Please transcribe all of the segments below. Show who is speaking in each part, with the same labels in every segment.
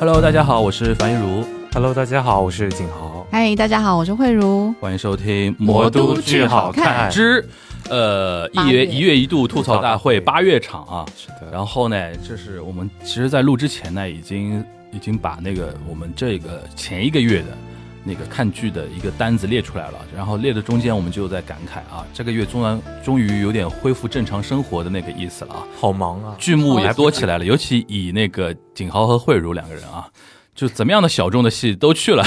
Speaker 1: Hello，大家好，我是樊一茹，
Speaker 2: Hello，大家好，我是景豪。
Speaker 3: 嗨，大家好，我是慧茹。
Speaker 1: 欢迎收听《
Speaker 3: 魔都剧好看
Speaker 1: 之》呃
Speaker 3: 八
Speaker 1: 一月
Speaker 3: 月
Speaker 1: 一月一度吐槽大会
Speaker 2: 吐槽大会
Speaker 1: 八月场啊。
Speaker 2: 是的，
Speaker 1: 然后呢，这是我们其实，在录之前呢，已经已经把那个我们这个前一个月的那个看剧的一个单子列出来了。然后列的中间，我们就在感慨啊，这个月终然终于有点恢复正常生活的那个意思了啊。
Speaker 2: 好忙啊！
Speaker 1: 剧目也多起来了，尤其以那个景豪和慧茹两个人啊，就怎么样的小众的戏都去了。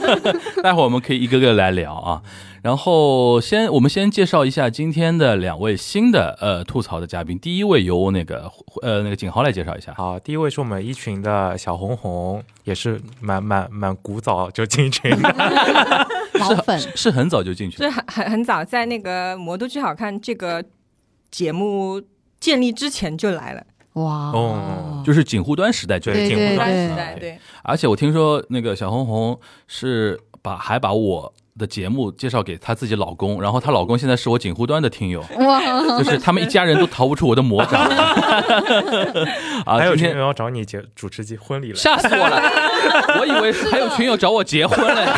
Speaker 1: 待会儿我们可以一个个来聊啊。然后先我们先介绍一下今天的两位新的呃吐槽的嘉宾，第一位由那个呃那个景豪来介绍一下。
Speaker 2: 好，第一位是我们一群的小红红，也是蛮蛮蛮古早就进群的，
Speaker 3: 老粉
Speaker 1: 是啊是很早就进去
Speaker 4: 这很很很早，在那个《魔都剧好看》这个节目建立之前就来了，
Speaker 3: 哇，
Speaker 2: 哦
Speaker 1: 就是景户端时代就
Speaker 2: 对
Speaker 3: 对
Speaker 2: 挺
Speaker 3: 对
Speaker 2: 古早
Speaker 4: 端
Speaker 2: 的
Speaker 4: 时
Speaker 3: 对，
Speaker 4: 代对，
Speaker 1: 而且我听说那个小红红是把还把我的节目介绍给她自己老公，然后她老公现在是我景户端的听友。
Speaker 3: 哇，
Speaker 1: 就是他们一家人都逃不出我的魔 掌。 啊，
Speaker 2: 还有
Speaker 1: 今
Speaker 2: 群
Speaker 1: 天
Speaker 2: 友要找你结主持结婚礼了，
Speaker 1: 吓死我了，我以为是还有群友找我结婚了，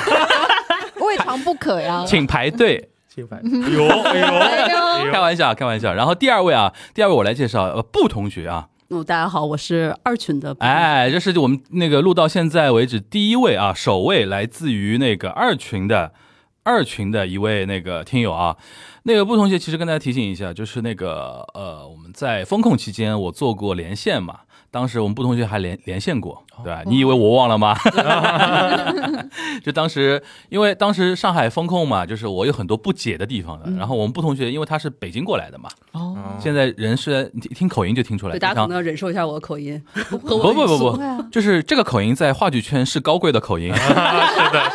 Speaker 3: 未尝不可呀。
Speaker 1: 请排 队。
Speaker 2: 这一版有哎
Speaker 3: 哎
Speaker 2: 呦，
Speaker 1: 开玩笑，开玩笑。然后第二位啊，第二位我来介绍，呃，布同学啊，
Speaker 5: 哦，大家好，我是二群的。，
Speaker 1: 哎，这是我们那个录到现在为止第一位啊，首位来自于那个二群的二群的一位那个听友啊。那个布同学其实跟大家提醒一下，就是那个呃，我们在风控期间我做过连线嘛，当时我们布同学还连连线过，对吧？你以为我忘了吗？ 就当时因为当时上海风控嘛，就是我有很多不解的地方的。然后我们布同学因为他是北京过来的嘛，
Speaker 3: 哦，
Speaker 2: 嗯
Speaker 1: 现在人是你听听口音就听出来，
Speaker 5: 对
Speaker 1: 非
Speaker 5: 大家可
Speaker 1: 常
Speaker 5: 能要忍受一下我的口音。不
Speaker 1: 不不不不
Speaker 3: 会啊，
Speaker 1: 就是这个口音在话剧圈是高贵的口 音。 是的，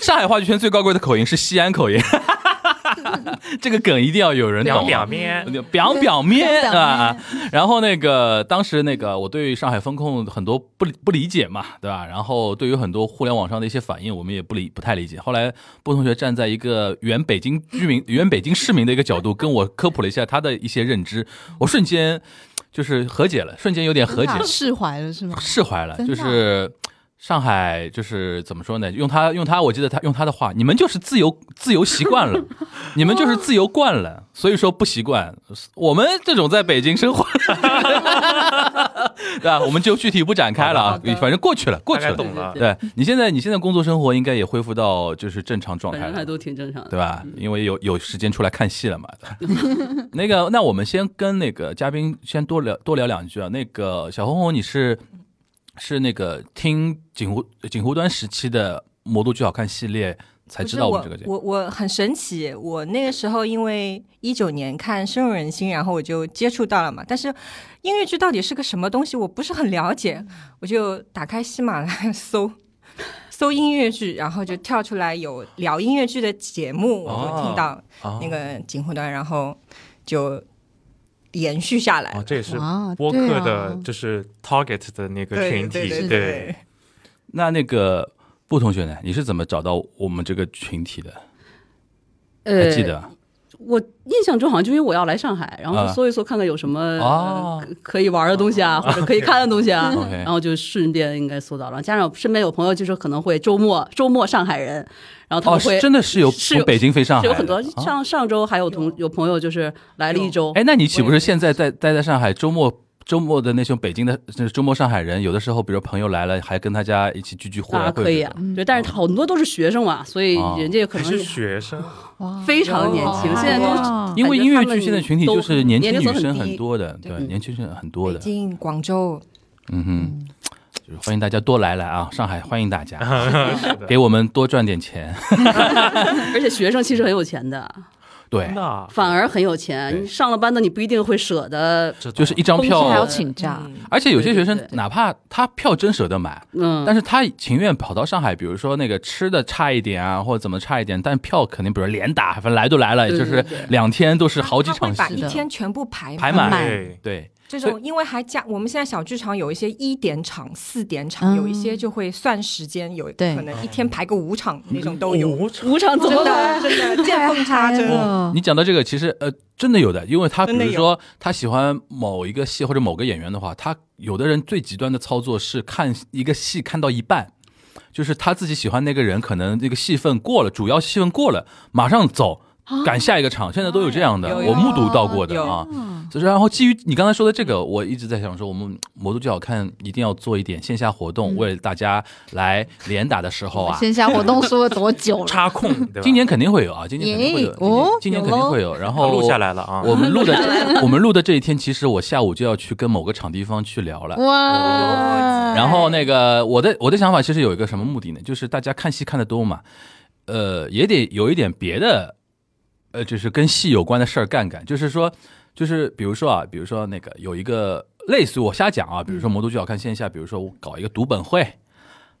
Speaker 1: 上海话剧圈最高贵的口音是西安口音。 这个梗一定要有人
Speaker 2: 两
Speaker 1: 懂
Speaker 2: 表
Speaker 1: 啊。
Speaker 2: 面
Speaker 1: 表表面
Speaker 3: 表面
Speaker 1: 啊，然后那个当时那个我对上海风控很多不理不理解嘛，对吧？然后对于很多互联网上的一些反应，我们也不理不太理解。后来布同学站在一个原北京居民、 原北京市民的一个角度，跟我科普了一下他的一些认知，我瞬间就是和解了，瞬间有点和解，
Speaker 3: 释怀了是吗？
Speaker 1: 释怀了，
Speaker 3: 真
Speaker 1: 就
Speaker 3: 的
Speaker 1: 是上海，就是怎么说呢？用他用他，我记得他用他的话，你们就是自由自由习惯了，你们就是自由惯了，所以说不习惯。我们这种在北京生活，对吧？我们就具体不展开了啊
Speaker 5: 好的好，的
Speaker 1: 反正过去了，过
Speaker 2: 大
Speaker 1: 去
Speaker 2: 概
Speaker 1: 了。
Speaker 2: 懂了
Speaker 5: 对。
Speaker 1: 对你现在你现在工作生活应该也恢复到就是正常状
Speaker 5: 反
Speaker 1: 态
Speaker 5: 正还
Speaker 1: 了。
Speaker 5: 都挺正常的。
Speaker 1: 对吧？因为有有时间出来看戏了嘛。 对吧那个，那我们先跟那个嘉宾先多聊多聊两句啊。那个小红红，你是是那个听锦湖锦湖端时期的《魔都剧好看》系列才
Speaker 4: 不
Speaker 1: 知
Speaker 4: 是
Speaker 1: 道我
Speaker 4: 我
Speaker 1: 们这个节目。
Speaker 4: 我我很神奇，我那个时候因为一九年看《深入人心》，然后我就接触到了嘛。但是音乐剧到底是个什么东西，我不是很了解，我就打开喜马拉雅搜。搜音乐剧，然后就跳出来有聊音乐剧的节目，我就听到
Speaker 1: 哦
Speaker 4: 那个锦湖端，然后就延续下来了
Speaker 2: 哦，。这也是
Speaker 3: 哇
Speaker 2: 播
Speaker 3: 对
Speaker 2: 客
Speaker 3: 啊
Speaker 2: 的，就是 target 的那个群体，
Speaker 3: 对对
Speaker 2: 对，
Speaker 1: 那那个布同学呢？你是怎么找到我们这个群体的？还
Speaker 5: 呃，
Speaker 1: 记得啊
Speaker 5: 我印象中好像就因为我要来上海，然后就搜一搜看看有什么、
Speaker 1: 哦
Speaker 5: 呃可可以玩的东西啊，或者可以看的东西啊，
Speaker 1: OK
Speaker 5: 然后就顺便应该搜到了。加上身边有朋友就是可能会周末周末上海人，然后他
Speaker 1: 哦，
Speaker 5: 们会、
Speaker 1: 是真的是有
Speaker 5: 是
Speaker 1: 从
Speaker 5: 有
Speaker 1: 北京飞上海
Speaker 5: 是
Speaker 1: 的，
Speaker 5: 有很多
Speaker 1: 啊
Speaker 5: 上上周还有同有朋友就是来了一周，
Speaker 1: 哎，那你岂不是现在在待在上海？周末周末的那种北京的，就是周末上海人，有的时候，比如朋友来了，还跟他家一起聚聚会
Speaker 5: 啊
Speaker 1: 会
Speaker 5: 可以啊
Speaker 1: 这种，
Speaker 5: 对，但是很多都是学生啊，所以
Speaker 1: 哦
Speaker 5: 人家可
Speaker 2: 还
Speaker 5: 能
Speaker 2: 是学生，
Speaker 3: 哇
Speaker 5: 非常年轻
Speaker 3: 啊有啊
Speaker 5: 现在都
Speaker 3: 哇
Speaker 1: 因为音乐剧现在群体就
Speaker 5: 感觉
Speaker 1: 是
Speaker 5: 他们
Speaker 1: 年轻女
Speaker 5: 都年龄
Speaker 1: 生
Speaker 5: 层很低
Speaker 1: 很多的，对，
Speaker 5: 嗯
Speaker 1: 年轻生很多
Speaker 4: 北
Speaker 1: 的，
Speaker 4: 京、广州，
Speaker 1: 嗯哼，就是欢迎大家多来来啊，上海欢迎大家，
Speaker 2: 是的
Speaker 1: 给我们多赚点钱，
Speaker 5: 而且学生其实很有钱的，
Speaker 1: 对
Speaker 2: 真，的啊，
Speaker 5: 反而很有钱。
Speaker 1: 对
Speaker 5: 你上了班的，你不一定会舍得，
Speaker 2: 这
Speaker 1: 就是一张
Speaker 3: 公司还要
Speaker 1: 票，
Speaker 3: 请假，
Speaker 1: 而且有些学
Speaker 5: 对
Speaker 1: 生
Speaker 5: 对对
Speaker 1: 哪怕他票真舍得买，
Speaker 5: 嗯，
Speaker 1: 但是他情愿跑到上海，比如说那个吃的差一点啊，或者怎么差一点，但票肯定比如连打，反正来都来了，
Speaker 5: 对
Speaker 1: 就
Speaker 5: 对
Speaker 1: 是
Speaker 5: 对
Speaker 1: 两天都是好几
Speaker 4: 他
Speaker 1: 场
Speaker 4: 会把
Speaker 1: 戏
Speaker 4: 一天全部排
Speaker 1: 排
Speaker 3: 满
Speaker 1: 满。
Speaker 2: 对
Speaker 1: 对，
Speaker 4: 这
Speaker 1: 所
Speaker 4: 种因为还加，我们现在小剧场有一些一点场、四点场，
Speaker 3: 嗯
Speaker 4: 有一些就会算时间，有
Speaker 3: 对
Speaker 4: 可能一天排个五场那
Speaker 1: 嗯
Speaker 4: 种都有。
Speaker 2: 五场
Speaker 5: 无偿怎
Speaker 4: 真
Speaker 5: 么办？
Speaker 4: 的真的见缝插
Speaker 5: 嗯
Speaker 4: 针，
Speaker 1: 你讲到这个，其实呃，真的有的，因为他比
Speaker 4: 哦真的
Speaker 1: 如
Speaker 4: 有
Speaker 1: 说他喜欢某一个戏或者某个演员的话，他有的人最极端的操作是看一个戏看到一半，就是他自己喜欢那个人，可能这个戏份过了，主要戏份过了，马上走，
Speaker 5: 啊
Speaker 1: 赶下一个场，现在都有这样的，
Speaker 4: 有有
Speaker 1: 我目睹到过的
Speaker 4: 有
Speaker 1: 啊。就是然后基于你刚才说的这个，我一直在想说，我们魔都剧好看一定要做一点线下活动，为了大家来联打的时候啊，
Speaker 3: 线下活动说了多久 了？
Speaker 2: 插空，对吧？
Speaker 1: 今年肯定会有啊，今年肯定会有，
Speaker 3: 耶
Speaker 1: 今年
Speaker 3: 哦
Speaker 1: 今年
Speaker 3: 有
Speaker 1: 肯定
Speaker 3: 喽
Speaker 1: 会有。然后
Speaker 2: 录下来了啊，
Speaker 1: 我们录 的我们录的这一天，其实我下午就要去跟某个场地方去聊了。
Speaker 3: 哇！
Speaker 1: 哦然后那个我的我的想法其实有一个什么目的呢？就是大家看戏看的多嘛，呃，也得有一点别的，呃，就是跟戏有关的事儿干干。就是说，就是比如说啊，比如说那个有一个类似于我瞎讲啊，比如说魔都剧好看线下，比如说我搞一个读本会。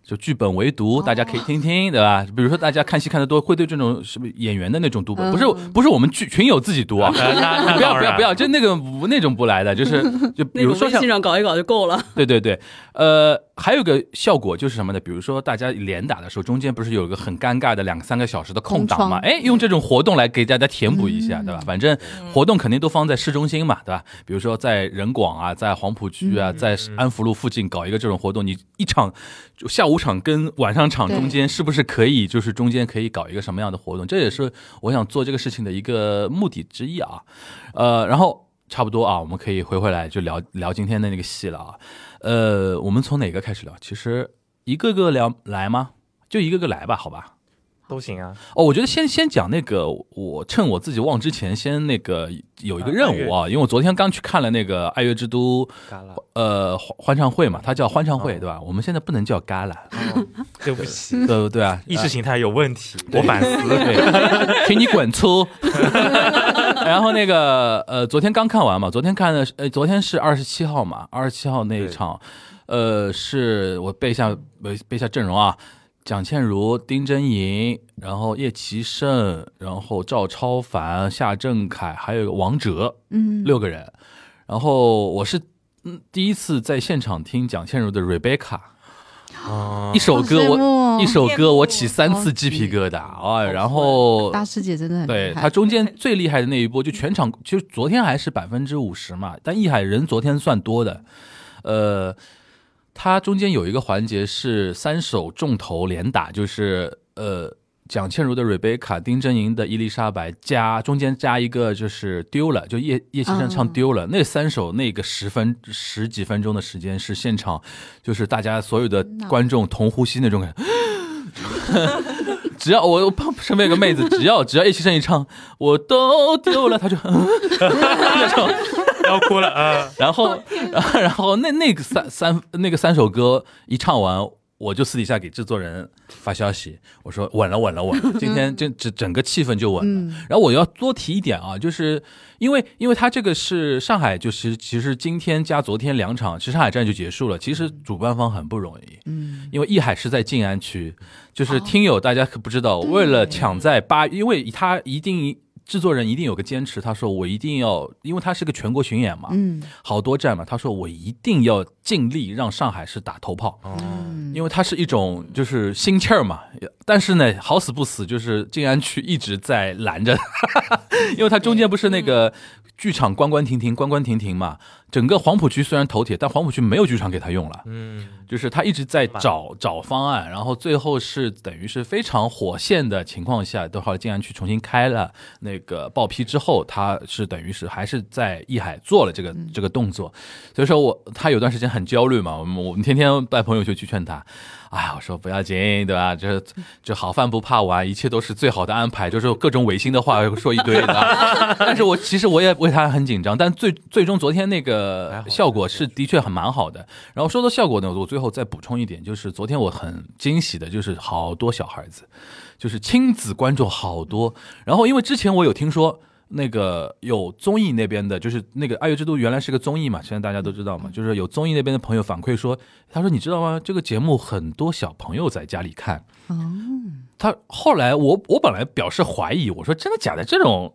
Speaker 1: 就剧本围读，大家可以听听，对吧？比如说，大家看戏看的多，会对这种什么演员的那种读本，不是不是我们剧群友自己读啊，
Speaker 2: 呃那 那
Speaker 1: 不要
Speaker 2: 当
Speaker 1: 不要
Speaker 2: 然
Speaker 1: 不要，就那个不那种不来的，就是就比
Speaker 5: 那
Speaker 1: 如
Speaker 5: 个
Speaker 1: 说
Speaker 5: 微
Speaker 1: 像
Speaker 5: 信上搞一搞就够了。
Speaker 1: 对对对，呃，还有个效果就是什么呢？比如说大家连打的时候，中间不是有一个很尴尬的两三个小时的空档嘛？
Speaker 3: 空窗嗯
Speaker 1: 哎，用这种活动来给大家填补一下，对吧？反正活动肯定都放在市中心嘛，对吧？比如说在仁广啊，在黄浦区啊，在安福路附近搞一个这种活动，你一场就下午场跟晚上场
Speaker 3: 对
Speaker 1: 中间是不是可以，就是中间可以搞一个什么样的活动？这也是我想做这个事情的一个目的之一啊。呃，然后差不多啊，我们可以回回来就聊聊今天的那个戏了啊。呃，我们从哪个开始聊？其实一个个聊来吗？就一个个来吧，好吧？
Speaker 2: 都行啊。
Speaker 1: 哦，我觉得先先讲那个，我趁我自己忘之前，先那个有一个
Speaker 2: 啊
Speaker 1: 任
Speaker 2: 爱乐
Speaker 1: 务啊，因为我昨天刚去看了那个《爱乐之都》
Speaker 2: 嘎啦，
Speaker 1: 呃欢欢唱会嘛，它叫欢唱会
Speaker 2: 哦
Speaker 1: 对吧？我们现在不能叫旮 旯，
Speaker 2: 哦对不起，
Speaker 1: 对不对啊？
Speaker 2: 意识形态有问题，我反思。
Speaker 1: 对，请你滚粗。 然后那个呃，昨天刚看完嘛，昨天看的是呃，昨天是二十七号嘛，二十七号那一场，呃，是我背一下背背一下阵容啊，蒋倩茹、丁真莹，然后叶奇胜，然后赵超凡、夏振凯，还有一个王哲，
Speaker 3: 嗯，
Speaker 1: 六个人。然后我是嗯第一次在现场听蒋倩茹的《Rebecca》。
Speaker 2: 啊
Speaker 1: 一首歌
Speaker 3: 好羡
Speaker 1: 我
Speaker 3: 慕哦
Speaker 1: 一首歌我起三次鸡皮疙瘩啊！然后
Speaker 3: 大师姐真的很
Speaker 1: 对
Speaker 3: 厉
Speaker 1: 他
Speaker 3: 害。
Speaker 1: 中间最厉害的那一波，就全场其实昨天还是百分之五十嘛，但易海人昨天算多的，呃，他中间有一个环节是三首重头连打，就是呃。蒋倩茹的《Rebecca》，丁真莹的《伊丽莎白》，加中间加一个就是丢了，就叶叶先生唱丢了、那三首，那个十分十几分钟的时间是现场，就是大家所有的观众同呼吸那种感觉。只要我我旁身边有个妹子，只要只要叶奇胜一唱，我都丢了，她就， 嗯那种
Speaker 2: 要哭了啊！
Speaker 1: 然后然后那那个三三那个三首歌一唱完，我就私底下给制作人发消息，我说稳了稳了稳了，今天这整整个气氛就稳了。然后我要多提一点啊，就是因为因为他这个是上海，就是其实今天加昨天两场，其实上海站就结束了。其实主办方很不容易，嗯，因为艺海是在静安区，就是听友大家可不知道，为了抢在八，因为他一定。制作人一定有个坚持，他说我一定要，因为他是个全国巡演嘛，
Speaker 3: 嗯
Speaker 1: 好多站嘛，他说我一定要尽力让上海市打头
Speaker 2: 嗯
Speaker 1: 炮，
Speaker 2: 哦
Speaker 3: 嗯
Speaker 1: 因为它是一种就是心气儿嘛。但是呢，好死不死，就是静安区一直在拦着， 因为它中间不是那个剧场关关停停关关停停嘛。整个黄浦区虽然头铁，但黄浦区没有剧场给他用了，
Speaker 2: 嗯，
Speaker 1: 就是他一直在找找方案，然后最后是等于是非常火线的情况下，都好像静安区重新开了那个报批之后，他是等于是还是在艺海做了这
Speaker 2: 嗯
Speaker 1: 个这个动作，所以说我他有段时间很焦虑嘛，我们我们天天在朋友圈去劝他，哎，我说不要紧，对吧？这这好饭不怕晚，一切都是最好的安排，就是各种违心的话说一堆 的。但是我其实我也为他很紧张，但最最终昨天那
Speaker 2: 还
Speaker 1: 个
Speaker 2: 好
Speaker 1: 效果是的确很蛮好的。然后说到效果呢，我最后再补充一点，就是昨天我很惊喜的，就是好多小孩子，就是亲子观众好多。然后因为之前我有听说。那个有综艺那边的，就是那个《爱乐之都》原来是个综艺嘛，现在大家都知道嘛，就是有综艺那边的朋友反馈说，他说你知道吗？这个节目很多小朋友在家里看，
Speaker 3: 哦
Speaker 1: 他后来我我本来表示怀疑，我说真的假的？这种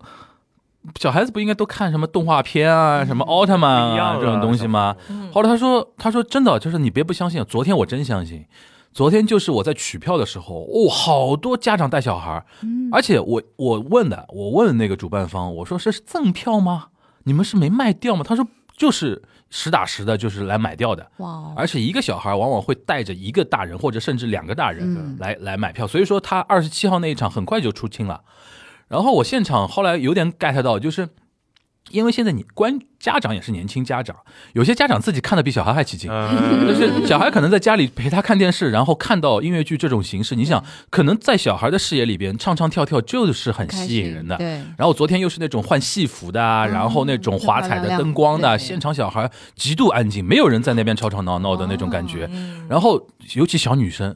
Speaker 1: 小孩子不应该都看什么动画片啊，什么奥特曼
Speaker 2: 嗯不一
Speaker 1: 啊
Speaker 2: 样
Speaker 1: 这种
Speaker 2: 了
Speaker 1: 东西吗？
Speaker 4: 嗯
Speaker 1: 后来他说，他说真的，就是你别不相信，啊昨天我真相信。昨天就是我在取票的时候，哦，好多家长带小孩儿，而且我我问的，我问那个主办方，我说这是赠票吗？你们是没卖掉吗？他说就是实打实的，就是来买掉的。
Speaker 3: 哇哦，
Speaker 1: 而且一个小孩往往会带着一个大人或者甚至两个大人
Speaker 3: 嗯
Speaker 1: 来、来买票，所以说他二十七号那一场很快就出清了。然后我现场后来有点 get 到，就是因为现在你关家长也是年轻家长，有些家长自己看的比小孩还起劲。
Speaker 2: 嗯
Speaker 1: 就是小孩可能在家里陪他看电视，然后看到音乐剧这种形式，你想，可能在小孩的视野里边，唱唱跳跳就是很吸引人的。
Speaker 3: 对，
Speaker 1: 然后昨天又是那种换戏服的啊，
Speaker 3: 嗯
Speaker 1: 然后那种华彩的灯光
Speaker 3: 漂
Speaker 1: 的，
Speaker 3: 亮
Speaker 1: 现场小孩极度安静，没有人在那边吵吵闹闹的那种感
Speaker 3: 哦
Speaker 1: 觉。然后尤其小女生，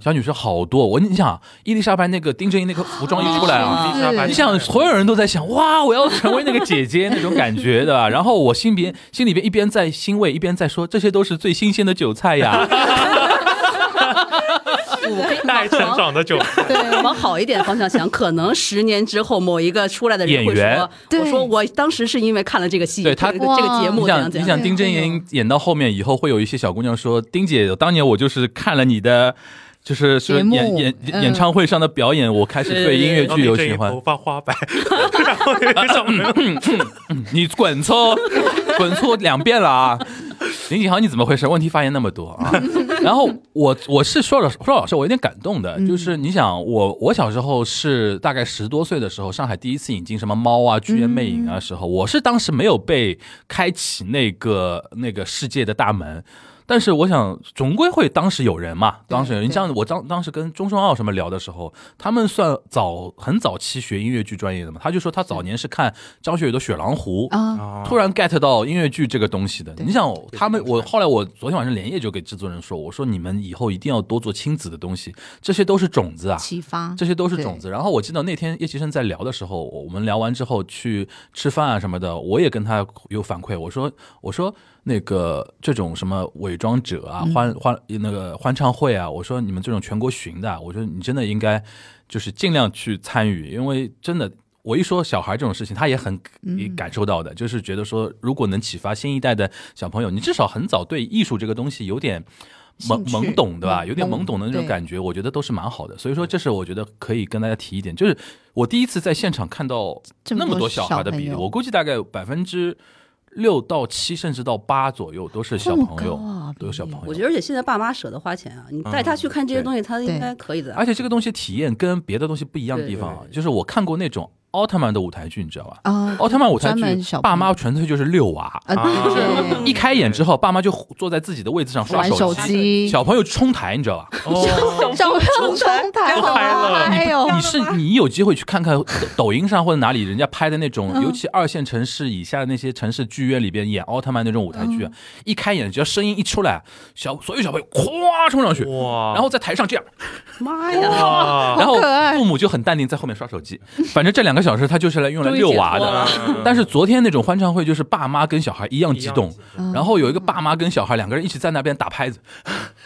Speaker 1: 小女生好多。我你想，伊丽莎白那个丁正英那个服装一出来啊。
Speaker 3: 啊
Speaker 2: 嗯
Speaker 1: 你想，所有人都在想，哇，我要成为那个姐姐那种感觉，对吧？然后我心边心里边一边在欣慰，一边在说，这些都是最新鲜的韭菜呀。
Speaker 5: 我可以
Speaker 2: 待成
Speaker 5: 往
Speaker 2: 长的久，
Speaker 5: 对，往好一点的方向想，可能十年之后某一个出来的人
Speaker 1: 演
Speaker 5: 会
Speaker 1: 员
Speaker 5: 说：“我
Speaker 3: 对
Speaker 5: 说我当时是因为看了这个戏，
Speaker 1: 对他
Speaker 5: 这个这个
Speaker 3: 哇
Speaker 5: 节目
Speaker 1: 你
Speaker 5: 怎
Speaker 1: 想
Speaker 5: 样，
Speaker 1: 你
Speaker 5: 怎样。”
Speaker 1: 想丁真言演到后面以后，会有一些小姑娘说：“丁姐，当年我就是看了你的，就是说
Speaker 3: 节目
Speaker 1: 演演
Speaker 3: 嗯
Speaker 1: 演唱会上的表演，我开始对音乐剧有喜
Speaker 2: 然后
Speaker 1: 欢
Speaker 2: 那阵
Speaker 1: 嗯
Speaker 2: 头。发 花白，然后有一种
Speaker 1: 你滚错， 滚错两遍了啊！ 林景豪，你怎么回事？问题发言那么多啊！ 然后我我是说老说老实，我有点感动的，就是你想我我小时候是大概十多岁的时候，上海第一次引进什么猫啊、剧院魅影啊时候，我是当时没有被开启那个那个世界的大门。但是我想，总归会当时有人嘛，当时有人。
Speaker 3: 对
Speaker 1: 像我当当时跟钟双奥什么聊的时候，他们算早很早期学音乐剧专业的嘛，他就说他早年是看张学友的《雪狼湖》，
Speaker 3: 啊，
Speaker 1: 突然 get 到音乐剧这个东西的。
Speaker 3: 对
Speaker 1: 你想，他们我后来我昨天晚上连夜就给制作人说，我说你们以后一定要多做亲子的东西，这些都是种子啊。
Speaker 3: 启发，
Speaker 1: 这些都是种子。然后我记得那天叶奇生在聊的时候，我们聊完之后去吃饭啊什么的，我也跟他有反馈，我说我说那个这种什么伪装者啊、欢欢那个欢唱会啊，我说你们这种全国巡的啊，我说你真的应该就是尽量去参与，因为真的。我一说小孩这种事情，他也很
Speaker 3: 嗯
Speaker 1: 也感受到的，就是觉得说，如果能启发新一代的小朋友，你至少很早对艺术这个东西有点懵
Speaker 3: 兴趣
Speaker 1: 懵懂，对吧？
Speaker 3: 嗯
Speaker 1: 有点懵懂的那种
Speaker 3: 对
Speaker 1: 感觉，我觉得都是蛮好的。所以说，这是我觉得可以跟大家提一点，就是我第一次在现场看到
Speaker 3: 这
Speaker 1: 那
Speaker 3: 么
Speaker 1: 么多
Speaker 3: 多
Speaker 1: 小
Speaker 3: 小
Speaker 1: 孩的比例，
Speaker 3: 朋友
Speaker 1: 我估计大概百分之六到七，甚至到八左右都是小朋友
Speaker 3: 这么高啊，
Speaker 1: 都是小朋
Speaker 5: 我
Speaker 1: 友
Speaker 5: 觉。得，而且现在爸妈舍得花钱啊，你带他去看
Speaker 1: 嗯
Speaker 5: 这些东西，他应该可以的。
Speaker 1: 而且这个东西体验跟别的东西不一样的地方啊，
Speaker 2: 对
Speaker 1: 就是我看过那种奥特曼的舞台剧，你知道吧？
Speaker 3: 啊
Speaker 1: 奥特曼舞台
Speaker 3: 专门
Speaker 1: 剧
Speaker 3: 小，朋友
Speaker 1: 爸妈纯粹就是遛娃。
Speaker 3: 啊，
Speaker 2: 啊
Speaker 3: 对
Speaker 1: 一开演之后，爸妈就坐在自己的位置上刷
Speaker 3: 玩手机，
Speaker 1: 小朋友冲台，你知道吧？
Speaker 3: 小朋友冲台好啊，还有
Speaker 1: 你是你有机会去看看抖抖音上或者哪里人家拍的那种，尤其二线城市以下那些城市剧院里边演奥特曼那种舞台剧啊，一开演只要声音一出来，小所有小朋友咵冲上去，
Speaker 2: 哇，
Speaker 1: 嗯然后在台上这样，
Speaker 5: 妈呀，
Speaker 2: 哇，
Speaker 1: 然后
Speaker 3: 可爱
Speaker 1: 父母就很淡定在后面刷手机，反正这两个小时他就是来用来遛娃
Speaker 5: 终于解脱
Speaker 1: 的
Speaker 5: 了。
Speaker 1: 但是昨天那种欢唱会，就是爸妈跟小孩一样激动，
Speaker 3: 嗯
Speaker 1: 然后有一个爸妈跟小孩两个人一起在那边打拍子，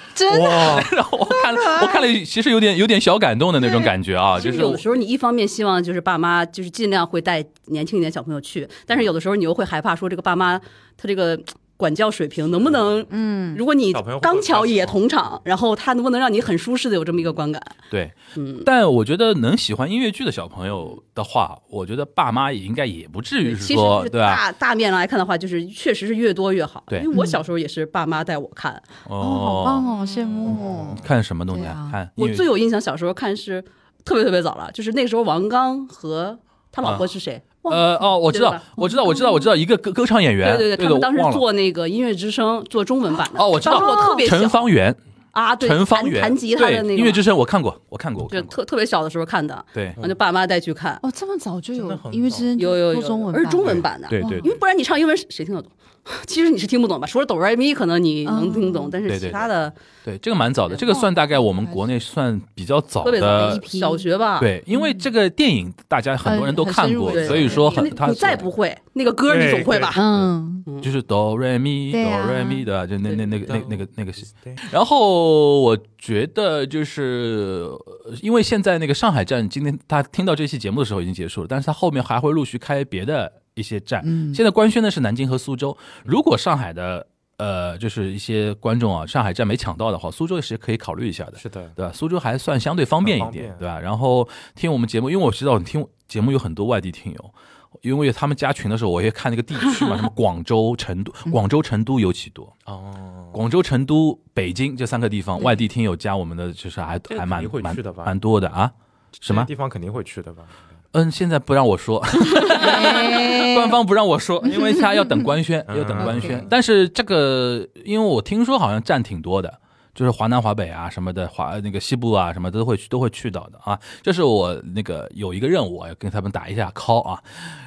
Speaker 3: 真的
Speaker 2: 哇，
Speaker 1: 然后我看了我看了，其实有点有点小感动的那种感觉啊，
Speaker 5: 就
Speaker 1: 就是是我
Speaker 5: 有时候你一方面希望就是爸妈就是尽量会带年轻一点小朋友去，但是有的时候你又会害怕说这个爸妈他这个管教水平能不能，
Speaker 3: 嗯，
Speaker 5: 如果你
Speaker 2: 小朋友会
Speaker 5: 刚巧也同场，然后他能不能让你很舒适的有这么一个观感？
Speaker 1: 对，
Speaker 5: 嗯
Speaker 1: 但我觉得能喜欢音乐剧的小朋友的话，我觉得爸妈也应该也不至于是
Speaker 5: 嗯其实就
Speaker 1: 说，
Speaker 5: 是
Speaker 1: 对啊吧？
Speaker 5: 大大面来看的话，就是确实是越多越好。
Speaker 1: 对
Speaker 5: 因为我小时候也是爸妈带我看，
Speaker 1: 哦，嗯
Speaker 3: 哦，好棒哦，羡慕哦，
Speaker 1: 看什么东西？
Speaker 3: 对啊
Speaker 1: 看音
Speaker 5: 啊我
Speaker 1: 乐
Speaker 5: 最
Speaker 1: 剧
Speaker 5: 有印象，小时候看是特别特别早了，就是那个时候王刚和他老婆是谁？忘了。
Speaker 1: 呃哦，我知道
Speaker 5: 对吧，
Speaker 1: 我知道，我知道，我知道一个歌歌唱演员，
Speaker 5: 对对
Speaker 1: 对
Speaker 5: 他们当时
Speaker 1: 忘了
Speaker 5: 做那个音乐之声，做中文版的。
Speaker 1: 哦我知道
Speaker 5: 当时我特别
Speaker 1: 陈
Speaker 5: 小
Speaker 1: 方圆，
Speaker 5: 啊，对，
Speaker 1: 陈方
Speaker 5: 弹
Speaker 1: 圆
Speaker 5: 弹吉他
Speaker 1: 对
Speaker 5: 的那个
Speaker 1: 音乐之声，我看过，我看过，我
Speaker 5: 对
Speaker 1: 看过，
Speaker 5: 特特别小的时候看的，
Speaker 1: 对
Speaker 5: 我就爸妈带去看，
Speaker 3: 哦，这么早就
Speaker 2: 真
Speaker 3: 有
Speaker 2: 的很
Speaker 3: 音乐之声
Speaker 5: 有有
Speaker 3: 做中
Speaker 5: 有，
Speaker 3: 文
Speaker 5: 而
Speaker 3: 版，
Speaker 5: 是中文版的，
Speaker 1: 对
Speaker 3: 哇
Speaker 1: 对
Speaker 5: 因
Speaker 1: 对
Speaker 5: 为不然你唱英文谁谁听得懂？其实你是听不懂吧？除了哆来咪，可能你能听懂，
Speaker 3: 嗯
Speaker 5: 但
Speaker 1: 对
Speaker 5: 是
Speaker 1: 对
Speaker 5: 其他的
Speaker 1: 对，这个蛮早的，这个算大概我们国内算比较早
Speaker 5: 哦特别早
Speaker 1: 的
Speaker 3: 一批
Speaker 5: 小学吧，
Speaker 1: 对，因为这个电影大家很多人都看过，
Speaker 3: 很很深入
Speaker 1: 所以说
Speaker 5: 因为
Speaker 1: 很他
Speaker 5: 你再不会那个歌，你总会吧？
Speaker 3: 嗯，
Speaker 1: 就是哆瑞咪
Speaker 3: 对啊
Speaker 1: 哆瑞咪的，就那那
Speaker 5: 对
Speaker 1: 那个那那个那个是。然后我觉得就是呃因为现在那个上海站，今天他听到这期节目的时候已经结束了，但是他后面还会陆续开别的一些站。
Speaker 3: 嗯
Speaker 1: 现在官宣的是南京和苏州，如果上海的呃就是一些观众啊，上海站没抢到的话，苏州也是可以考虑一下的。
Speaker 2: 是的，
Speaker 1: 对吧？苏州还算相对方便一
Speaker 2: 很方
Speaker 1: 点
Speaker 2: 便，
Speaker 1: 对吧？然后听我们节目，因为我知道你听节目有很多外地听友，因为他们加群的时候，我也看那个地区 嘛，什么广州、成都，广州、成都尤其多，
Speaker 2: 哦，
Speaker 1: 广州、成都、北京这三个地方，外地听友加我们的就是还
Speaker 2: 这个
Speaker 1: 还
Speaker 2: 肯
Speaker 1: 蛮
Speaker 2: 定会
Speaker 1: 蛮
Speaker 2: 去的吧
Speaker 1: 蛮多的啊。什么
Speaker 2: 这些地方肯定会去的吧？
Speaker 1: 嗯，现在不让我说，官 方不让我说，因为他要等官宣，
Speaker 2: 嗯
Speaker 1: 要等官宣
Speaker 3: OK。
Speaker 1: 但是这个，因为我听说好像站挺多的，就是华南、华北啊什么的，华那个西部啊什么都会去，都会去到的啊。这是我那个有一个任务，要跟他们打一下 call 啊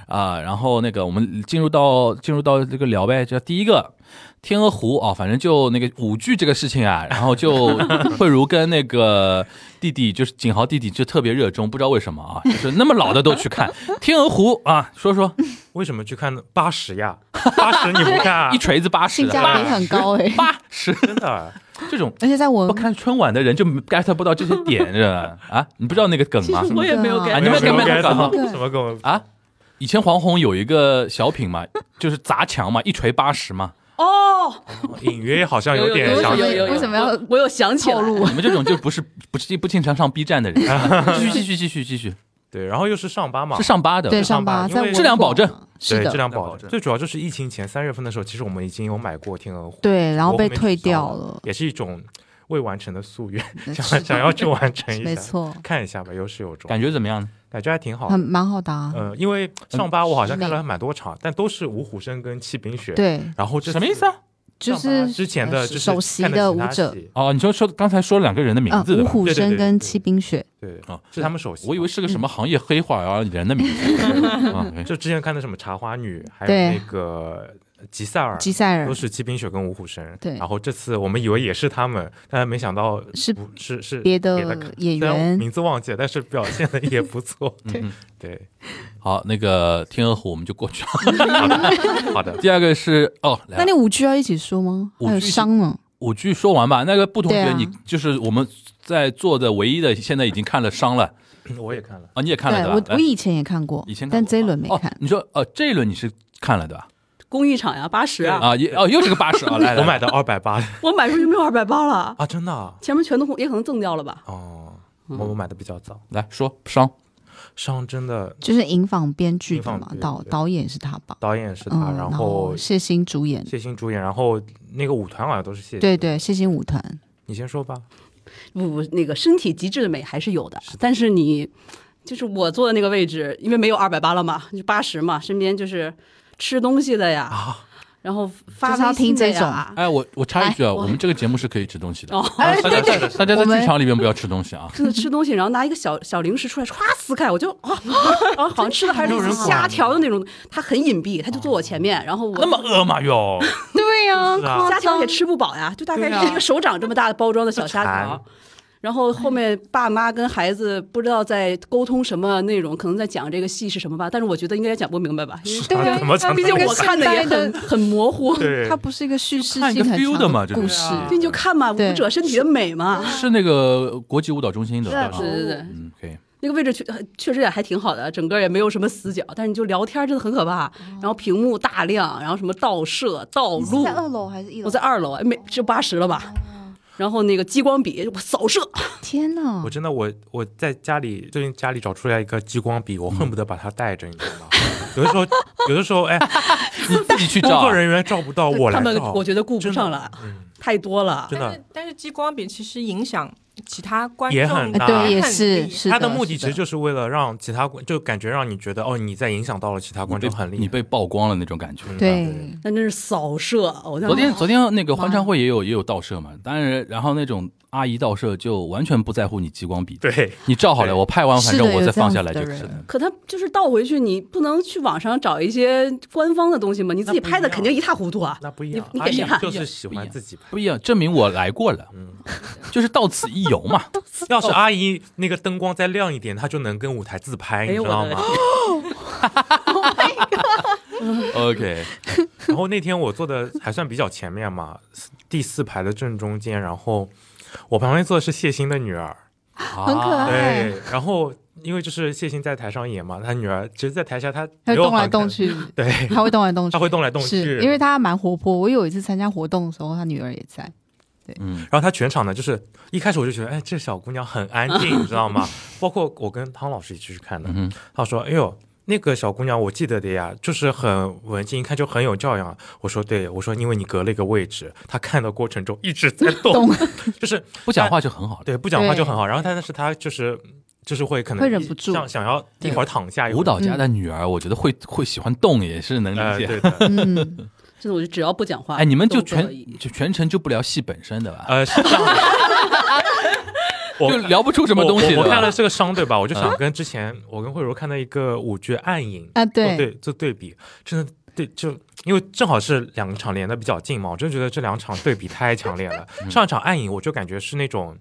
Speaker 1: 啊。然后那个我们进入到进入到这个聊呗，这第一个。天鹅湖啊、反正就那个舞剧这个事情啊，然后就慧茹跟那个 弟弟，就是景豪弟弟，就特别热衷，不知道为什么啊，就是那么老的都去看 天鹅湖啊。说说
Speaker 2: 为什么去看呢？八十呀，八十你不看啊
Speaker 1: 一？锤子八十
Speaker 3: 性
Speaker 1: 的，
Speaker 3: 价比嗯很高哎，
Speaker 1: 八十
Speaker 2: 真的，啊
Speaker 1: 这种
Speaker 3: 而且在我
Speaker 1: 不看春晚的人就 get 不到这些点是吧？啊，你不知道那个梗吗？
Speaker 5: 我也没有
Speaker 1: 啊
Speaker 5: 给
Speaker 1: 你们
Speaker 2: 没有
Speaker 1: 没有
Speaker 2: 没
Speaker 1: 看
Speaker 2: 有
Speaker 1: 到
Speaker 2: 什么跟我
Speaker 1: 啊，以前黄宏有一个小品嘛，就是砸墙嘛，一锤八十嘛。
Speaker 5: 哦，
Speaker 2: 隐约好像有点
Speaker 5: 有
Speaker 2: 想
Speaker 5: 有有有
Speaker 3: 为什么要
Speaker 5: 我有想起
Speaker 3: 套
Speaker 5: 来
Speaker 3: 路？
Speaker 1: 你们这种就不是不是不经常上 B 站的 人，继续继续继续继续，
Speaker 2: 对，然后又是上八嘛
Speaker 1: 是，上八的，
Speaker 3: 对
Speaker 2: 上
Speaker 3: 上
Speaker 2: 吧
Speaker 3: 吧，
Speaker 2: 因
Speaker 3: 在
Speaker 2: 为
Speaker 3: 我
Speaker 1: 质量保
Speaker 3: 广
Speaker 1: 证
Speaker 3: 是
Speaker 2: 对质
Speaker 3: 的，
Speaker 2: 量保证。最主要就是疫情前三月份的时候，其实我们已经有买过天鹅湖，
Speaker 3: 对，然后
Speaker 2: 我
Speaker 3: 被
Speaker 2: 后面
Speaker 3: 退
Speaker 2: 取消
Speaker 3: 掉
Speaker 2: 了
Speaker 3: 了，
Speaker 2: 也是一种未完成的夙 愿，想
Speaker 3: 是
Speaker 2: 想要去完成一下，
Speaker 3: 没错，
Speaker 2: 看一下吧，有始有终，
Speaker 1: 感觉怎么样呢？
Speaker 2: 感觉还挺好的
Speaker 3: 很。蛮好的啊，
Speaker 2: 呃，因为上八我好像
Speaker 3: 嗯
Speaker 2: 看了蛮多场，但都是五虎生跟七冰雪。，
Speaker 3: 对，
Speaker 2: 然后这
Speaker 1: 什么意思
Speaker 2: 啊？
Speaker 1: 啊？
Speaker 3: 就
Speaker 2: 上八
Speaker 3: 是
Speaker 2: 之前的
Speaker 3: 呃
Speaker 2: 就是
Speaker 3: 首席
Speaker 2: 看
Speaker 3: 的
Speaker 2: 其
Speaker 3: 舞
Speaker 2: 他
Speaker 3: 者
Speaker 2: 戏，
Speaker 1: 哦，你就说刚才说了两个人的名
Speaker 3: 嗯，
Speaker 1: 字对
Speaker 3: 五
Speaker 1: 吧？
Speaker 3: 虎
Speaker 2: 对对
Speaker 3: 生
Speaker 2: 对
Speaker 3: 跟
Speaker 2: 对
Speaker 3: 七冰雪，
Speaker 2: 对
Speaker 1: 啊，
Speaker 2: 是他们首席。
Speaker 1: 我以为是个什么行业黑话啊，人的名字 啊，OK。
Speaker 2: 就之前看的什么茶花女，还有
Speaker 3: 对
Speaker 2: 那个吉赛尔，
Speaker 3: 吉赛尔
Speaker 2: 嗯都，是七冰雪跟五虎生。
Speaker 3: 对
Speaker 2: 然后这次我们以为也是他们，但没想到
Speaker 3: 是
Speaker 2: 不是是
Speaker 3: 嗯别
Speaker 2: 的
Speaker 3: 的演
Speaker 2: 虽然我
Speaker 3: 员，
Speaker 2: 名字忘记了，但是表现的也不 错。
Speaker 1: 嗯
Speaker 2: 对，
Speaker 1: 好，那个天鹅湖我们就过去了。
Speaker 2: 好的，
Speaker 1: 第二个是哦，来
Speaker 2: 啊
Speaker 3: 那你舞剧要一起说吗？
Speaker 1: 舞
Speaker 3: 还有
Speaker 1: 剧是
Speaker 3: 伤呢，
Speaker 1: 五句说完吧。那个不同
Speaker 3: 对
Speaker 1: 学，
Speaker 3: 啊
Speaker 1: 你就是我们在座的唯一的，现在已经看了伤了
Speaker 2: 我也看了。
Speaker 1: 啊，你也看了
Speaker 3: 对
Speaker 1: 对
Speaker 3: 我
Speaker 1: 吧？
Speaker 3: 我
Speaker 1: 来
Speaker 3: 以前也看过
Speaker 1: 以前，看
Speaker 3: 但
Speaker 1: 过
Speaker 3: 这一轮没
Speaker 1: 哦
Speaker 3: 看，，
Speaker 1: 你说呃，这一轮你是看了对吧？
Speaker 5: 公益场呀，八十啊，
Speaker 1: 啊，也哦，又是个八十 啊，来，来
Speaker 2: 我买的二百八
Speaker 5: 我买出去没有二百八了，
Speaker 2: 啊，真的啊
Speaker 5: 前面全都红也可能赠掉了吧？
Speaker 2: 哦，我
Speaker 3: 嗯
Speaker 2: 我买的比较早，
Speaker 1: 来说伤，
Speaker 2: 上真的
Speaker 3: 就是影坊编剧
Speaker 2: 影
Speaker 3: 的
Speaker 2: 坊
Speaker 3: 嘛
Speaker 2: 编，
Speaker 3: 导
Speaker 2: 剧
Speaker 3: 导演是他吧？
Speaker 2: 导演是他，
Speaker 3: 嗯，然
Speaker 2: 后
Speaker 3: 谢欣主演，
Speaker 2: 谢欣主演，然后那个舞团好像都是谢，
Speaker 3: 对，对，谢欣舞团，
Speaker 2: 你先说吧，
Speaker 5: 不不，那个身体极致的美还是有的，但是你就是我坐的那个位置，因为没有二百八了嘛，就八十嘛，身边就是吃东西的呀，
Speaker 1: 啊
Speaker 5: 然后发
Speaker 3: 就是要
Speaker 5: 微信
Speaker 3: 听
Speaker 5: 的
Speaker 3: 这
Speaker 5: 呀，
Speaker 1: 哎，我我插一句啊，
Speaker 5: 哎
Speaker 1: 我们这个节目是可以吃东西的，啊
Speaker 5: 哦，
Speaker 1: 大家大家在
Speaker 3: 我们
Speaker 1: 剧场里面不要吃东西啊。
Speaker 5: 真的吃东西，然后拿一个小小零食出来，唰撕开，我就啊，然后好像吃的还是类似虾条的那种，他很隐蔽，他就坐我前面，然后我
Speaker 1: 那么饿吗？哟，
Speaker 3: 对呀
Speaker 5: 嗯
Speaker 2: 是啊
Speaker 5: 虾条也吃不饱呀，就大概
Speaker 3: 对啊
Speaker 5: 是一个手掌这么大的包装的小虾
Speaker 2: 馋
Speaker 5: 条。然后后面爸妈跟孩子不知道在沟通什么内容，可能在讲这个戏是什么吧，但是我觉得应该也讲不明白吧，因 为
Speaker 3: 对
Speaker 2: 啊
Speaker 3: 啊
Speaker 2: 怎么讲
Speaker 5: 毕竟
Speaker 3: 这个
Speaker 5: 我看的也
Speaker 3: 现代的
Speaker 5: 很很模糊。
Speaker 2: 对
Speaker 3: 它不是一个叙事
Speaker 1: 看一个啊
Speaker 3: 性很
Speaker 1: feel 的
Speaker 3: 强
Speaker 1: 嘛这
Speaker 3: 故
Speaker 1: 种
Speaker 3: 事，
Speaker 5: 对，你就看嘛，
Speaker 3: 对
Speaker 5: 舞者身体的美嘛。
Speaker 1: 是那个国际舞蹈中心的，对吧
Speaker 5: 对对对，
Speaker 1: 嗯，可以。
Speaker 5: 那个位置确呃确实也还挺好的，整个也没有什么死角，但是你就聊天真的很可
Speaker 3: 哦
Speaker 5: 怕。然后屏幕大亮，然后什么倒射、道路，
Speaker 3: 楼哦还是一
Speaker 5: 我在二楼，哎没这八十了吧？然后那个激光笔，我扫射，
Speaker 3: 天哪
Speaker 2: 我！真的我我在家里最近家里找出来一个激光笔，我恨不得把它带着，你知道 吗？有的时候有的时候哎，
Speaker 1: 你自己去
Speaker 2: 工
Speaker 1: 照
Speaker 2: 作
Speaker 1: 啊，
Speaker 2: 人员照不到我
Speaker 5: 他
Speaker 2: 来
Speaker 5: 们
Speaker 2: 照，嗯
Speaker 5: 我觉得顾不
Speaker 2: 真的
Speaker 5: 上了，太多了。
Speaker 2: 真
Speaker 4: 但
Speaker 2: 的
Speaker 4: 是。但是激光笔其实影响其他观众
Speaker 2: 也很
Speaker 3: 哎
Speaker 2: 大
Speaker 3: 对，也
Speaker 4: 看
Speaker 3: 是
Speaker 4: 力
Speaker 3: 是
Speaker 2: 啊他的目的
Speaker 3: 是
Speaker 2: 其实就是为了让其他观，就感觉让你觉得哦，你在影响到了其他观众，很厉害。嗯
Speaker 1: 你被曝光了那种感觉。
Speaker 3: 对，
Speaker 5: 那真是扫射，
Speaker 1: 昨
Speaker 5: 我当
Speaker 3: 嗯
Speaker 5: 时
Speaker 1: 天昨天那个欢唱会也有也有倒射嘛，当然然后那种阿姨到社就完全不在乎你激光笔，
Speaker 2: 对，
Speaker 1: 你照好了，我拍完反正
Speaker 3: 是的
Speaker 1: 我
Speaker 3: 有
Speaker 1: 再
Speaker 3: 这
Speaker 1: 放
Speaker 3: 样
Speaker 1: 下
Speaker 3: 子
Speaker 1: 来就
Speaker 3: 的
Speaker 1: 是
Speaker 3: 人
Speaker 1: 了。
Speaker 5: 可他就是倒回去，你不能去网上找一些官方的东西吗？你自己
Speaker 2: 那不一
Speaker 5: 拍的
Speaker 2: 样
Speaker 5: 肯定一塌糊涂啊！
Speaker 2: 那不一样，
Speaker 5: 你你
Speaker 2: 阿
Speaker 5: 给谁
Speaker 2: 姨
Speaker 5: 看
Speaker 2: 就是喜欢自己拍。
Speaker 1: 不一样，证明我来过了，
Speaker 2: 嗯
Speaker 1: 就是到此一游 嘛。
Speaker 2: 要是阿姨那个灯光再亮一点，她就能跟舞台自拍，你
Speaker 5: 哎
Speaker 2: 知
Speaker 5: 呦我
Speaker 2: 道
Speaker 5: 的
Speaker 2: 吗？
Speaker 5: 天，
Speaker 1: OK，
Speaker 2: 然后那天我坐的还算比较前面嘛，第四排的正中间，然后我旁边坐的是谢欣的女儿，
Speaker 1: 很
Speaker 3: 可爱哎
Speaker 2: 啊对，然后因为就是谢欣在台上演嘛，她女儿其实，在台下她
Speaker 3: 它
Speaker 2: 没
Speaker 3: 会
Speaker 2: 有
Speaker 3: 动来
Speaker 2: 很
Speaker 3: 动
Speaker 2: 看，
Speaker 3: 去，
Speaker 2: 对，
Speaker 3: 它会动来动去，
Speaker 2: 她会动来动去，
Speaker 3: 是因为他蛮活泼。我有一次参加活动的时候，他女儿也在。
Speaker 1: 嗯，
Speaker 2: 然后她全场呢，就是一开始我就觉得，哎，这小姑娘很安静，你知道吗？包括我跟汤老师一起去看的，
Speaker 1: 嗯
Speaker 2: 他说：“哎呦，那个小姑娘，我记得的呀，就是很文静，一看就很有教养。”啊我说：“对，我说因为你隔了一个位置，她看的过程中一直在动，
Speaker 3: 动
Speaker 2: 就是
Speaker 1: 不讲话就很好了。
Speaker 2: 对不讲话
Speaker 3: 对
Speaker 2: 就很好。然后她但是她就是就是会可能
Speaker 3: 会忍
Speaker 2: 一
Speaker 3: 不住
Speaker 2: 想想要一
Speaker 3: 对
Speaker 2: 会儿躺下，一会儿
Speaker 1: 舞蹈家的女儿，我觉得会会喜欢动也是能
Speaker 2: 呃
Speaker 1: 理解。
Speaker 2: 对的
Speaker 3: 嗯，
Speaker 5: 真的，我就只要不讲话，
Speaker 1: 哎，你们就
Speaker 5: 都可
Speaker 1: 全
Speaker 5: 以
Speaker 1: 就全程就不聊戏本身的吧，
Speaker 2: 呃是这 样的。我
Speaker 1: 就聊不出什么东西
Speaker 2: 我我我看了
Speaker 1: 的。嗯
Speaker 2: 这个伤对吧？我就想跟之前我跟慧茹看到一个舞剧《暗影》
Speaker 3: 啊
Speaker 2: 对
Speaker 3: 对
Speaker 2: 对，做对比，真的对，就因为正好是两场连的比较近嘛，我真的觉得这两场对比太强 烈了。上一场暗影，我就感觉是那种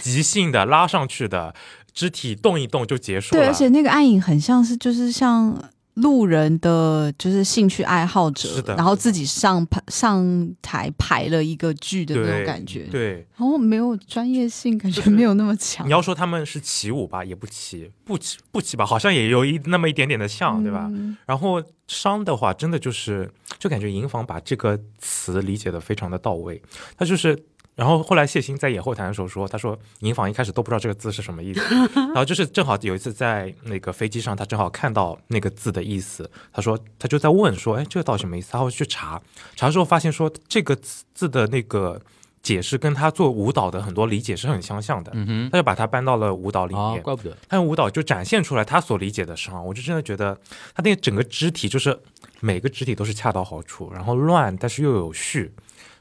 Speaker 2: 即兴的拉上去的，肢体动一动就结束了。
Speaker 3: 对，而且那个暗影很像是就是像路人的，就是兴趣爱好者，
Speaker 2: 是的
Speaker 3: 然后自己上排上台排了一个剧的那
Speaker 2: 对
Speaker 3: 种感觉，
Speaker 2: 嗯对，
Speaker 3: 然后没有专业性，感觉没有那么强
Speaker 2: 你。要说他们是起舞吧，也不起，不起不起吧，好像也有一那么一点点的像，对吧？
Speaker 3: 嗯
Speaker 2: 然后商的话，真的就是就感觉银房把这个词理解的非常的到位，他就是。然后后来谢欣在演后台的时候说，他说银房一开始都不知道这个字是什么意思，然后就是正好有一次在那个飞机上，他正好看到那个字的意思，他说他就在问说，哎，这个到底什么意思？他会去查，查的时候发现说这个字的那个解释跟他做舞蹈的很多理解是很相像的，
Speaker 1: 嗯
Speaker 2: 他就把它搬到了舞蹈里
Speaker 1: 哼，啊
Speaker 2: 面，。
Speaker 1: 怪不得
Speaker 2: 他用舞蹈就展现出来他所理解的伤，我就真的觉得他那个整个肢体就是每个肢体都是恰到好处，然后乱但是又有序，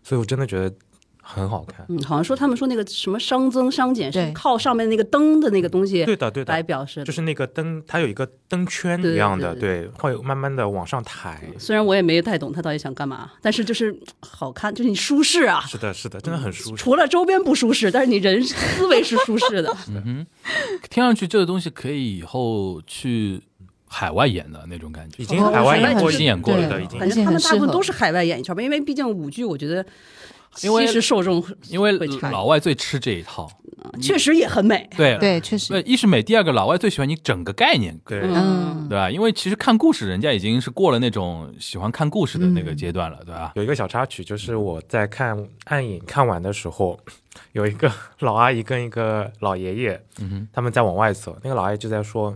Speaker 2: 所以我真的觉得很好看。
Speaker 5: 嗯，好像说他们说那个什么熵增熵减是
Speaker 3: 对
Speaker 5: 靠上面那个灯的那个东西
Speaker 2: 对的，对
Speaker 5: 来
Speaker 2: 的，
Speaker 5: 表示的。
Speaker 2: 就是那个灯，它有一个灯圈
Speaker 5: 对
Speaker 2: 一样的，
Speaker 5: 对
Speaker 2: 对，会慢慢的往上抬。
Speaker 5: 虽然我也没太懂他到底想干嘛，但是就是好看，就是你舒适啊。
Speaker 2: 是的，是的，真的很舒适。
Speaker 5: 除了周边不舒适，但是你人思维是舒适的。
Speaker 1: 听上去这个东西可以以后去海外演的那种感觉
Speaker 2: 已。经海外
Speaker 5: 哦
Speaker 2: 演过，
Speaker 5: 已经
Speaker 1: 演过了
Speaker 2: 的，
Speaker 1: 对
Speaker 2: 已经
Speaker 3: 而
Speaker 5: 感觉
Speaker 3: 且
Speaker 5: 他们
Speaker 3: 很
Speaker 5: 大部
Speaker 3: 适
Speaker 5: 分
Speaker 3: 合
Speaker 5: 都是海外演艺圈吧，因为毕竟舞剧，我觉得
Speaker 1: 因为
Speaker 5: 其实受众
Speaker 1: 因为
Speaker 5: 会差一点
Speaker 1: 老外最吃这一套，
Speaker 5: 确实也很美。
Speaker 1: 对，
Speaker 3: 对，确实
Speaker 1: 呃，，一是美，第二个老外最喜欢你整个概念，
Speaker 2: 对。
Speaker 1: 对
Speaker 3: 嗯，
Speaker 1: 吧？因为其实看故事，人家已经是过了那种喜欢看故事的那
Speaker 5: 嗯
Speaker 1: 个阶段了，对吧？
Speaker 2: 有一个小插曲，就是我在看《暗影》看完的时候， 有一个 老阿姨跟一个老爷爷，
Speaker 1: 嗯哼
Speaker 2: 他们在往外走，那个老阿姨就在说：“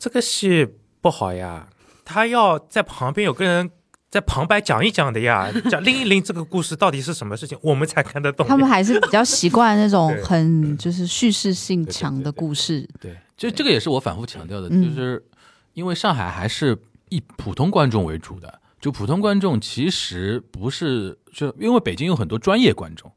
Speaker 2: 这个戏不好呀，他要在旁边有个人在旁白讲一讲的呀，讲 拎一拎这个故事到底是什么事情，我们才看得懂。”
Speaker 3: 他们还是比较习惯那种
Speaker 2: 对
Speaker 3: 很就是叙事性强的故事，
Speaker 1: 对，就这个也是我反复强调的，就
Speaker 3: 嗯
Speaker 1: 是因为上海还是以普通观众为主的，就普通观众其实不是，就因为北京有很多专业观众。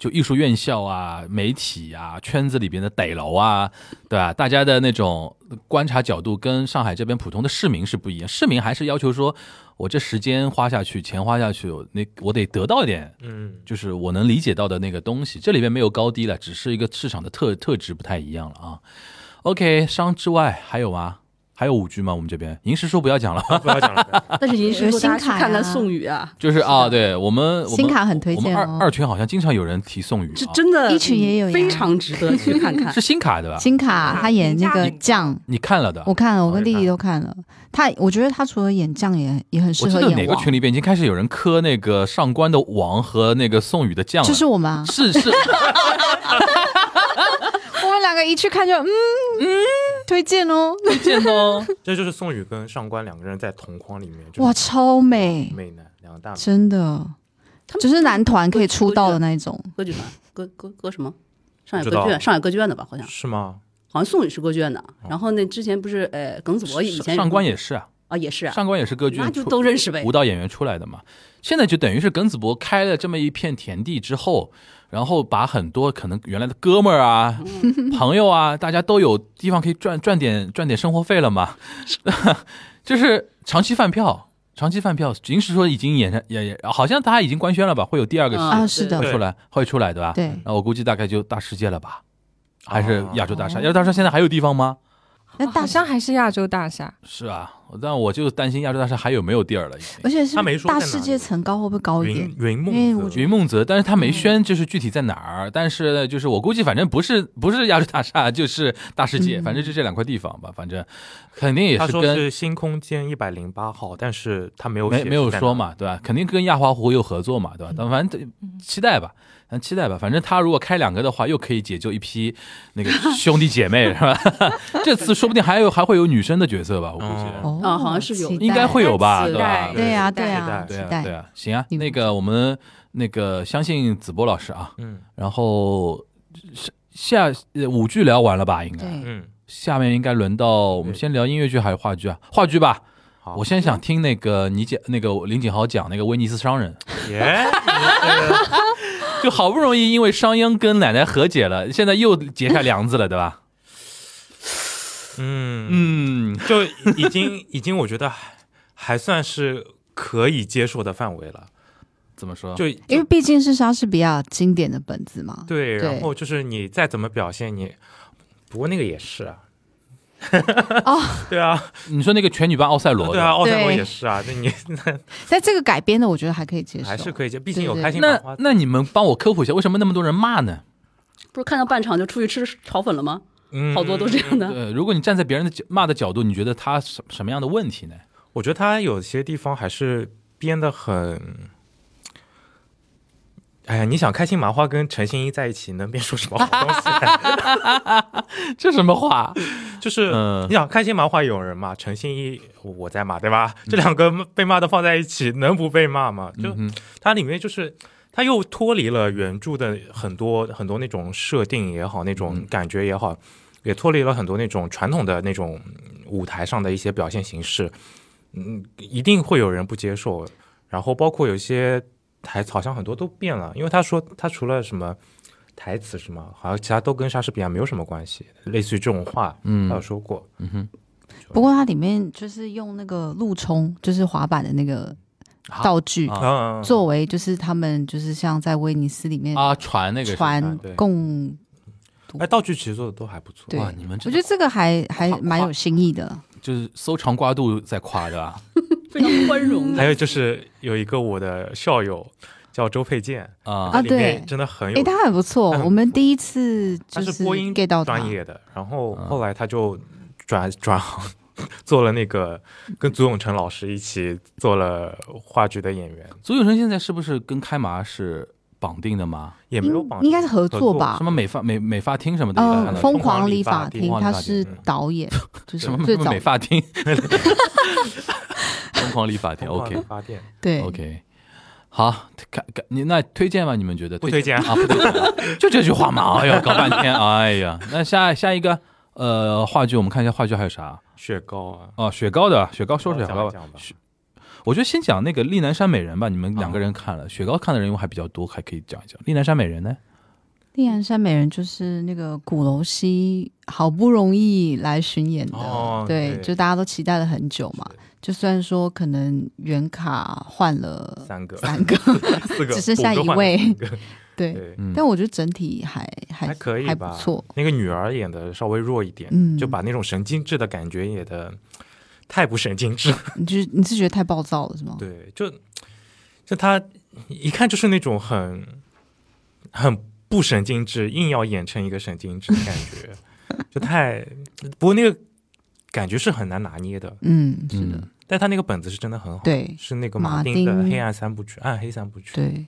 Speaker 1: 就艺术院校啊、媒体啊、圈子里边的逮楼啊，对吧？大家的那种观察角度跟上海这边普通的市民是不一样。市民还是要求说，我这时间花下去，钱花下去，我那我得得到一点
Speaker 2: 嗯，
Speaker 1: 就是我能理解到的那个东西，这里边没有高低了，只是一个市场的特特质不太一样了啊。OK，商之外还有吗？还有舞剧吗？我们这边银石说不要讲了，
Speaker 2: 不要讲了，不要讲了
Speaker 5: 但是银石说
Speaker 3: 有新
Speaker 5: 大家去
Speaker 3: 卡呀
Speaker 5: 看看宋雨啊，
Speaker 1: 就是啊，对我们我
Speaker 3: 新
Speaker 1: 们
Speaker 3: 卡很推
Speaker 1: 我们
Speaker 3: 荐
Speaker 1: 二
Speaker 3: 哦
Speaker 1: 二群好像经常有人提宋雨、
Speaker 5: 这
Speaker 1: 啊，
Speaker 5: 真的
Speaker 3: 一群也有呀
Speaker 5: 非常值得去看 看
Speaker 1: 是。新卡对吧？
Speaker 3: 金
Speaker 5: 啊
Speaker 3: 卡他演那个酱，
Speaker 1: 你看了的，
Speaker 3: 我看了，我
Speaker 2: 啊我也
Speaker 3: 跟弟
Speaker 2: 看
Speaker 3: 弟都看了。他，我觉得他除了演将也也很适
Speaker 1: 我记
Speaker 3: 合
Speaker 1: 得哪
Speaker 3: 演
Speaker 1: 个
Speaker 3: 王，
Speaker 1: 群里边已经开始有人磕那个上官的王和那个宋雨的将了，
Speaker 3: 就是我们啊，
Speaker 1: 是是，
Speaker 3: 我们两个一去看就嗯嗯，推荐哦，
Speaker 1: 推荐哦。
Speaker 2: 这就是宋雨跟上官两个人在同框里面，就是
Speaker 3: 哇，超美，
Speaker 2: 美男两个大美，
Speaker 3: 真的，
Speaker 5: 他们
Speaker 3: 就是男团可以出道的那一种。
Speaker 5: 歌剧团，歌歌歌什么？上
Speaker 2: 不
Speaker 5: 海歌
Speaker 2: 知道
Speaker 5: 剧院，上海歌剧院的吧，好像
Speaker 2: 是吗？
Speaker 5: 好像宋雨是歌剧院的。然后那之前不是呃，耿子博以前
Speaker 1: 哦上官也是啊，
Speaker 5: 啊，也是啊，
Speaker 1: 上官也是歌剧
Speaker 5: 那就
Speaker 1: 出
Speaker 5: 都认识呗
Speaker 1: 舞。蹈演员出来的嘛。现在就等于是耿子博开了这么一片田地之后，然后把很多可能原来的哥们儿啊、
Speaker 3: 嗯
Speaker 1: 朋友啊，大家都有地方可以赚赚点赚点生活费了嘛， 就是长期饭票。长期饭票，临时说已经演上也也，好像他已经官宣了吧？会有第二个
Speaker 5: 啊
Speaker 3: 啊，
Speaker 5: 对
Speaker 3: 是的，
Speaker 1: 会出来，会出来，对
Speaker 2: 啊
Speaker 1: 吧？
Speaker 3: 对
Speaker 1: 那我估计大概就大世界了吧，还是亚洲大厦？
Speaker 3: 哦
Speaker 1: 亚洲大厦现在还有地方吗？
Speaker 3: 那
Speaker 4: 好
Speaker 3: 大
Speaker 4: 像还是亚洲大厦，
Speaker 1: 是啊，但我就担心亚洲大厦还有没有地儿了。已经
Speaker 3: 而且是
Speaker 2: 他没说在
Speaker 3: 大
Speaker 2: 哪里
Speaker 3: 世界层高会不会高一点
Speaker 2: 云？云
Speaker 3: 因为
Speaker 2: 梦
Speaker 3: 我
Speaker 2: 泽
Speaker 1: 云梦泽，但是他
Speaker 3: 嗯
Speaker 1: 没宣就是具体在哪儿，但是呢就是我估计反正不是不是亚洲大厦就是大世界，
Speaker 3: 嗯
Speaker 1: 反正就这两块地方吧，反正肯定也
Speaker 2: 他
Speaker 1: 是
Speaker 2: 说
Speaker 1: 跟
Speaker 2: 是新空间一百零八号，但是他没有
Speaker 1: 没
Speaker 2: 写
Speaker 1: 没有
Speaker 2: 在
Speaker 1: 说
Speaker 2: 哪，
Speaker 1: 嘛，对吧？肯定跟亚华湖有合作嘛，对吧？但反
Speaker 3: 嗯
Speaker 1: 正期待吧，咱期待吧。反正他如果开两个的话，又可以解救一批那 个兄弟姐妹，是吧？ 这次说不定还有还会有女生的角色吧，我估计
Speaker 2: 嗯
Speaker 3: 哦
Speaker 5: 啊好像是有
Speaker 3: 期待
Speaker 1: 应该会有吧，
Speaker 4: 期
Speaker 1: 对
Speaker 4: 待
Speaker 1: 吧？
Speaker 3: 对呀，对
Speaker 2: 期
Speaker 3: 呀
Speaker 2: 待，
Speaker 1: 对
Speaker 3: 期
Speaker 1: 啊，对
Speaker 3: 待。
Speaker 1: 啊，行啊，
Speaker 3: 嗯
Speaker 1: 那个我们那个相信子波老师啊，
Speaker 2: 嗯
Speaker 1: 然后下下呃舞剧聊完了吧？应该
Speaker 3: 对
Speaker 2: 嗯，
Speaker 1: 下面应该轮到我们
Speaker 2: 对
Speaker 1: 先聊音乐剧还是话剧啊？话剧吧。
Speaker 2: 好，
Speaker 1: 我先想听那个你讲那个林景豪讲那个威尼斯商人，
Speaker 2: 耶，
Speaker 1: 就好不容易因为商鞅跟奶奶和解了，现在又结下梁子了，对吧？
Speaker 2: 嗯
Speaker 1: 嗯，
Speaker 2: 嗯，就已经已经我觉得还算是可以接受的范围了，
Speaker 1: 怎么说？
Speaker 2: 就
Speaker 3: 因为毕竟是莎士比亚经典的本子嘛，
Speaker 2: 对，
Speaker 3: 对
Speaker 2: 然后就是你再怎么表现你，不过那个也是啊。 对啊，
Speaker 1: 你说那个全女班奥赛罗，
Speaker 2: 对啊，，奥赛罗
Speaker 3: 对
Speaker 2: 也是啊，那你
Speaker 3: 但这个改编的我觉得还可以接受，
Speaker 2: 还是可以接，毕竟
Speaker 3: 对
Speaker 2: 有
Speaker 3: 对
Speaker 2: 开心麻
Speaker 1: 那
Speaker 2: 花。
Speaker 1: 那你们帮我科普一下，为什么那么多人骂呢？
Speaker 5: 不是看到半场就出去吃炒粉了吗？
Speaker 2: 嗯
Speaker 5: 好多都这样的。
Speaker 1: 对，呃如果你站在别人的角骂的角度，你觉得他什什么样的问题呢？
Speaker 2: 我觉得他有些地方还是编的很。哎呀，你想开心麻花跟陈欣一在一起能编出什么好东西来？
Speaker 1: 这什么话？
Speaker 2: 就是、
Speaker 1: 嗯
Speaker 2: 你想开心麻花有人骂，陈欣一我在骂，对吧？这两个被骂的放在一起，能不被骂吗？就、
Speaker 1: 嗯嗯哼
Speaker 2: 它里面就是它又脱离了原著的很多很多那种设定也好，那种
Speaker 1: 嗯
Speaker 2: 感觉也好，也脱离了很多那种传统的那种嗯舞台上的一些表现形式。嗯，一定会有人不接受。然后包括有一些台词，好像很多都变了，因为他说他除了什么。台词什么，好像其他都跟莎士比亚没有什么关系，类似于这种话，
Speaker 1: 嗯
Speaker 2: 他有说过，
Speaker 1: 嗯哼，
Speaker 3: 不过它里面就是用那个路冲，就是滑板的那个道具，
Speaker 1: 啊
Speaker 2: 嗯，
Speaker 3: 作为就是他们就是像在威尼斯里面
Speaker 1: 啊，船那个是
Speaker 3: 船
Speaker 2: 船对
Speaker 3: 共，
Speaker 2: 哎，道具其实做的都还不错，
Speaker 3: 对
Speaker 1: 哇，你们
Speaker 3: 我
Speaker 1: 这
Speaker 3: 觉得这个还还蛮有新意的。
Speaker 1: 就是搜肠刮肚在夸啊对吧？
Speaker 2: 嗯
Speaker 5: 非常宽容
Speaker 2: 还
Speaker 5: 的。
Speaker 2: 有就是有一个我的校友叫周佩健，
Speaker 1: 啊
Speaker 3: 啊
Speaker 2: 里面
Speaker 3: 对
Speaker 2: 真的很有
Speaker 3: 诶，，他还不错
Speaker 2: 他，很
Speaker 3: 我们第一次
Speaker 2: 他
Speaker 3: 就是
Speaker 2: 播音
Speaker 3: get 到他
Speaker 2: 专，业的，然后后来他就转转行。做了那个跟祖永成老师一起做了话剧的演员，
Speaker 1: 足球生现在是不是跟开麻是绑定的吗？
Speaker 2: 也没有绑
Speaker 3: 应应该是合作吧
Speaker 1: 什？么美发美美发厅什么的？
Speaker 3: 啊
Speaker 1: 了
Speaker 3: 呃，疯
Speaker 2: 疯狂
Speaker 3: 狂
Speaker 2: 理
Speaker 3: 理
Speaker 2: 发
Speaker 3: 发
Speaker 2: 厅
Speaker 3: 厅，
Speaker 1: 疯狂
Speaker 3: 他
Speaker 1: 理发
Speaker 3: 是
Speaker 2: 厅嗯
Speaker 3: 导演，就是
Speaker 1: 什么
Speaker 3: 最
Speaker 1: 什么
Speaker 3: 早
Speaker 1: 美发 厅， 疯狂理发
Speaker 2: 合
Speaker 1: 厅
Speaker 2: 作
Speaker 1: ，OK
Speaker 2: 发电，
Speaker 3: 对
Speaker 1: OK。好，看看你那推荐吗？你们觉得
Speaker 2: 不推荐
Speaker 1: 啊？不推荐，就这句话嘛！哎呦，搞半天，哎呀，那下下一个呃话剧，我们看一下话剧还有啥？
Speaker 2: 雪糕啊，
Speaker 1: 哦，雪糕的雪糕，说说雪糕吧。
Speaker 2: 讲吧
Speaker 1: 雪我觉得先讲那个《丽南山美人》吧，你们两
Speaker 2: 啊
Speaker 1: 个人看了，雪糕看的人因为还比较多，还可以讲一讲《丽南山美人》呢。
Speaker 3: 丽阳山美人就是那个鼓楼西好不容易来巡演的，
Speaker 2: 哦
Speaker 3: 对，
Speaker 2: 对
Speaker 3: 就大家都期待了很久嘛。就虽然说可能原卡换了
Speaker 2: 三 个、
Speaker 3: 三个，
Speaker 2: 四个，
Speaker 3: 只剩下
Speaker 2: 五个
Speaker 3: 一
Speaker 2: 换了
Speaker 3: 位
Speaker 2: 四个
Speaker 3: 对，
Speaker 2: 对，
Speaker 1: 嗯，
Speaker 3: 但我觉得整体还还
Speaker 2: 还可以
Speaker 3: 还
Speaker 2: 吧
Speaker 3: 不错。
Speaker 2: 那个女儿演的稍微弱一点，
Speaker 3: 嗯
Speaker 2: 就把那种神经质的感觉演的太不神经质了。
Speaker 3: 你就你是觉得太暴躁了是吗？
Speaker 2: 对，就就她一看就是那种很很不神经质，硬要演成一个神经质的感 觉，就太不过那个感觉是很难拿捏的。
Speaker 3: 嗯，是
Speaker 1: 嗯
Speaker 3: 的，
Speaker 2: 但她那个本子是真的很好，，
Speaker 3: 对
Speaker 2: 是那个
Speaker 3: 马
Speaker 2: 马丁的《
Speaker 3: 丁
Speaker 2: 黑暗三部曲》《暗黑三部曲》
Speaker 3: 对，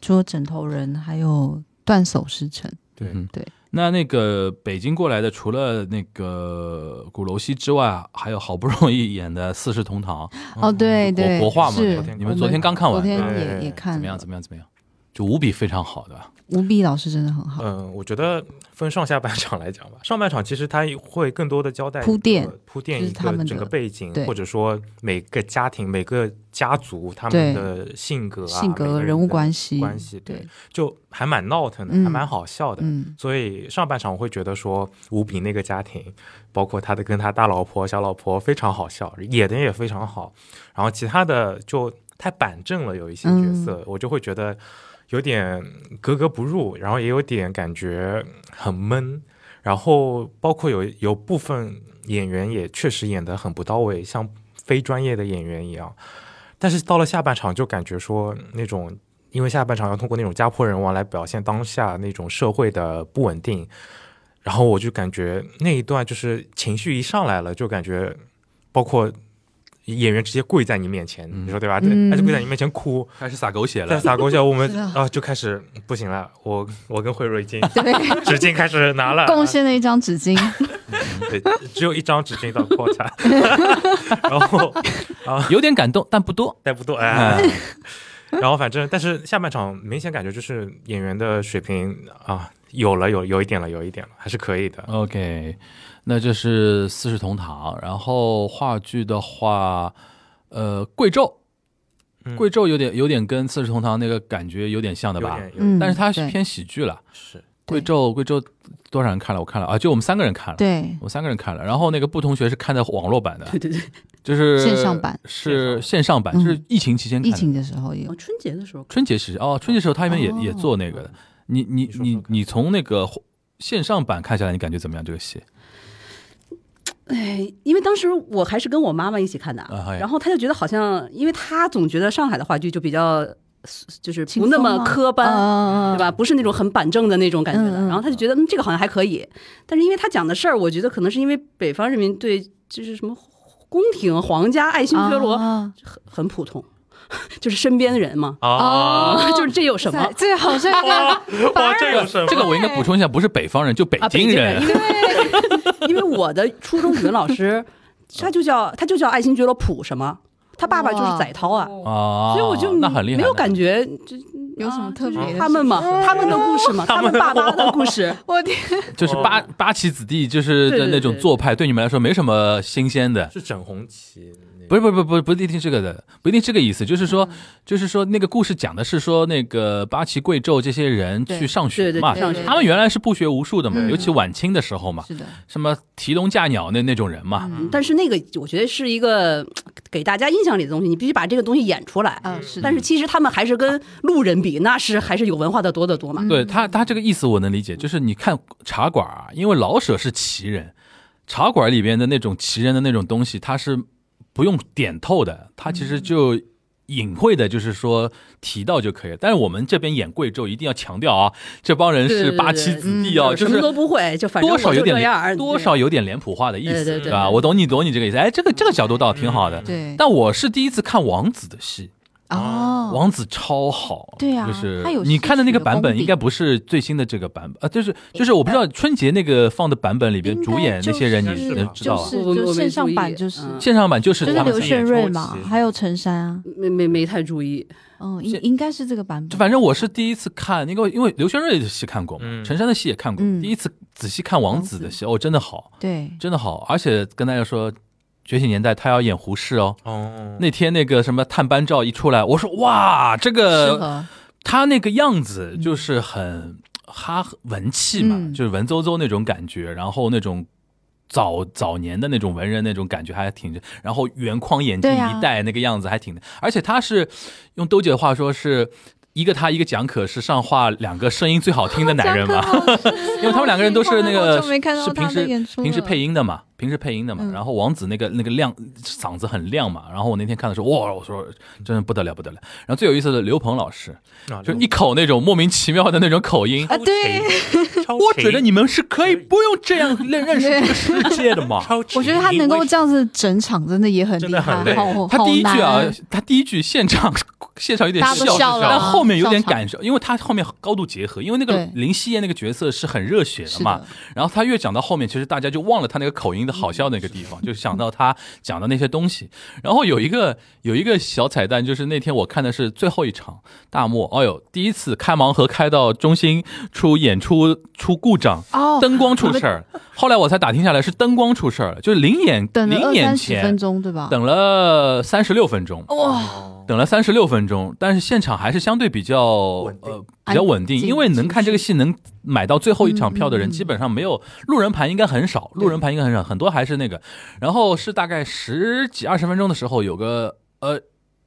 Speaker 3: 除了枕头人，还有断手师城，
Speaker 2: 对
Speaker 1: 嗯
Speaker 3: 对。
Speaker 1: 那那个北京过来的，除了那个鼓楼西之外，还有好不容易演的《四世同堂》
Speaker 3: 哦，对
Speaker 1: 国
Speaker 3: 对，
Speaker 1: 国画嘛
Speaker 3: 是
Speaker 2: 昨天，
Speaker 1: 你们昨天刚看
Speaker 3: 昨
Speaker 1: 完，
Speaker 3: 天
Speaker 1: 对吧
Speaker 2: 对
Speaker 3: 也也看
Speaker 1: 怎
Speaker 3: 了
Speaker 1: 么样？怎么样？怎么样？就五笔非常好的，
Speaker 3: 吴碧老师真的很好，
Speaker 2: 嗯，我觉得分上下半场来讲吧，上半场其实它会更多的交代
Speaker 3: 铺垫
Speaker 2: 一个铺垫
Speaker 3: 就是
Speaker 2: 一
Speaker 3: 他
Speaker 2: 个
Speaker 3: 们的
Speaker 2: 整个背景
Speaker 3: 对，
Speaker 2: 或者说每个家庭、每个家族他
Speaker 3: 对
Speaker 2: 们的性格啊、
Speaker 3: 性
Speaker 2: 每个
Speaker 3: 格、
Speaker 2: 人
Speaker 3: 人物
Speaker 2: 的
Speaker 3: 关系，
Speaker 2: 关系，
Speaker 3: 对
Speaker 2: 对，就还蛮闹腾的，
Speaker 3: 嗯
Speaker 2: 还蛮好笑的。
Speaker 3: 嗯，
Speaker 2: 所以上半场我会觉得说，吴比那个家庭，包括他的跟他大老婆、小老婆非常好笑，演的也非常好。然后其他的就太板正了，有一些角色、我就会觉得有点格格不入，然后也有点感觉很闷。然后包括有有部分演员也确实演得很不到位，像非专业的演员一样。但是到了下半场就感觉说那种，因为下半场要通过那种家破人亡来表现当下那种社会的不稳定，然后我就感觉那一段就是情绪一上来了，就感觉包括演员直接跪在你面前，
Speaker 1: 嗯
Speaker 2: 你说对吧？对，
Speaker 3: 嗯
Speaker 2: 他就跪在你面前哭，
Speaker 1: 开始撒狗血
Speaker 2: 在
Speaker 1: 了。
Speaker 2: 撒狗血，我们
Speaker 3: 是啊
Speaker 2: 啊就开始不行了，我我跟慧茹已经
Speaker 3: 对，
Speaker 2: 纸巾开始拿 了，
Speaker 3: 贡献了一张纸巾，
Speaker 2: 对，只有一张纸巾到破 产，然后
Speaker 1: 有点感动，但不 多。
Speaker 2: 带不动哎。
Speaker 1: 嗯
Speaker 2: 然后反正，但是下半场明显感觉就是演员的水平啊，有了有有一点了，有一点了，还是可以的。
Speaker 1: OK，那这是四世同堂。然后话剧的话，呃，贵胄，
Speaker 2: 嗯
Speaker 1: 贵胄有点有点跟四世同堂那个感觉有点像的
Speaker 2: 有
Speaker 1: 吧？
Speaker 2: 点有
Speaker 3: 嗯，
Speaker 1: 但是它是
Speaker 3: 对
Speaker 1: 偏喜剧了。
Speaker 2: 是
Speaker 1: 贵胄，贵胄多少人看了？我看了啊，就我们三个人看了。
Speaker 3: 对，
Speaker 1: 我们三个人看了，然后那个布同学是看的网络版的，
Speaker 5: 对对对，
Speaker 1: 就是
Speaker 3: 线上版
Speaker 1: 是线上版，就是疫情期间看
Speaker 3: 嗯疫
Speaker 1: 的。
Speaker 3: 情的时候也
Speaker 5: 哦春节的时候，
Speaker 1: 春节时哦，春节时候他们也、
Speaker 3: 哦
Speaker 1: 也做那个的。你你
Speaker 2: 你说
Speaker 1: 你
Speaker 2: 说看
Speaker 1: 你从那个线上版看下来，你感觉怎么样？这个 戏？
Speaker 5: 哎，因为当时我还是跟我妈妈一起看的啊，
Speaker 1: 啊哎
Speaker 5: 然后她就觉得好像，因为她总觉得上海的话剧就比较就是
Speaker 3: 轻
Speaker 5: 不那
Speaker 3: 松
Speaker 5: 么
Speaker 3: 吗
Speaker 5: 科班，
Speaker 3: 嗯嗯嗯
Speaker 5: 对吧？不是那种很板正的那种感觉的。
Speaker 3: 嗯嗯
Speaker 5: 然后他就觉得，啊嗯，这个好像还可以。但是因为他讲的事儿，我觉得可能是因为北方人民对就是什么宫廷、皇家、爱新觉罗、
Speaker 3: 啊
Speaker 5: 很普通， 就是身边的人嘛，
Speaker 2: 啊，
Speaker 3: 哦
Speaker 5: 就是这有什么
Speaker 3: 在？这好像
Speaker 2: 哇，这有什么？
Speaker 1: 这个我应该补充一下，不是北方人，就北
Speaker 5: 啊，北
Speaker 1: 京
Speaker 5: 人，因为因为 我的初中语文老 师，他就叫他就叫爱新觉罗溥什么，他爸爸就是载涛啊，
Speaker 1: 啊，
Speaker 5: 所以我就
Speaker 1: 那很厉害，
Speaker 5: 没有感
Speaker 1: 觉。
Speaker 5: 觉就
Speaker 3: 有什么特别的
Speaker 5: 他们嘛，他们的故 事嘛，他们爸妈的故事，
Speaker 3: 我天，
Speaker 1: 就是八八旗子弟，就是
Speaker 5: 哦对
Speaker 1: 的
Speaker 5: 对
Speaker 1: 那种
Speaker 5: 对
Speaker 1: 做派，对你们来说没什么新鲜的。
Speaker 2: 是整红旗，
Speaker 1: 不是不是不是不是不一定这个的，不一定这个意思，就是说，就是说那个故事讲的是说那个八旗贵胄这些人
Speaker 3: 对
Speaker 1: 去上学
Speaker 5: 对对
Speaker 1: 嘛，
Speaker 5: 对
Speaker 3: 上学
Speaker 1: 他们原来是不学无术的嘛，
Speaker 3: 嗯
Speaker 1: 尤其晚清的时候嘛，
Speaker 3: 是的，
Speaker 1: 什么提笼架鸟那那种人嘛，
Speaker 3: 嗯
Speaker 5: 但是那个我觉得是一个给大家印象里的东西，你必须把这个东西演出来。
Speaker 1: 嗯
Speaker 3: 啊是的，
Speaker 5: 但是其实他们还是跟路人比，那是还是有文化的多得多嘛。
Speaker 3: 嗯
Speaker 1: 对他他这个意思我能理解，就是你看茶馆啊，因为老舍是奇人，茶馆里边的那种奇人的那种东西，他是不用点透的，他其
Speaker 5: 嗯
Speaker 1: 实就。隐晦的，就是说提到就可以了。但是我们这边演贵胄，一定要强调啊，这帮人
Speaker 5: 对
Speaker 1: 是
Speaker 5: 对对嗯
Speaker 1: 八旗子弟哦，
Speaker 5: 什
Speaker 1: 就
Speaker 5: 么
Speaker 1: 是
Speaker 5: 都不会，就反正
Speaker 1: 多
Speaker 5: 我
Speaker 1: 少
Speaker 5: 就
Speaker 1: 有点
Speaker 5: 这样儿，
Speaker 1: 脸 多少有点脸谱化的意
Speaker 5: 对对
Speaker 1: 思，
Speaker 5: 对嗯
Speaker 1: 吧？我懂你，懂你这个意思。哎，这个这个角度倒挺好的。
Speaker 3: 对
Speaker 1: 但我是第一次看王子的戏，
Speaker 3: 哦，
Speaker 1: 王子超好，
Speaker 3: 对啊
Speaker 1: 就是
Speaker 3: 他有
Speaker 1: 你看的那个版
Speaker 3: 戏曲的功
Speaker 1: 本
Speaker 3: 底
Speaker 1: 应该不是最新的这个版本啊，就是就是我不知道春节那个放的版本里边
Speaker 3: 应该
Speaker 1: 主演那些人你
Speaker 2: 就是
Speaker 1: 能知道
Speaker 3: 就
Speaker 1: 啊？
Speaker 3: 是
Speaker 5: 我
Speaker 3: 就
Speaker 5: 我
Speaker 3: 线
Speaker 5: 没
Speaker 3: 上
Speaker 5: 注意
Speaker 3: 版就是
Speaker 5: 嗯
Speaker 1: 线上版就是
Speaker 3: 就是
Speaker 1: 他们
Speaker 3: 刘
Speaker 1: 自己
Speaker 3: 炫瑞
Speaker 2: 演
Speaker 3: 嘛
Speaker 2: 出，其实
Speaker 3: 还有陈珊啊，
Speaker 5: 没没没太注意。
Speaker 3: 嗯，应应该是这个版
Speaker 1: 就
Speaker 3: 本，
Speaker 1: 反正我是第一次看，因为因为刘轩瑞的戏看过嘛，
Speaker 2: 嗯
Speaker 1: 陈山的戏也看过，
Speaker 3: 嗯
Speaker 1: 第一次仔细看王子的戏，哦，真的好，
Speaker 3: 对，
Speaker 1: 真的好，而且跟大家说，《觉醒年代》他要演胡适哦，
Speaker 2: 哦，
Speaker 1: 那天那个什么探班照一出来，我说哇，这
Speaker 3: 适
Speaker 1: 个
Speaker 3: 合
Speaker 1: 他那个样子就是很哈文气嘛，
Speaker 3: 嗯
Speaker 1: 就是文绉绉那种感觉，然后那种早早年的那种文人那种感觉还挺，然后圆框眼镜
Speaker 3: 对啊
Speaker 1: 一戴那个样子还挺，而且他是用兜姐的话说是。一个他一个蒋可是上画两个声音最好听的男人嘛， 因为他们两个人都是那个
Speaker 3: 我就没看到
Speaker 1: 是平
Speaker 3: 他的
Speaker 1: 时
Speaker 3: 演出了
Speaker 1: 平时配音的嘛，平时配音的嘛。
Speaker 3: 嗯
Speaker 1: 然后王子那个那个亮嗓子很亮嘛，然后我那天看的时候，哇，我说真的不得了不得了。然后最有意思的刘鹏老师，
Speaker 2: 啊
Speaker 1: 就是一口那种莫名其妙的那种口音。
Speaker 3: 啊，对，
Speaker 2: 超
Speaker 1: 我
Speaker 2: 谁
Speaker 1: 觉得你们是可以不用这样认认识这个世界的嘛。
Speaker 2: 超
Speaker 3: 我觉得他能够这样子整场，真的也很
Speaker 2: 真
Speaker 3: 厉
Speaker 2: 的
Speaker 3: 害
Speaker 2: 很，累
Speaker 3: 好
Speaker 1: 他第一句啊
Speaker 3: 好难，
Speaker 1: 他第一句现场 现场有点
Speaker 3: 大家都
Speaker 1: 笑，
Speaker 3: 笑了
Speaker 1: 但后面有点
Speaker 3: 笑场
Speaker 1: 感受，因为他后面高度结合，因为那个
Speaker 3: 对
Speaker 1: 林夕燕那个角色是很热血的
Speaker 3: 是
Speaker 1: 嘛
Speaker 3: 的，
Speaker 1: 然后他越讲到后面，其实大家就忘了他那个口音的好笑的一个地
Speaker 3: 嗯
Speaker 1: 方，就想到他讲的那些东西。然后有一个有一个小彩蛋，就是那天我看的是最后一场大漠，哎呦，第一次开盲盒开到中心出演出出故障，
Speaker 3: 哦，
Speaker 1: 灯光出事儿。后来我才打听下来是灯光出事儿了，就是临演
Speaker 3: 等了
Speaker 1: 临
Speaker 3: 二
Speaker 1: 演
Speaker 3: 三十
Speaker 1: 前
Speaker 3: 分钟对啊吧？
Speaker 1: 等了三十六分钟，
Speaker 3: 哇，
Speaker 1: 等了三十六分钟，但是现场还是相对比较
Speaker 2: 稳定
Speaker 1: 呃比较稳定，
Speaker 3: 安静
Speaker 1: 因为能看这个戏能买到最后一场票的人，
Speaker 3: 嗯嗯嗯
Speaker 1: 基本上没有路人盘应该很少，路人盘应该很少，很多还是那个。然后是大概十几二十分钟的时候，有个呃。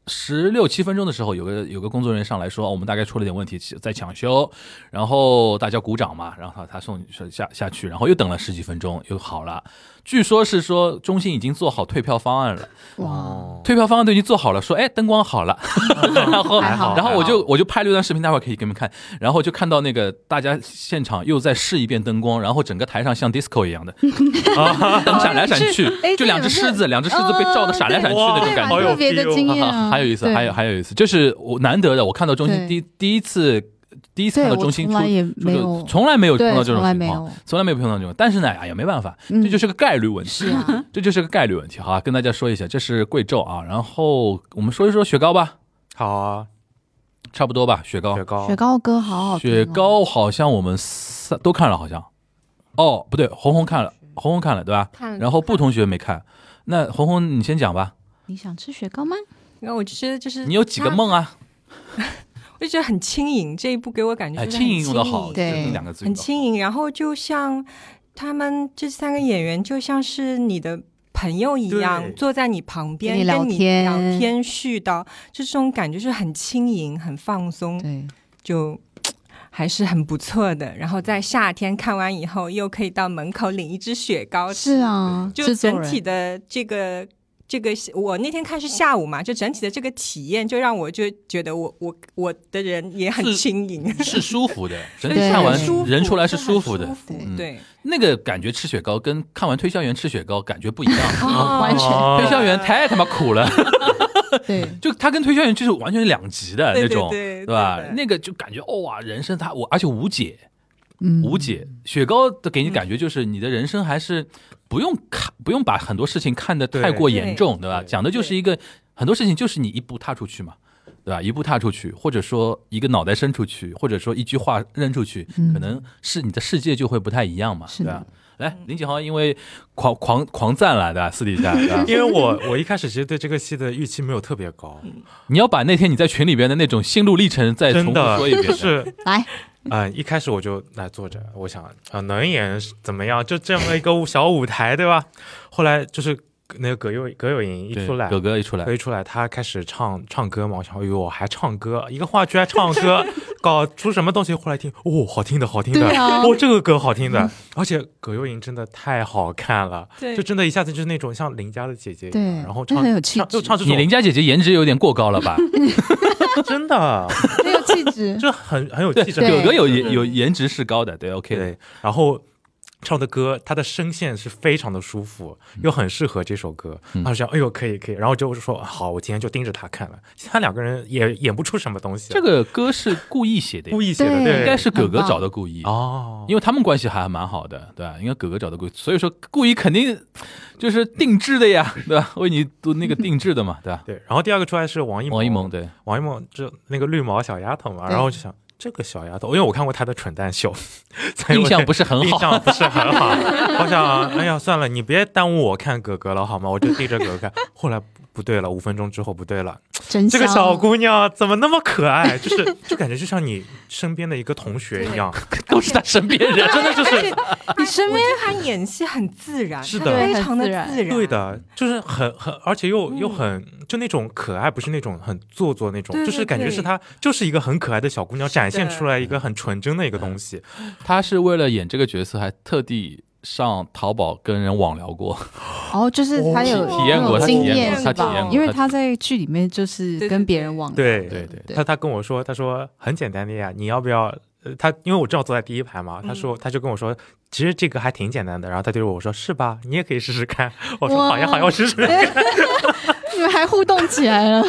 Speaker 1: 十六七分钟的时候，有个有个工作人员上来说，哦我们大概出了点问题，在抢修，然后大家鼓掌嘛，然后他他送是下下去，然后又等了十几分钟，又好了。据说是说中心已经做好退票方案了，
Speaker 3: 哇，
Speaker 2: 哦
Speaker 1: 退票方案都已经做好了，说哎灯光好 了，然后
Speaker 3: 还好
Speaker 1: 然后我
Speaker 2: 还
Speaker 1: 就
Speaker 2: 好
Speaker 1: 我就拍了一段视频，待会儿可以给你们看。然后就看到那个大家现场又再试一遍灯光，然后整个台上像 disco 一样 的，啊灯闪来闪去
Speaker 3: 哎，
Speaker 1: 就两只狮子，两只狮子被照的闪来闪去
Speaker 2: 哦
Speaker 1: 那
Speaker 2: 对
Speaker 1: 种感
Speaker 3: 蛮
Speaker 1: 觉。
Speaker 2: 好有
Speaker 3: 特别的
Speaker 2: feel
Speaker 3: 经验
Speaker 1: 哈
Speaker 3: 啊，
Speaker 1: 还有意思，
Speaker 3: 对
Speaker 1: 还有还有意思，就是我难得的，我看到中心
Speaker 3: 对
Speaker 1: 第第一次第一次看
Speaker 3: 对
Speaker 1: 到
Speaker 3: 我
Speaker 1: 中心
Speaker 3: 从
Speaker 1: 出
Speaker 3: 来也没
Speaker 1: 就
Speaker 3: 有，
Speaker 1: 从来没有碰
Speaker 3: 对
Speaker 1: 到这种
Speaker 3: 从来
Speaker 1: 情
Speaker 3: 没
Speaker 1: 况
Speaker 3: 有，
Speaker 1: 从来没有碰到这种。但是呢，哎呀，没办法，
Speaker 3: 嗯
Speaker 1: 这就是个概率问题，
Speaker 3: 是啊
Speaker 1: 这就是个概率问题。好、啊，跟大家说一下，这是贵州啊。然后我们说一说雪糕吧，
Speaker 2: 好啊，
Speaker 1: 差不多吧，雪糕
Speaker 2: 雪。糕，
Speaker 3: 雪糕歌好好听哦，
Speaker 1: 雪糕好像我们三都看了，好像。哦，不对，红红看了，红红看了，对吧？
Speaker 4: 看了
Speaker 1: 然后布同学没看，那红红你先讲吧，
Speaker 3: 你想吃雪糕吗？
Speaker 4: 然后我就觉得就是
Speaker 1: 你有几个梦啊？
Speaker 4: 它，我就觉得很轻盈。这一部给我感觉
Speaker 1: 哎，
Speaker 4: 就是
Speaker 1: 轻盈用的好，
Speaker 4: 很
Speaker 1: 这
Speaker 3: 对
Speaker 1: 这两个字用
Speaker 4: 很
Speaker 1: 得好。
Speaker 4: 轻盈。然后就像他们这三个演员，就像是你的朋友一样
Speaker 2: 对，
Speaker 4: 坐在你旁边
Speaker 3: 跟你聊
Speaker 4: 跟你聊
Speaker 3: 天
Speaker 4: 天絮叨，就这种感觉是很轻盈、很放
Speaker 1: 嗯
Speaker 4: 松，
Speaker 3: 对，
Speaker 4: 就。还是很不错的，然后在夏天看完以后，又可以到门口领一支雪糕吃，
Speaker 3: 是啊，
Speaker 4: 就
Speaker 3: 制作
Speaker 4: 整
Speaker 3: 人
Speaker 4: 体的这个这个，我那天看是下午嘛，就整体的这个体验，就让我就觉得我我我的人也很
Speaker 1: 是
Speaker 4: 轻盈，
Speaker 1: 是舒服的，整体
Speaker 3: 对
Speaker 1: 看完
Speaker 3: 很舒
Speaker 1: 人出来是舒
Speaker 4: 舒
Speaker 1: 服的，
Speaker 3: 对
Speaker 1: 嗯
Speaker 4: 对，
Speaker 1: 那个感觉吃雪糕跟看完推销员吃雪糕感觉不一样，
Speaker 3: 完全
Speaker 2: 哦
Speaker 1: 推销员太他妈苦了，
Speaker 3: 对，
Speaker 1: 就他跟推销员就是完全两级的
Speaker 4: 对
Speaker 1: 那种，
Speaker 4: 对对对
Speaker 1: 吧
Speaker 4: 对？
Speaker 1: 那个就感觉哦哇，人生他我而且无解
Speaker 3: 嗯，
Speaker 1: 无解，雪糕的给你感觉就是你的人生还是不用看不用把很多事情看得太过严重，对吧？
Speaker 2: 对
Speaker 1: 讲的就是一个很多事情就是你一步踏出去嘛。对吧？一步踏出去，或者说一个脑袋伸出去，或者说一句话扔出去，
Speaker 3: 嗯
Speaker 1: 可能是你的世界就会不太一样嘛，
Speaker 3: 是
Speaker 1: 对
Speaker 3: 的
Speaker 1: 吧？来，林景豪因为狂狂狂赞了，对吧？私底下，对吧
Speaker 2: 因为我我一开始其实对这个戏的预期没有特别高，
Speaker 1: 你要把那天你在群里边的那种心路历程哎再重复
Speaker 2: 真的
Speaker 1: 说一遍
Speaker 2: 就。是
Speaker 3: 来，
Speaker 2: 嗯，一开始我就来坐着，我想啊、能演是怎么样？就这么一个小舞台，对吧？后来就是那个葛优葛优莹一
Speaker 1: 对
Speaker 2: 出来，
Speaker 1: 狗哥一出来
Speaker 2: 葛，一出来，他开始唱唱歌嘛，我想，哎呦，还唱歌，一个话剧还唱歌，搞出什么东西？后来听，哦，好听的，好听的，
Speaker 3: 对啊嗯
Speaker 2: 哦，这个歌好听的，而且葛优莹真的太好看了，
Speaker 4: 对
Speaker 2: 就真的一下子就是那种像邻家的姐姐一样，
Speaker 3: 对
Speaker 2: 然后
Speaker 3: 那
Speaker 2: 唱
Speaker 3: 很有气
Speaker 2: 唱就
Speaker 3: 质
Speaker 2: 唱这
Speaker 1: 你
Speaker 2: 种
Speaker 1: 邻，家姐姐颜值有点过高 了吧？
Speaker 2: 真的，，
Speaker 3: 很有气质
Speaker 2: 就很很有
Speaker 1: 对，
Speaker 2: 气质，
Speaker 1: 狗哥有
Speaker 4: 对
Speaker 1: 颜有颜值是高的，对，OK 的。
Speaker 2: 对，然后唱的歌，他的声线是非常的舒服，又很适合这首歌。
Speaker 1: 嗯
Speaker 2: 他就想，哎呦，可以可以，然后就说好，我今天就盯着他看了。其他两个人也演不出什么东西，
Speaker 1: 这个歌是故意写的呀，
Speaker 2: 故意写的，
Speaker 3: 对
Speaker 2: 对，
Speaker 1: 应该是狗哥
Speaker 3: 很棒
Speaker 1: 找的故意。
Speaker 2: 哦，
Speaker 1: 因为他们关系还蛮好的，对吧？应该狗哥找的故意，所以说故意肯定就是定制的 呀，对吧？为你读那个定制的嘛，对吧？
Speaker 2: 对。然后第二个出来是王一
Speaker 1: 王一萌
Speaker 2: 萌，
Speaker 1: 对，
Speaker 2: 王一萌这那个绿毛小丫头嘛，
Speaker 3: 对
Speaker 2: 然后我就想。这个小丫头，因为我看过她的《蠢蛋秀》， 所以
Speaker 1: 印
Speaker 2: 哎我
Speaker 1: 象
Speaker 2: 对
Speaker 1: 不是很
Speaker 2: 印
Speaker 1: 好。
Speaker 2: 象不是很好。 我想，哎呀，算了，你别耽误我看哥哥了好吗？我就盯着哥哥看。后来不对了，五分钟之后不对了，
Speaker 3: 真
Speaker 2: 这个
Speaker 3: 香
Speaker 2: 小姑娘怎么那么可爱？就是就感觉就像你身边的一个同学一样，
Speaker 1: 都是他身边 人，真的 就是
Speaker 4: 你身边他演戏很自然，
Speaker 2: 是
Speaker 4: 他
Speaker 2: 的
Speaker 4: 非常的
Speaker 3: 对很自
Speaker 4: 自然，
Speaker 2: 对，的，就是很很，而且又又很就那种可爱，不是那种很做作那种，
Speaker 4: 对
Speaker 2: 就
Speaker 4: 对
Speaker 2: 是感觉
Speaker 4: 对
Speaker 2: 是她就是一个很可爱的小姑娘，展现
Speaker 4: 的
Speaker 2: 出来一个很纯真的一个东西。
Speaker 1: 他是为了演这个角色，还特地上淘宝跟人网聊过，
Speaker 3: 哦，就是他有
Speaker 1: 体验过，
Speaker 3: 那
Speaker 1: 他
Speaker 3: 种
Speaker 1: 体
Speaker 3: 经
Speaker 1: 验
Speaker 3: 验
Speaker 1: 过，他
Speaker 3: 是
Speaker 1: 体验
Speaker 3: 吧？
Speaker 1: 过，
Speaker 3: 因为他在剧里面就是
Speaker 4: 对对
Speaker 3: 跟别
Speaker 4: 对
Speaker 3: 人网
Speaker 2: 对
Speaker 1: 对对
Speaker 3: 对
Speaker 2: 他他跟我说，他说很简单的呀，你要不要？呃，他因为我正好坐在第一排嘛，他说他就跟我说，其实这个还挺简单的。然后他对着我说，是吧？ 你也可以试试看。我说
Speaker 3: 哇
Speaker 2: 好呀好呀，我试试。
Speaker 3: 你们还互动起来了，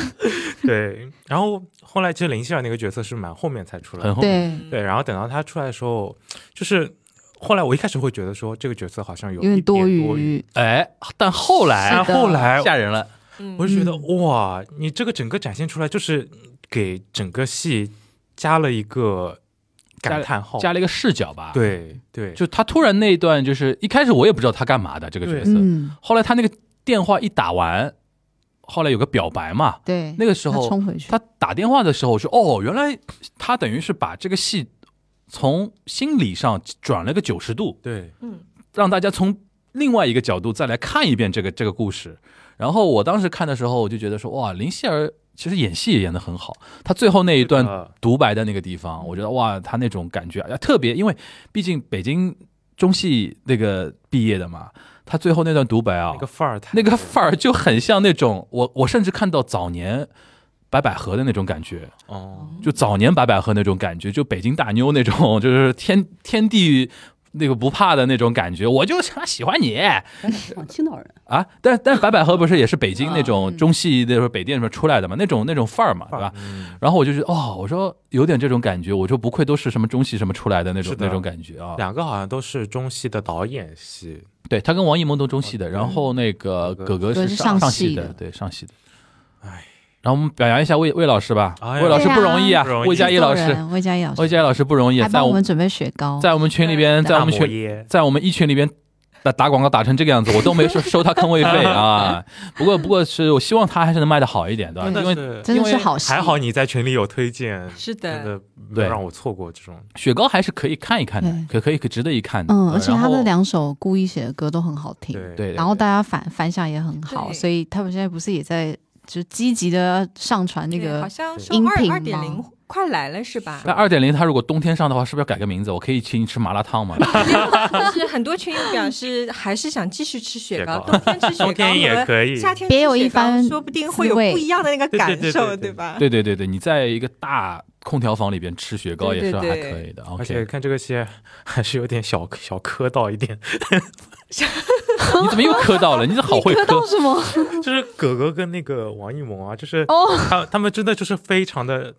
Speaker 2: 对，然后后来其实林希儿那个角色是蛮后面才出来的
Speaker 1: 很，后
Speaker 3: 对，
Speaker 2: 对，然后等到她出来的时候，就是后来我一开始会觉得说这个角色好像有
Speaker 3: 有点
Speaker 2: 一点多余，
Speaker 3: 余。
Speaker 1: 哎，但后来
Speaker 2: 但
Speaker 3: 是的嗯
Speaker 2: 后来
Speaker 1: 吓人了，
Speaker 4: 嗯
Speaker 2: 我就觉得哇，你这个整个展现出来就是给整个戏加了一个感叹号，
Speaker 1: 加了一个视角吧。，
Speaker 2: 对对，
Speaker 1: 就他突然那一段，就是一开始我也不知道他干嘛的这个角色，
Speaker 3: 嗯，
Speaker 1: 后来他那个电话一打完，后来有个表白嘛，
Speaker 3: 对，
Speaker 1: 那个时
Speaker 3: 他
Speaker 1: 候
Speaker 3: 冲回去，
Speaker 1: 他打电话的时候我说哦，原来他等于是把这个戏从心理上转了个九十度，
Speaker 2: 对
Speaker 4: 嗯，
Speaker 1: 让大家从另外一个角度再来看一遍这个这个故事。然后我当时看的时候，我就觉得说，哇，林希儿其实演戏也演得很好。她最后那一段
Speaker 2: 呃
Speaker 1: 独白的那个地方，我觉得哇，她那种感觉啊特别，因为毕竟北京中戏那个毕业的嘛，她最后那段独白啊
Speaker 2: 那，个范儿太
Speaker 1: 那个范儿就很像那种我我甚至看到早年白百合的那种感觉。
Speaker 2: 哦，
Speaker 3: 嗯
Speaker 1: 就早年白百合那种感觉，就北京大妞那种，就是天天地那个不怕的那种感觉。我就想喜欢你
Speaker 5: 哦青岛人，
Speaker 1: 啊！但但白百合不是也是北京那种
Speaker 3: 嗯
Speaker 1: 中戏那时候北电什么出来的嘛，那种那种范儿嘛，对
Speaker 2: 啊范儿
Speaker 1: 吧？
Speaker 2: 嗯
Speaker 1: 然后我就觉得哦，我说有点这种感觉，我说不愧都是什么中戏什么出来的那种
Speaker 2: 是的
Speaker 1: 那种感觉啊。
Speaker 2: 两个好像都是中戏的导演系，
Speaker 1: 对他跟王一萌都中戏的，然后那个
Speaker 2: 葛
Speaker 1: 葛格
Speaker 3: 葛
Speaker 1: 是
Speaker 3: 是
Speaker 1: 上
Speaker 3: 上
Speaker 1: 上
Speaker 3: 戏
Speaker 1: 戏的，
Speaker 3: 的
Speaker 1: 对上戏的。
Speaker 2: 哎，
Speaker 1: 然后我们表扬一下魏魏老师吧，
Speaker 2: 哎呀
Speaker 1: 魏老师不容易啊
Speaker 2: 对啊，
Speaker 1: 魏佳
Speaker 2: 不
Speaker 1: 怡老师，
Speaker 3: 人，魏佳怡老
Speaker 1: 魏
Speaker 3: 师
Speaker 1: 佳怡老师不容易，
Speaker 3: 还
Speaker 1: 在
Speaker 3: 帮我
Speaker 1: 我
Speaker 3: 们准备雪糕，
Speaker 1: 在我们群里边，在我们群
Speaker 2: 大摩耶
Speaker 1: 在我们一群里边打打广告打成这个样子，我都没收收他坑位费啊。不过不过是我希望他还是能卖的好一点，对吧？
Speaker 2: 但
Speaker 1: 因为
Speaker 2: 是
Speaker 3: 真的
Speaker 1: 因
Speaker 3: 是
Speaker 1: 为
Speaker 3: 好戏，
Speaker 2: 还好你在群里有推荐，
Speaker 4: 是
Speaker 2: 真
Speaker 4: 的，
Speaker 2: 的没
Speaker 1: 对
Speaker 2: 有让我错过这种。
Speaker 1: 雪糕还是可以看一看的，可
Speaker 3: 对
Speaker 1: 可以可值得一看的。
Speaker 3: 嗯，
Speaker 1: 对
Speaker 3: 而且
Speaker 1: 然
Speaker 3: 他
Speaker 1: 后
Speaker 3: 的两首故意写的歌都很好听，
Speaker 2: 对
Speaker 1: 对，
Speaker 3: 然后大家反反响也很好，
Speaker 4: 对
Speaker 3: 所以他们现在不是也在就积极的上传那
Speaker 4: 对好
Speaker 3: 个
Speaker 4: 像说
Speaker 3: 音
Speaker 4: 二
Speaker 3: 频
Speaker 4: 二点零
Speaker 3: 吗
Speaker 4: 快来了是吧？
Speaker 1: 那二点零，他如果冬天上的话，是不是要改个名字？我可以请你吃麻辣烫吗？
Speaker 4: 就是很多群友表示还是想继续吃雪糕，
Speaker 2: 雪
Speaker 4: 冬天吃雪
Speaker 2: 冬
Speaker 4: 糕
Speaker 2: 天也
Speaker 4: 和
Speaker 2: 可以，
Speaker 4: 夏天吃
Speaker 3: 别有
Speaker 4: 雪
Speaker 3: 一
Speaker 4: 糕
Speaker 3: 番
Speaker 4: 说不定会有
Speaker 3: 滋味
Speaker 4: 不一样的那个感
Speaker 2: 对对对
Speaker 4: 受，
Speaker 2: 对对
Speaker 4: 对吧？
Speaker 1: 对对对对，你在一个大空调房里边吃雪糕也是
Speaker 4: 对对
Speaker 1: 还
Speaker 4: 对
Speaker 1: 可以的。
Speaker 2: 而且
Speaker 1: OK，
Speaker 2: 看这个戏还是有点小小磕到一点，
Speaker 1: 你怎么又磕到了？你这好会磕
Speaker 3: 到什么？
Speaker 2: 就是葛格跟那个王一萌啊，就是
Speaker 3: 哦，
Speaker 2: 他他们真的就是非常的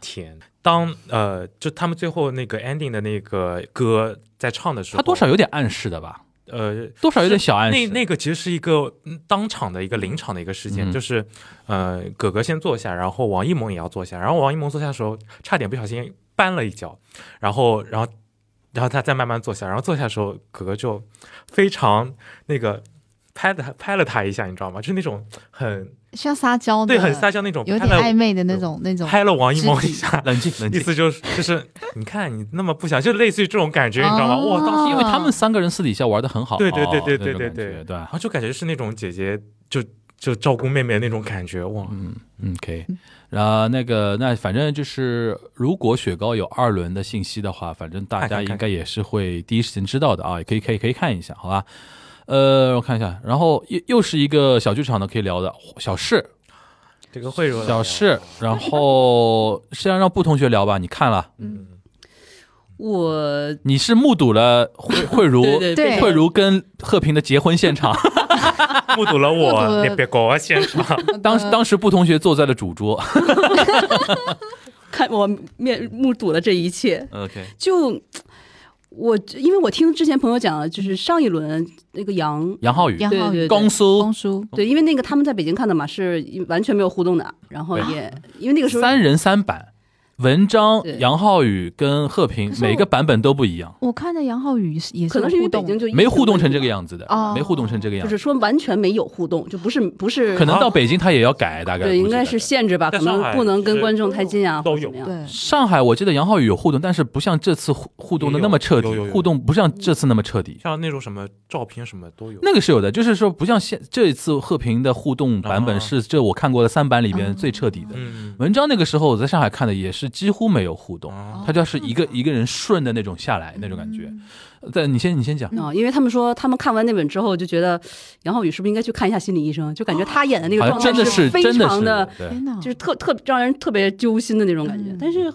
Speaker 2: 甜。当呃，就他们最后那个 ending 的那个歌在唱的时候，
Speaker 1: 他多少有点暗示的吧？
Speaker 2: 呃，
Speaker 1: 多少有点小暗
Speaker 2: 那
Speaker 1: 示。
Speaker 2: 那个其实是一个嗯当场的一个临场的一个事件，
Speaker 1: 嗯
Speaker 2: 就是呃，葛格先坐下，然后王一萌也要坐下，然后王一萌坐下的时候差点不小心绊了一跤，然后然后然后他再慢慢坐下，然后坐下的时候葛格就非常那个拍的拍了他一下，你知道吗？就是那种很
Speaker 3: 像撒娇的，
Speaker 2: 对很撒娇那种，
Speaker 3: 哦啊有
Speaker 2: 拍
Speaker 3: 点暧
Speaker 2: 了
Speaker 3: 昧的那种那种。
Speaker 2: 拍了王一萌一
Speaker 3: 肢体
Speaker 2: 下。
Speaker 1: 冷静冷
Speaker 2: 意
Speaker 1: 静，
Speaker 2: 思就是就是，你看你那么不想，就类似于这种感觉，你知道吗？
Speaker 3: 哦
Speaker 2: 哇，当时
Speaker 1: 因为他们三个人私底下玩的很好。
Speaker 2: 对对对
Speaker 1: 哦
Speaker 2: 对
Speaker 1: 那种
Speaker 2: 对
Speaker 1: 感
Speaker 2: 对
Speaker 1: 觉对吧
Speaker 2: 然。后就感觉是那种姐姐就就照顾妹妹的那种感觉，哇，
Speaker 1: 嗯嗯，可以。然后那个，那反正就是，如果雪糕有二轮的信息的话，反正大
Speaker 2: 看看
Speaker 1: 家
Speaker 2: 看
Speaker 1: 应该也是会第一时间知道的啊，也可以可以可以看一下，好吧？呃，我看一下，然后又又是一个小剧场的可以聊的小事，
Speaker 2: 这个会啊有
Speaker 1: 小事。然后先让布同学聊吧，你看了，
Speaker 2: 嗯，
Speaker 5: 我
Speaker 1: 你是目睹了慧慧茹
Speaker 5: 对
Speaker 3: 对
Speaker 5: 对变成
Speaker 1: 慧茹跟贺平的结婚现场，
Speaker 2: 目睹了
Speaker 3: 目睹
Speaker 2: 我，
Speaker 3: 了
Speaker 2: 你别搞啊现场，
Speaker 3: 呃
Speaker 1: 当当时布同学坐在了主桌。
Speaker 5: 看我面目睹了这一切，
Speaker 1: OK，
Speaker 5: 就我因为我听之前朋友讲了，就是上一轮那个杨，
Speaker 1: 杨浩宇、
Speaker 3: 杨浩
Speaker 5: 对
Speaker 3: 宇
Speaker 5: 对对
Speaker 1: 江苏
Speaker 3: 公呃叔，
Speaker 5: 对，因为那个他们在北京看的嘛，是完全没有互动的，然后
Speaker 1: 对
Speaker 5: 也因为那个时候
Speaker 1: 三人三版，文章
Speaker 5: 对、
Speaker 1: 杨浩宇跟贺平
Speaker 3: 可是我
Speaker 1: 每个版本都不一样，
Speaker 3: 我看的杨浩宇是也是
Speaker 5: 可能是因为
Speaker 3: 互
Speaker 5: 北
Speaker 3: 动
Speaker 5: 京就
Speaker 1: 没互动成这个
Speaker 5: 样。
Speaker 1: 样子的，
Speaker 3: 哦
Speaker 1: 没互动成这个样
Speaker 5: 就
Speaker 1: 子
Speaker 5: 是。说完全没有互动，就不是不是
Speaker 1: 可能到北京他也要改，大概
Speaker 5: 对，
Speaker 1: 估
Speaker 5: 应
Speaker 1: 计
Speaker 5: 该
Speaker 1: 的
Speaker 5: 是限制吧，
Speaker 2: 在
Speaker 5: 可
Speaker 2: 上海
Speaker 5: 能不能跟观众太近啊，
Speaker 2: 都
Speaker 5: 或者
Speaker 2: 有
Speaker 5: 怎么样。
Speaker 3: 对，
Speaker 1: 上海，我记得杨浩宇有互动，但是不像这次互互动的那么彻底
Speaker 2: 有有有，有
Speaker 1: 互动不像这次那么彻底。
Speaker 2: 像那种什么照片什么都有，
Speaker 1: 那个是有的，就是说不像现这一次贺平的互动版本
Speaker 2: 啊
Speaker 1: 是这我看过的三版里
Speaker 5: 啊
Speaker 1: 边
Speaker 3: 嗯
Speaker 1: 最彻底的。
Speaker 2: 嗯，
Speaker 1: 文章那个时候我在上海看的也是几乎没有互动，
Speaker 2: 啊
Speaker 1: 他就是一
Speaker 5: 哦
Speaker 1: 个一个人顺的那种下来那种感觉。
Speaker 5: 嗯
Speaker 1: 呃但你先你先讲，
Speaker 5: 啊、因为他们说他们看完那本之后就觉得杨浩宇是不是应该去看一下心理医生？就感觉他演的那个
Speaker 1: 啊好
Speaker 5: 状
Speaker 1: 像
Speaker 5: 态
Speaker 1: 真的
Speaker 5: 非
Speaker 1: 真的
Speaker 5: 常的，
Speaker 1: 是对
Speaker 3: 嗯天哪，
Speaker 5: 就是特特让人特别揪心的那种
Speaker 3: 嗯
Speaker 5: 感觉。但是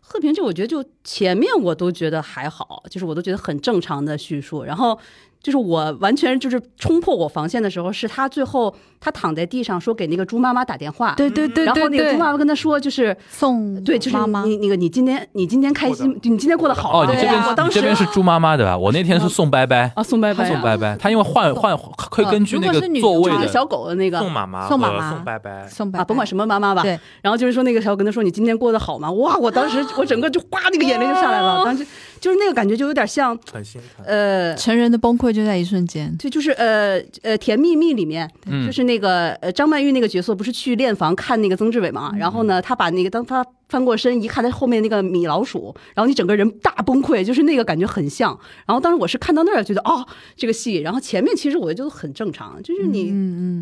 Speaker 5: 贺平这，我觉得就前面我都觉得还好，就是我都觉得很正常的叙述，然后就是我完全就是冲破我防线的时候，是他最后他躺在地上说给那个猪妈妈打电话，
Speaker 3: 对对对
Speaker 5: 然后
Speaker 3: 对
Speaker 5: 那个猪妈
Speaker 3: 对，
Speaker 5: 妈跟他说就是。
Speaker 3: 送
Speaker 5: 对，就是
Speaker 3: 妈妈
Speaker 5: 你那个你今天你今天开心，你今天过得好
Speaker 1: 哦，
Speaker 5: 吗？
Speaker 1: 你这
Speaker 3: 对
Speaker 1: 边
Speaker 3: 啊
Speaker 1: 是
Speaker 5: 我当
Speaker 1: 你
Speaker 5: 时
Speaker 1: 这边是猪妈妈对吧？我那天是送拜拜，
Speaker 5: 啊，宋拜拜
Speaker 1: 送
Speaker 5: 啊，
Speaker 1: 拜拜，他因为换换会根据那
Speaker 3: 如
Speaker 1: 个
Speaker 3: 果是女的
Speaker 1: 座位
Speaker 5: 就是
Speaker 3: 话
Speaker 5: 那个
Speaker 1: 的
Speaker 5: 啊小狗的那个
Speaker 2: 送妈妈
Speaker 3: 送妈
Speaker 2: 和
Speaker 3: 妈
Speaker 2: 送拜拜，
Speaker 3: 送爸
Speaker 5: 啊，
Speaker 3: 爸，
Speaker 5: 甭管什么妈妈吧，
Speaker 3: 对，啊
Speaker 5: 然后就是说那个小狗跟他说：“你今天过得好吗？”哇，我当时我整个就哗，那个眼泪就下来
Speaker 3: 哦
Speaker 5: 了，当时就是那个感觉就有点像
Speaker 2: 很心疼。
Speaker 5: 呃，
Speaker 3: 成人的崩溃就在一瞬间。
Speaker 5: 就就是呃呃《甜蜜蜜》里面，
Speaker 1: 嗯
Speaker 5: 就是那个呃张曼玉那个角色不是去练房看那个曾志伟嘛，然后呢，她把那个当她翻过身一看，她后面那个米老鼠，然后你整个人大崩溃，就是那个感觉很像。然后当时我是看到那儿觉得哦这个戏，然后前面其实我觉得很正常，就是
Speaker 3: 嗯
Speaker 5: 你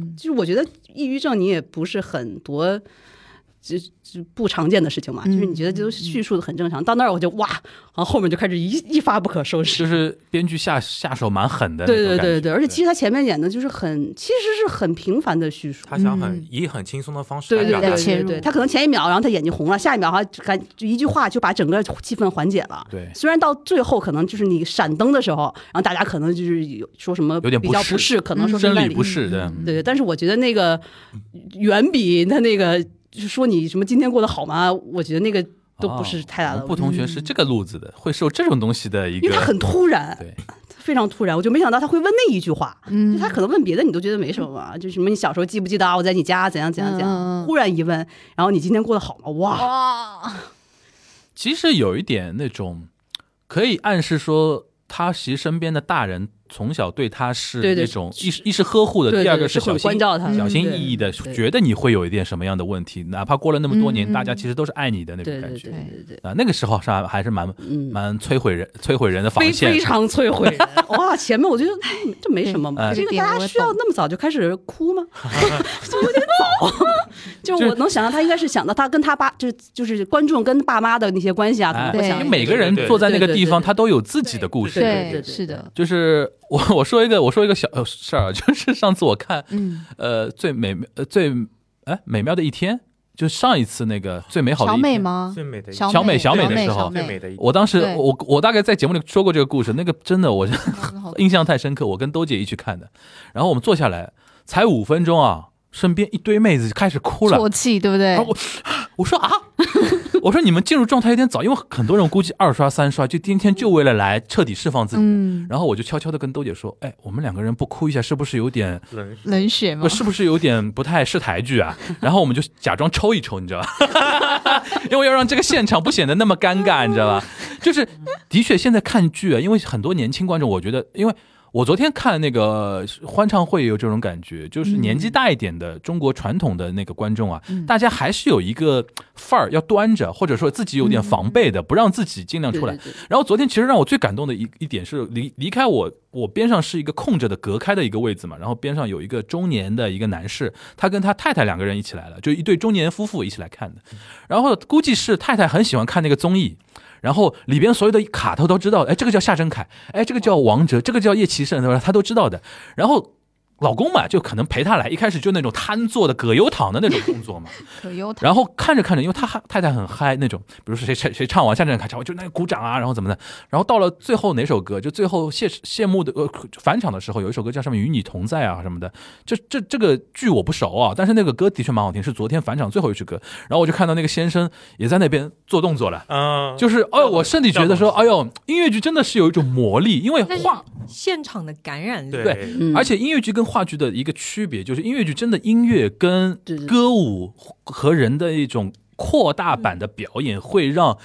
Speaker 3: 嗯，
Speaker 5: 就是我觉得抑郁症你也不是很多，就就不常见的事情嘛，
Speaker 3: 嗯
Speaker 5: 就是你觉得就是叙述的很正常，到那儿我就哇，然后后面就开始一一发不可收拾
Speaker 1: 就。是编剧下下手蛮狠的那
Speaker 5: 对
Speaker 1: 种感
Speaker 5: 对
Speaker 1: 觉，
Speaker 5: 对对，而且其
Speaker 1: 实
Speaker 5: 实他前面演的就是很，其实是很平凡的叙述。
Speaker 2: 他想很
Speaker 3: 嗯
Speaker 2: 以很轻松的方式
Speaker 5: 对
Speaker 2: 来表
Speaker 5: 对对
Speaker 2: 达
Speaker 5: 对
Speaker 2: 这
Speaker 3: 切
Speaker 5: 对
Speaker 3: 入
Speaker 5: 对，他可能前一秒，然后他眼睛红了，下一秒哈，感就一句话就把整个气氛缓解了。
Speaker 1: 对
Speaker 5: 虽然到最后可能就是你闪灯的时候，然后大家可能就是有说什么
Speaker 1: 有点
Speaker 5: 比较
Speaker 1: 不适
Speaker 5: 不适，可能说是
Speaker 1: 真
Speaker 5: 烂
Speaker 1: 理不是的，
Speaker 3: 嗯
Speaker 5: 对对，但是我觉得那个远比他那个就是说你什么今天过得好吗？我觉得那个都不是太大
Speaker 1: 哦
Speaker 5: 的问
Speaker 1: 不
Speaker 5: 题，
Speaker 1: 同学是这个路子的，会受这种东西的一
Speaker 5: 因为
Speaker 1: 个
Speaker 5: 他很突然，
Speaker 1: 对，
Speaker 5: 非常突然，我就没想到他会问那一句话。
Speaker 3: 嗯
Speaker 5: 就他可能问别的你都觉得没什么嘛，就什么你小时候记不记得啊？我在你家怎样怎样怎
Speaker 3: 嗯嗯嗯
Speaker 5: 样，忽然一问，然后你今天过得好吗？哇，
Speaker 1: 哦
Speaker 3: 哇，
Speaker 1: 其实有一点那种可以暗示说，他其实身边的大人从小对他是
Speaker 5: 对对
Speaker 1: 那种一是一是呵护的，
Speaker 5: 对对
Speaker 1: 第二个
Speaker 5: 是
Speaker 1: 小
Speaker 5: 很
Speaker 1: 心
Speaker 5: 关照他的，
Speaker 1: 小心
Speaker 5: 嗯对
Speaker 1: 翼翼的，
Speaker 5: 对
Speaker 1: 觉得你会有一点什么样的问题，哪怕过了那么多年，
Speaker 3: 嗯嗯
Speaker 1: 大家其实都是爱你的那种
Speaker 5: 对对
Speaker 1: 感
Speaker 5: 对
Speaker 1: 觉。
Speaker 5: 对对对，
Speaker 1: 啊，那个时候是还还是蛮
Speaker 5: 嗯，
Speaker 1: 蛮摧毁人、摧毁人的防
Speaker 5: 非
Speaker 1: 线
Speaker 5: 非。常摧毁 人。哇，前面我觉得嗯这没什么嘛，
Speaker 1: 对哎
Speaker 5: 这个
Speaker 3: 这点
Speaker 5: 大
Speaker 3: 我
Speaker 5: 家需要
Speaker 3: 懂
Speaker 5: 那么早就开始哭吗？ 就有点早。 就是我能想到他应该是想到他跟他爸，就是就是观众跟爸妈的那些关系啊，可
Speaker 1: 哎
Speaker 5: 能会
Speaker 3: 对
Speaker 5: 想
Speaker 1: 因为每个人坐在那个地方，
Speaker 5: 对对对对对
Speaker 1: 他都有自己的故事。
Speaker 5: 对对对
Speaker 3: 是的，
Speaker 1: 就是我 我说一个我说一个小呃事儿啊，就是上次我看
Speaker 3: 嗯，
Speaker 1: 呃最美呃最哎美妙的一天，就上一次那个最美好的
Speaker 3: 小
Speaker 1: 一
Speaker 3: 美
Speaker 1: 天。
Speaker 3: 吗？
Speaker 2: 最美的一
Speaker 3: 小
Speaker 1: 小美
Speaker 3: 小
Speaker 1: 小美的
Speaker 3: 美
Speaker 1: 时候
Speaker 3: 小
Speaker 2: 最
Speaker 3: 美
Speaker 2: 美的一
Speaker 1: 我当时
Speaker 3: 对
Speaker 1: 我我大概在节目里说过这个故事，那个真的我是
Speaker 3: 好
Speaker 1: 印象太深刻，我跟兜姐一起看的，然后我们坐下来才五分钟啊，身边一堆妹子就开始哭了，
Speaker 3: 啜泣，对不对
Speaker 1: 然？后我我说啊， 我说你们进入状态有点早，因为很多人估计二刷三刷就今天就为了来彻底释放自己，
Speaker 3: 嗯，
Speaker 1: 然后我就悄悄的跟兜姐说，哎，我们两个人不哭一下是不是有点
Speaker 2: 冷
Speaker 3: 冷血吗
Speaker 1: 不？是不是有点不太识抬举啊？然后我们就假装抽一抽，你知道吧？ 因为要让这个现场不显得那么尴尬，你知道吧？就是的确现在看剧啊，因为很多年轻观众，我觉得，因为我昨天看那个欢唱会也有这种感觉，就是年纪大一点的中国传统的那个观众啊，大家还是有一个范儿要端着，或者说自己有点防备的，不让自己尽量出来。
Speaker 5: 对对
Speaker 1: 然后昨天其实让我最感动的一一点是离离开我，我边上是一个空着的隔开的一个位子嘛，然后边上有一个中年的一个男士，他跟他太太两个人一起来了，就一对中年夫妇一起来看的。然后估计是太太很喜欢看那个综艺，然后里边所有的卡头都知道，哎，这个叫夏振凯，哎，这个叫王哲，这个叫叶奇胜，对吧？他都知道的。然后。老公嘛，就可能陪他来，一开始就那种瘫坐的葛优躺的那种动作嘛，
Speaker 3: 可优太
Speaker 1: 然后看着看着，因为他太太很嗨那种，比如说谁谁谁唱完，下阵开唱完就那个鼓掌啊，然后怎么的，然后到了最后哪首歌，就最后谢谢幕的呃返场的时候，有一首歌叫什么“与你同在”啊什么的，这这这个剧我不熟啊，但是那个歌的确蛮好听，是昨天返场最后一首歌。然后我就看到那个先生也在那边做动作了，
Speaker 2: 嗯，
Speaker 1: 就是哎呦，我甚至觉得说，
Speaker 2: 叫
Speaker 1: 哎呦，音乐剧真的是有一种魔力，因为
Speaker 4: 但是
Speaker 1: 话
Speaker 4: 现场的感染力，
Speaker 2: 对
Speaker 5: 嗯
Speaker 1: 而且音乐剧跟话剧的一个区别，就是音乐剧真的音乐跟
Speaker 5: 对对
Speaker 1: 歌舞和人的一种扩大版的表演，会让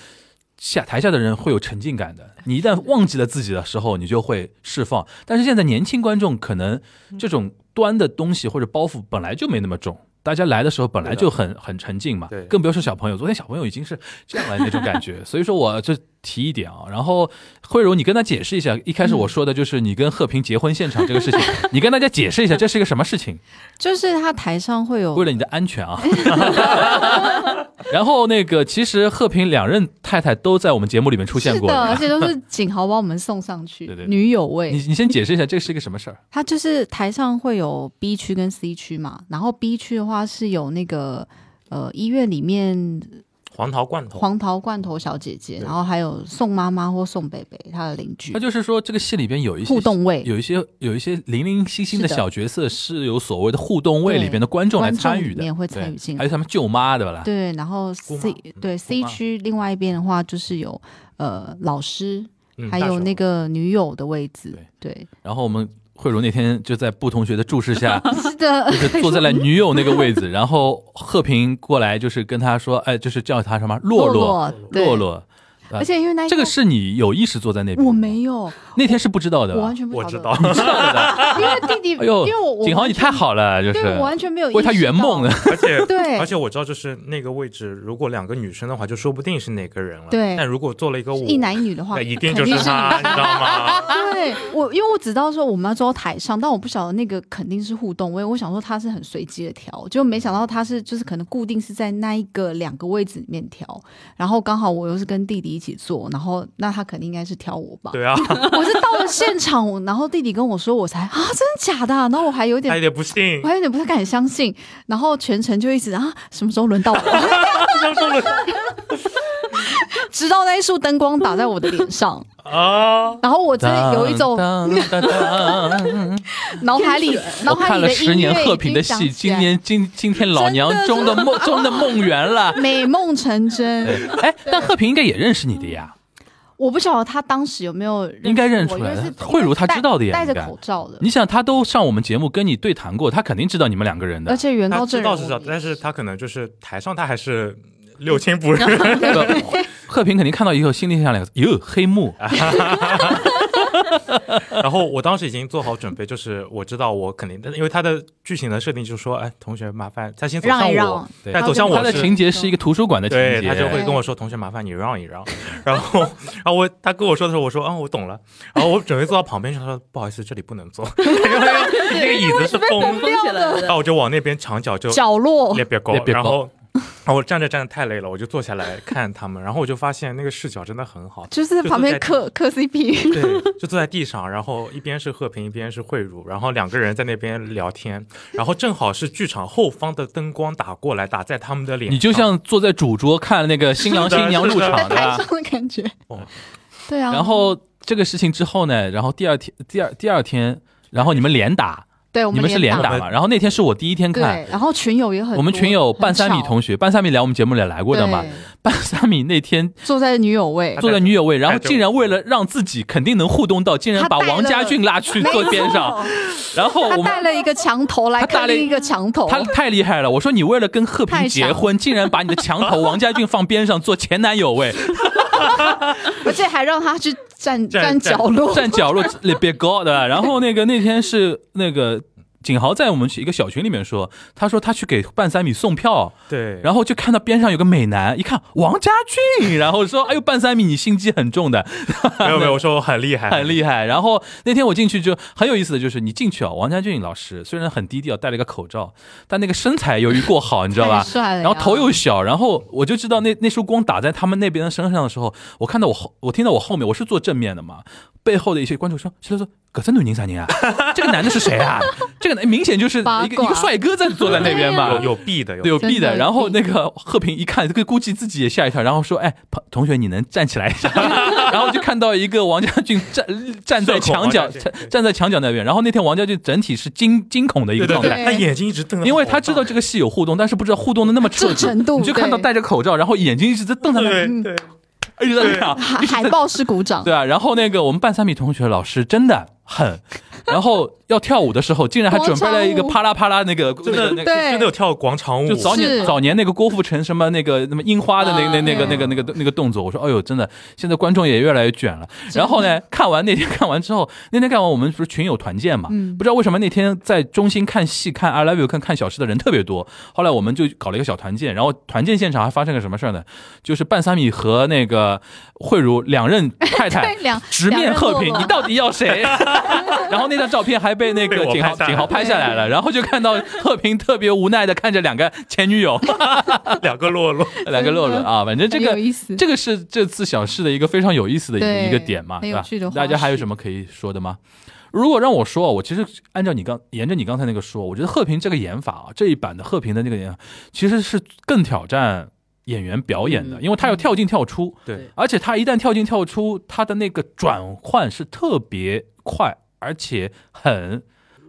Speaker 1: 下台下的人会有沉浸感的。你一旦忘记了自己的时候，你就会释放。但是现在年轻观众可能这种端的东西或者包袱本来就没那么重。大家来的时候本来就很很沉静嘛
Speaker 2: 对，
Speaker 1: 更不要说小朋友。昨天小朋友已经是这样了那种感觉，所以说我就提一点啊。然后慧茹，你跟他解释一下，一开始我说的就是你跟贺平结婚现场这个事情， 你跟大家解释一下这是一个什么事情，
Speaker 3: 就是他台上会有
Speaker 1: 为了你的安全啊。 然后那个，其实贺平两任太太都在我们节目里面出现
Speaker 3: 是
Speaker 1: 过
Speaker 3: 的，。而且都是景豪把我们送上去
Speaker 1: 对对，对
Speaker 3: 女友
Speaker 1: 你
Speaker 3: 位。
Speaker 1: 你先解释一下这是一个什么事儿？
Speaker 3: 他就是台上会有 B 区跟 C 区嘛，然后 B 区的话是有那个呃医院里面
Speaker 2: 黄桃罐头，
Speaker 3: 黄桃罐头小姐姐，
Speaker 2: 对
Speaker 3: 然后还有宋妈妈或宋北北她的邻居
Speaker 1: 那就是说，这个戏里边有一些
Speaker 3: 互动位，
Speaker 1: 有一些有一些零零星星的
Speaker 3: 是的
Speaker 1: 小角色是有所谓的互动位里边的观众来参与
Speaker 3: 观
Speaker 1: 的，
Speaker 3: 众里面会参与进
Speaker 1: 对
Speaker 3: 来
Speaker 1: 还有他们舅妈对吧？啦？
Speaker 3: 对，然后
Speaker 2: 姑妈
Speaker 3: C
Speaker 2: 嗯
Speaker 3: 对 C
Speaker 2: 姑妈
Speaker 3: 区另外一边的话就是有呃老师，
Speaker 2: 嗯
Speaker 3: 还有那，个女友的位置，对，
Speaker 1: 然后我们慧茹那天就在布同学的注视 下，
Speaker 3: 是的
Speaker 1: 就，是坐在了女友那个位置，然后贺平过来就是跟他说，哎，就是叫他什么洛洛
Speaker 3: 落
Speaker 1: 洛洛
Speaker 3: 落，
Speaker 1: 呃
Speaker 3: 而且因为那一
Speaker 1: 这个是你有意识坐在那边，
Speaker 3: 我没，有，
Speaker 1: 那天是不知道的
Speaker 3: 我
Speaker 1: 吧
Speaker 3: 完？全不
Speaker 2: 我知
Speaker 3: 晓得
Speaker 2: 道，
Speaker 1: 知道的吧，
Speaker 3: 因为弟弟，
Speaker 1: 哎呦
Speaker 3: 因为我我
Speaker 1: 景豪你太好了，就
Speaker 3: 完全，对
Speaker 1: 是
Speaker 3: 我完全没有
Speaker 1: 为他
Speaker 3: 意识
Speaker 1: 圆梦
Speaker 3: 到
Speaker 1: 了，
Speaker 2: 而且
Speaker 3: 对
Speaker 2: 而且我知道，就是那个位置，如果两个女生的话，就说不定是哪个人了。
Speaker 3: 对
Speaker 2: 但如果做了一个我，
Speaker 3: 一男一女的话，
Speaker 2: 那一定就是
Speaker 3: 肯定是
Speaker 2: 他，你知道吗？
Speaker 3: 对我，因为我只知道说我们要坐到台上，但我不晓得那个肯定是互动位。我想说他是很随机的调，就没想到他是就是可能固定是在那一个两个位置里面调，然后刚好我又是跟弟弟一起坐，然后那他肯定应该是挑我吧。
Speaker 2: 对啊，
Speaker 3: 我是到了现场，然后弟弟跟我说，我才啊真的假的啊、然后我还有
Speaker 2: 他有
Speaker 3: 点。
Speaker 2: 点不信
Speaker 3: 我，还有点不太敢相信，然后全程就一直啊，什么时候轮到我？
Speaker 2: 他说了
Speaker 3: 直到那一束灯光打在我的脸上，
Speaker 2: 啊，
Speaker 3: 然后我真的有一种
Speaker 1: 当当当当
Speaker 3: 脑海里 脑
Speaker 1: 我
Speaker 3: 海
Speaker 1: 看
Speaker 3: 里
Speaker 1: 了
Speaker 3: 的
Speaker 1: 十
Speaker 3: 音乐
Speaker 1: 年贺
Speaker 3: 已
Speaker 1: 平
Speaker 3: 经
Speaker 1: 的
Speaker 3: 响
Speaker 1: 戏，
Speaker 3: 起
Speaker 1: 今
Speaker 3: 来
Speaker 1: 年今今天老娘中的梦中的梦圆 了。
Speaker 3: 美梦成真。
Speaker 1: 哎，但贺平应该也认识你的呀，
Speaker 3: 我不晓得他当时有没有
Speaker 1: 应该认
Speaker 3: 认
Speaker 1: 出
Speaker 3: 识我
Speaker 1: 来
Speaker 3: 因为是
Speaker 1: 的慧茹她知道的呀
Speaker 3: 戴戴
Speaker 1: 应该
Speaker 3: 着口罩的，
Speaker 1: 你想他都上我们节目跟你对谈过，他肯定知道你们两个人的
Speaker 3: 而。且原
Speaker 2: 他
Speaker 3: 告
Speaker 2: 知
Speaker 3: 证
Speaker 2: 道
Speaker 3: 人
Speaker 2: 是
Speaker 3: 物
Speaker 2: 知道，
Speaker 3: 也
Speaker 2: 但是他可能就是台上他还是六亲不 认。
Speaker 3: 呃
Speaker 1: 那个贺平肯定看到以后心里想两个字：哟，黑幕。
Speaker 2: 哎然后我当时已经做好准备，就是我知道我肯定，因为他的剧情的设定就是说，哎，同学麻烦他先走向
Speaker 3: 让一
Speaker 2: 我
Speaker 3: 让，
Speaker 1: 对
Speaker 2: 他走向
Speaker 1: 他
Speaker 2: 我
Speaker 1: 的
Speaker 2: 是
Speaker 1: 情节是一个图书馆的情
Speaker 2: 对
Speaker 1: 节，
Speaker 2: 他就会跟我说：“同学，麻烦你让一让。”然后，然后我他跟我说的时候，我说：“啊，我懂了。”然后我准备坐到旁边去，他说：“不好意思，这里不能坐， 那个椅子是封。”
Speaker 5: 封起来了
Speaker 2: 然后我就往那边墙角就
Speaker 3: 角落
Speaker 2: 别别勾
Speaker 1: 别，别
Speaker 2: 然后。然后我站着站着太累了，我就坐下来看他们，然后我就发现那个视角真的很好，
Speaker 3: 就是旁边磕磕 CP，
Speaker 2: 对， 就坐在地上，然后一边是贺平，一边是慧茹，然后两个人在那边聊天，然后正好是剧场后方的灯光打过来，打在他们的脸上，
Speaker 1: 你就像坐在主桌看那个新郎
Speaker 2: 是的
Speaker 1: 新娘入场，啊
Speaker 2: 是
Speaker 1: 对
Speaker 3: 台
Speaker 1: 吧
Speaker 3: 上？的感觉
Speaker 2: 哦。
Speaker 3: 对啊，
Speaker 1: 然后这个事情之后呢，然后第二天，第二第二天，然后你们连打，
Speaker 3: 对我
Speaker 1: 你们是连
Speaker 3: 连
Speaker 1: 打嘛？然后那天是我第一天看
Speaker 3: 对，，然后群友也很多，
Speaker 1: 我们群友半三米同
Speaker 3: 学
Speaker 1: 学，半三米来我们节目里来过的嘛。半三米那天
Speaker 3: 坐在女友位
Speaker 2: 他，
Speaker 1: 坐在女友位，然后
Speaker 2: 带着
Speaker 1: 竟然为了让自己肯定能互动到，竟然把
Speaker 3: 他带了
Speaker 1: 王家俊拉去坐边上， 然后
Speaker 3: 他
Speaker 1: 我们
Speaker 3: 带了一个墙头来
Speaker 1: 他带
Speaker 3: 看
Speaker 1: 了
Speaker 3: 另一个墙头，
Speaker 1: 他太厉害了。我说你为了跟贺平
Speaker 3: 太
Speaker 1: 结
Speaker 3: 强
Speaker 1: 婚，竟然把你的墙头王家俊放边上做前男友位，
Speaker 3: 而且还让他去站
Speaker 2: 站
Speaker 3: 站角落，
Speaker 1: 站角落里别高，对吧？然后那个那天是那个。景豪在我们一个小群里面说，他说他去给半三米送票，
Speaker 2: 对，
Speaker 1: 然后就看到边上有个美男，一看王家俊，然后说：“哎呦，半三米你心机很重的，
Speaker 2: 没有没有，我说我很厉害，
Speaker 1: 很厉害。然后那天我进去就很有意思的就是，你进去啊，王家俊老师虽然很低调，戴了一个口罩，但那个身材由于过好，你知道吧
Speaker 3: 太？帅哎了呀，
Speaker 1: 然后头又小，然后我就知道那那束光打在他们那边的身上的时候，我看到我后，我听到我后面，我是坐正面的嘛，背后的一些观众说，谁说葛森女宁啥人啊？ 这个男的是谁啊？这个男明显就是一
Speaker 3: 八
Speaker 1: 个
Speaker 3: 卦
Speaker 1: 一个帅哥在坐在那边嘛，
Speaker 2: 有有 B 的，有
Speaker 1: 对有 B
Speaker 3: 真
Speaker 1: 的。
Speaker 3: 的
Speaker 1: 然后
Speaker 3: 有
Speaker 1: 那
Speaker 3: B
Speaker 1: 个贺平一看，这个估计自己也吓一跳，然后说：“哎，朋同学，你能站起来一 下？”然后就看到一个王家俊站站在
Speaker 2: 社恐
Speaker 1: 墙角，
Speaker 2: 王家俊
Speaker 1: 站
Speaker 2: 对
Speaker 1: 站在墙角那边。然后那天王家俊整体是惊惊恐的一个
Speaker 2: 对对
Speaker 1: 状态。
Speaker 2: 对，他眼睛一直 瞪，
Speaker 1: 因为他知道这个戏有互动，但是不知道互动的那么彻底，
Speaker 3: 这程度
Speaker 1: 你就看到
Speaker 3: 对
Speaker 1: 戴着口罩，然后眼睛一直在瞪他们，嗯
Speaker 2: 对对，
Speaker 1: 一直在这样，
Speaker 3: 海海报式鼓 掌，
Speaker 1: 对啊。然后那个我们半三米同学老师真的很，然后要跳舞的时候，竟然还准备了一个
Speaker 3: 广场舞
Speaker 1: 啪啦啪啦那个那个那个。
Speaker 3: 对
Speaker 2: 真的有跳广场舞，
Speaker 1: 就早年
Speaker 3: 是啊嗯
Speaker 1: 早年那个郭富城什么那个那么樱花的那个那那个那个那个那个动作，我说哎呦真的，现在观众也越来越卷了。然后呢，看完那天看完之后，那天看完我们不是群友团建嘛，
Speaker 3: 嗯
Speaker 1: 不知道为什么那天在中心看戏看《I Love You》看看小吃的人特别多。后来我们就搞了一个小团建，然后团建现场还发生个什么事儿呢？就是半三米和那个慧茹两任太太
Speaker 3: 对两
Speaker 1: 直面贺平，
Speaker 3: 两任落落
Speaker 1: 你到底要 谁？然后那张照片还被那
Speaker 2: 被
Speaker 1: 个
Speaker 2: 我
Speaker 1: 景豪
Speaker 2: 拍下来
Speaker 1: 景豪拍下来了，然后就看到贺平特别无奈的看着两个前女 友，
Speaker 2: 两个 落落，
Speaker 1: 两个洛洛啊，反正这
Speaker 3: 很有
Speaker 1: 个
Speaker 3: 意思。
Speaker 1: 这个是这次小事的一个非常有意思的一
Speaker 3: 嗯对
Speaker 1: 一个点嘛，
Speaker 3: 很
Speaker 1: 对
Speaker 3: 有
Speaker 1: 吧
Speaker 3: 趣的？花絮
Speaker 1: 大家还有什么可以说的吗？如果让我说，我其实按照你刚沿着你刚才那个说，我觉得贺平这个演法啊，这一版的贺平的那个演法，其实是更挑战演员表演的，
Speaker 5: 嗯
Speaker 1: 因为他要跳进跳出，
Speaker 2: 对
Speaker 1: 而且他一旦跳进跳出，他的那个转换是特别快，而且狠。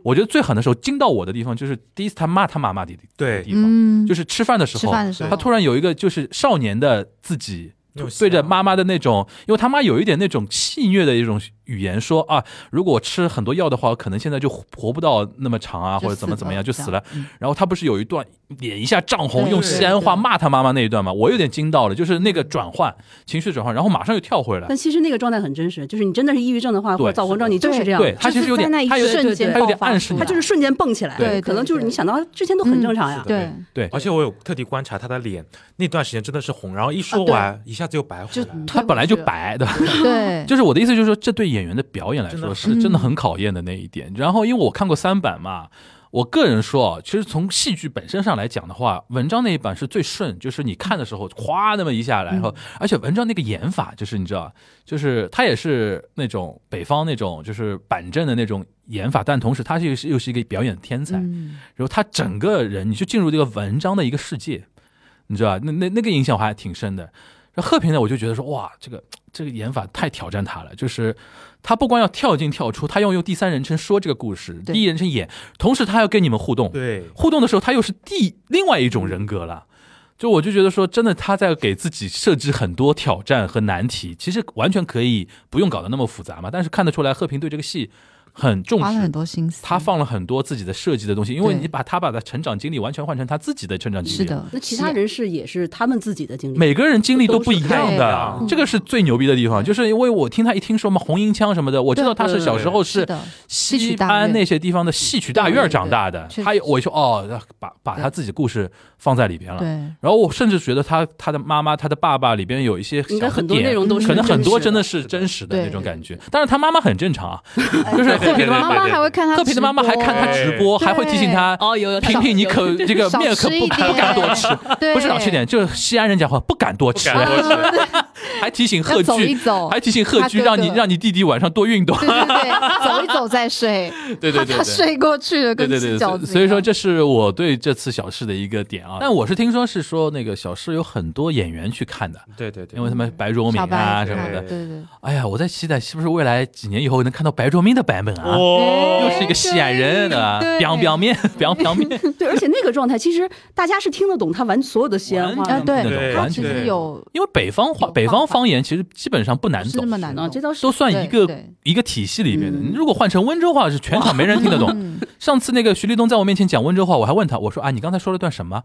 Speaker 1: 我觉得最狠的时候惊到我的地方，就是第一次他骂他妈妈的地
Speaker 2: 对
Speaker 1: 地方，
Speaker 3: 嗯，
Speaker 1: 就是吃饭的时
Speaker 3: 吃
Speaker 1: 候，
Speaker 3: 饭的时候，
Speaker 1: 他突然有一个就是少年的自己，
Speaker 2: 那种
Speaker 1: 对着
Speaker 2: 想
Speaker 1: 妈妈的那种，因为他妈有一点那种戏谑的一种语言，说啊，如果我吃很多药的话，我可能现在就活不到那么长啊，或
Speaker 3: 就
Speaker 1: 者怎么
Speaker 3: 死
Speaker 1: 怎么样
Speaker 3: 了
Speaker 1: 就
Speaker 3: 这
Speaker 1: 死了
Speaker 3: 样。嗯
Speaker 1: 然后他不是有一段脸一下涨红，
Speaker 3: 对
Speaker 1: 用
Speaker 5: 对
Speaker 1: 西安话
Speaker 5: 对
Speaker 1: 骂他妈妈那一段吗？我有点惊到了，就是那个转换情绪转换，然后马上又跳回来
Speaker 5: 但。其实那个状态很真实，就是你真的是抑郁症的话，
Speaker 1: 对
Speaker 5: 或者躁狂症，你就是这样。
Speaker 1: 对他其实有点
Speaker 3: 就是在那一
Speaker 1: 他有点
Speaker 3: 瞬间
Speaker 1: 他有点
Speaker 3: 爆发
Speaker 1: 暗示
Speaker 3: 出
Speaker 1: 你啊
Speaker 3: 来
Speaker 5: 他就是瞬间蹦起来，
Speaker 3: 对
Speaker 5: 可能就是
Speaker 3: 对
Speaker 5: 你想到他之前都很正常呀
Speaker 2: 嗯。
Speaker 3: 对，
Speaker 1: 对，
Speaker 2: 而且我有特地观察他的脸，那段时间真的是红，然后一说完、一下子又白回
Speaker 3: 就
Speaker 2: 来。
Speaker 1: 嗯他
Speaker 3: 退
Speaker 1: 本来啊
Speaker 3: 回
Speaker 1: 就
Speaker 3: 去了，
Speaker 1: 白的，
Speaker 3: 对，
Speaker 1: 就是我的意思，就是说这对演员的表演来
Speaker 2: 真的
Speaker 1: 说
Speaker 2: 很
Speaker 1: 是真的很考验的那一点。然后因为我看过三版嘛，我个人说啊，其实从戏剧本身上来讲的话，文章那一版是最顺，就是你看的时候哗那么一
Speaker 2: 嗯
Speaker 1: 下来，然后而且文章那个演法，就是你知道，就是他也是那种北方那种就是板正的那种演法，但同时他又是又是一个表演天才，
Speaker 3: 嗯，
Speaker 1: 然后他整个人你就进入这个文章的一个世界，你知道吧？那那那个印象我还挺深的。然后贺平呢，我就觉得说，哇，这个这个演法太挑战他了，就是他不光要跳进跳出，他要用第三人称说这个故事，
Speaker 3: 对
Speaker 1: 第一人称演，同时他还要跟你们互动，
Speaker 2: 对，
Speaker 1: 互动的时候他又是第另外一种人格了。就我就觉得说，真的他在给自己设置很多挑战和难题，其实完全可以不用搞得那么复杂嘛。但是看得出来，贺平对这个戏很重视，
Speaker 3: 花了很多心思，
Speaker 1: 他放了很多自己的设计的东西，因为
Speaker 3: 对
Speaker 1: 你把他把他成长经历完全换成他自己的成长经历，
Speaker 3: 是，的，
Speaker 5: 那其他
Speaker 3: 是
Speaker 5: 人是也是他们自己的经历。
Speaker 1: 每个人经历都不一
Speaker 3: 都
Speaker 1: 样
Speaker 3: 是不一
Speaker 1: 的
Speaker 2: 样，
Speaker 1: 这个是最牛逼的地方，就是因为我听他一听说嘛红缨枪什么的，我知道他是小时候
Speaker 3: 是
Speaker 1: 是啊
Speaker 3: 的，
Speaker 1: 西安那些地方的戏曲大院长大的
Speaker 3: 对对，对
Speaker 1: 他
Speaker 3: 确实
Speaker 1: 我一说哦，把把他自己故事放在里边了。
Speaker 3: 对，
Speaker 1: 然后我甚至觉得他他的妈妈他的爸爸里边有一些
Speaker 5: 应该
Speaker 1: 小
Speaker 5: 很
Speaker 1: 的
Speaker 5: 多内
Speaker 1: 点，嗯
Speaker 5: 容都是
Speaker 1: 可能很多真的
Speaker 5: 的
Speaker 1: 是真实的
Speaker 3: 对
Speaker 1: 那种感觉。但是他妈妈很正常啊，就是贺
Speaker 2: 对
Speaker 1: 平
Speaker 2: 对
Speaker 1: 的妈
Speaker 3: 妈妈还会看他，
Speaker 1: 贺平的妈妈还看他直播，
Speaker 3: 对
Speaker 1: 还会提醒他
Speaker 5: 哦，有有
Speaker 1: 萍萍，你 可这个
Speaker 3: 少
Speaker 1: 面可
Speaker 3: 吃
Speaker 1: 不
Speaker 3: 一点
Speaker 1: 不敢多吃，
Speaker 3: 对，
Speaker 1: 不是少吃 点，就是西安人讲话不敢多
Speaker 2: 不
Speaker 1: 吃，
Speaker 2: 敢多吃，
Speaker 1: 还提醒贺
Speaker 3: 要走一
Speaker 1: 剧，
Speaker 3: 走，
Speaker 1: 还提醒贺剧
Speaker 3: 他哥
Speaker 1: 让
Speaker 3: 哥
Speaker 1: 你让你弟弟晚上多运动。
Speaker 3: 对对 对，走一走再睡，
Speaker 1: 对对对
Speaker 3: 怕他
Speaker 1: 对。
Speaker 3: 睡过去了，
Speaker 1: 对
Speaker 3: 跟
Speaker 1: 对对，
Speaker 3: 吃饺
Speaker 1: 所
Speaker 3: 子一样。
Speaker 1: 所以说这是我对这次小试的一个点啊。但我是听说是说那个小试有很多演员去看的，
Speaker 2: 对对对，
Speaker 1: 因为他们白卓敏
Speaker 3: 小
Speaker 1: 啊
Speaker 3: 白
Speaker 1: 什么
Speaker 3: 对
Speaker 1: 的。
Speaker 3: 对对，
Speaker 1: 哎呀，我在期待是不是未来几年以后能看到白卓敏的版本啊？
Speaker 2: 哦，
Speaker 1: 又是一个西安人啊，
Speaker 3: 对
Speaker 1: 表表面表表面，
Speaker 5: 对，而且那个状态其实大家是听得懂他完所有的西安话
Speaker 1: 完
Speaker 5: 的
Speaker 3: 啊
Speaker 1: 全。
Speaker 2: 那
Speaker 3: 对，
Speaker 2: 种
Speaker 3: 他
Speaker 1: 完
Speaker 3: 其
Speaker 1: 全
Speaker 3: 实有
Speaker 1: 因为北方话、
Speaker 3: 有
Speaker 1: 北
Speaker 3: 方
Speaker 1: 方
Speaker 3: 法
Speaker 1: 方言其实基本上不难
Speaker 3: 不是
Speaker 1: 懂
Speaker 3: 那，么难
Speaker 5: 啊，
Speaker 3: 懂，
Speaker 5: 这倒是
Speaker 1: 都算一个
Speaker 3: 对
Speaker 1: 一个体系里面的。
Speaker 5: 嗯
Speaker 1: 你如果换成温州话，是全场没人听得懂。
Speaker 3: 嗯，
Speaker 1: 上次那个徐立东在我面前讲温州话，我还问他，我说啊，你刚才说了段什么？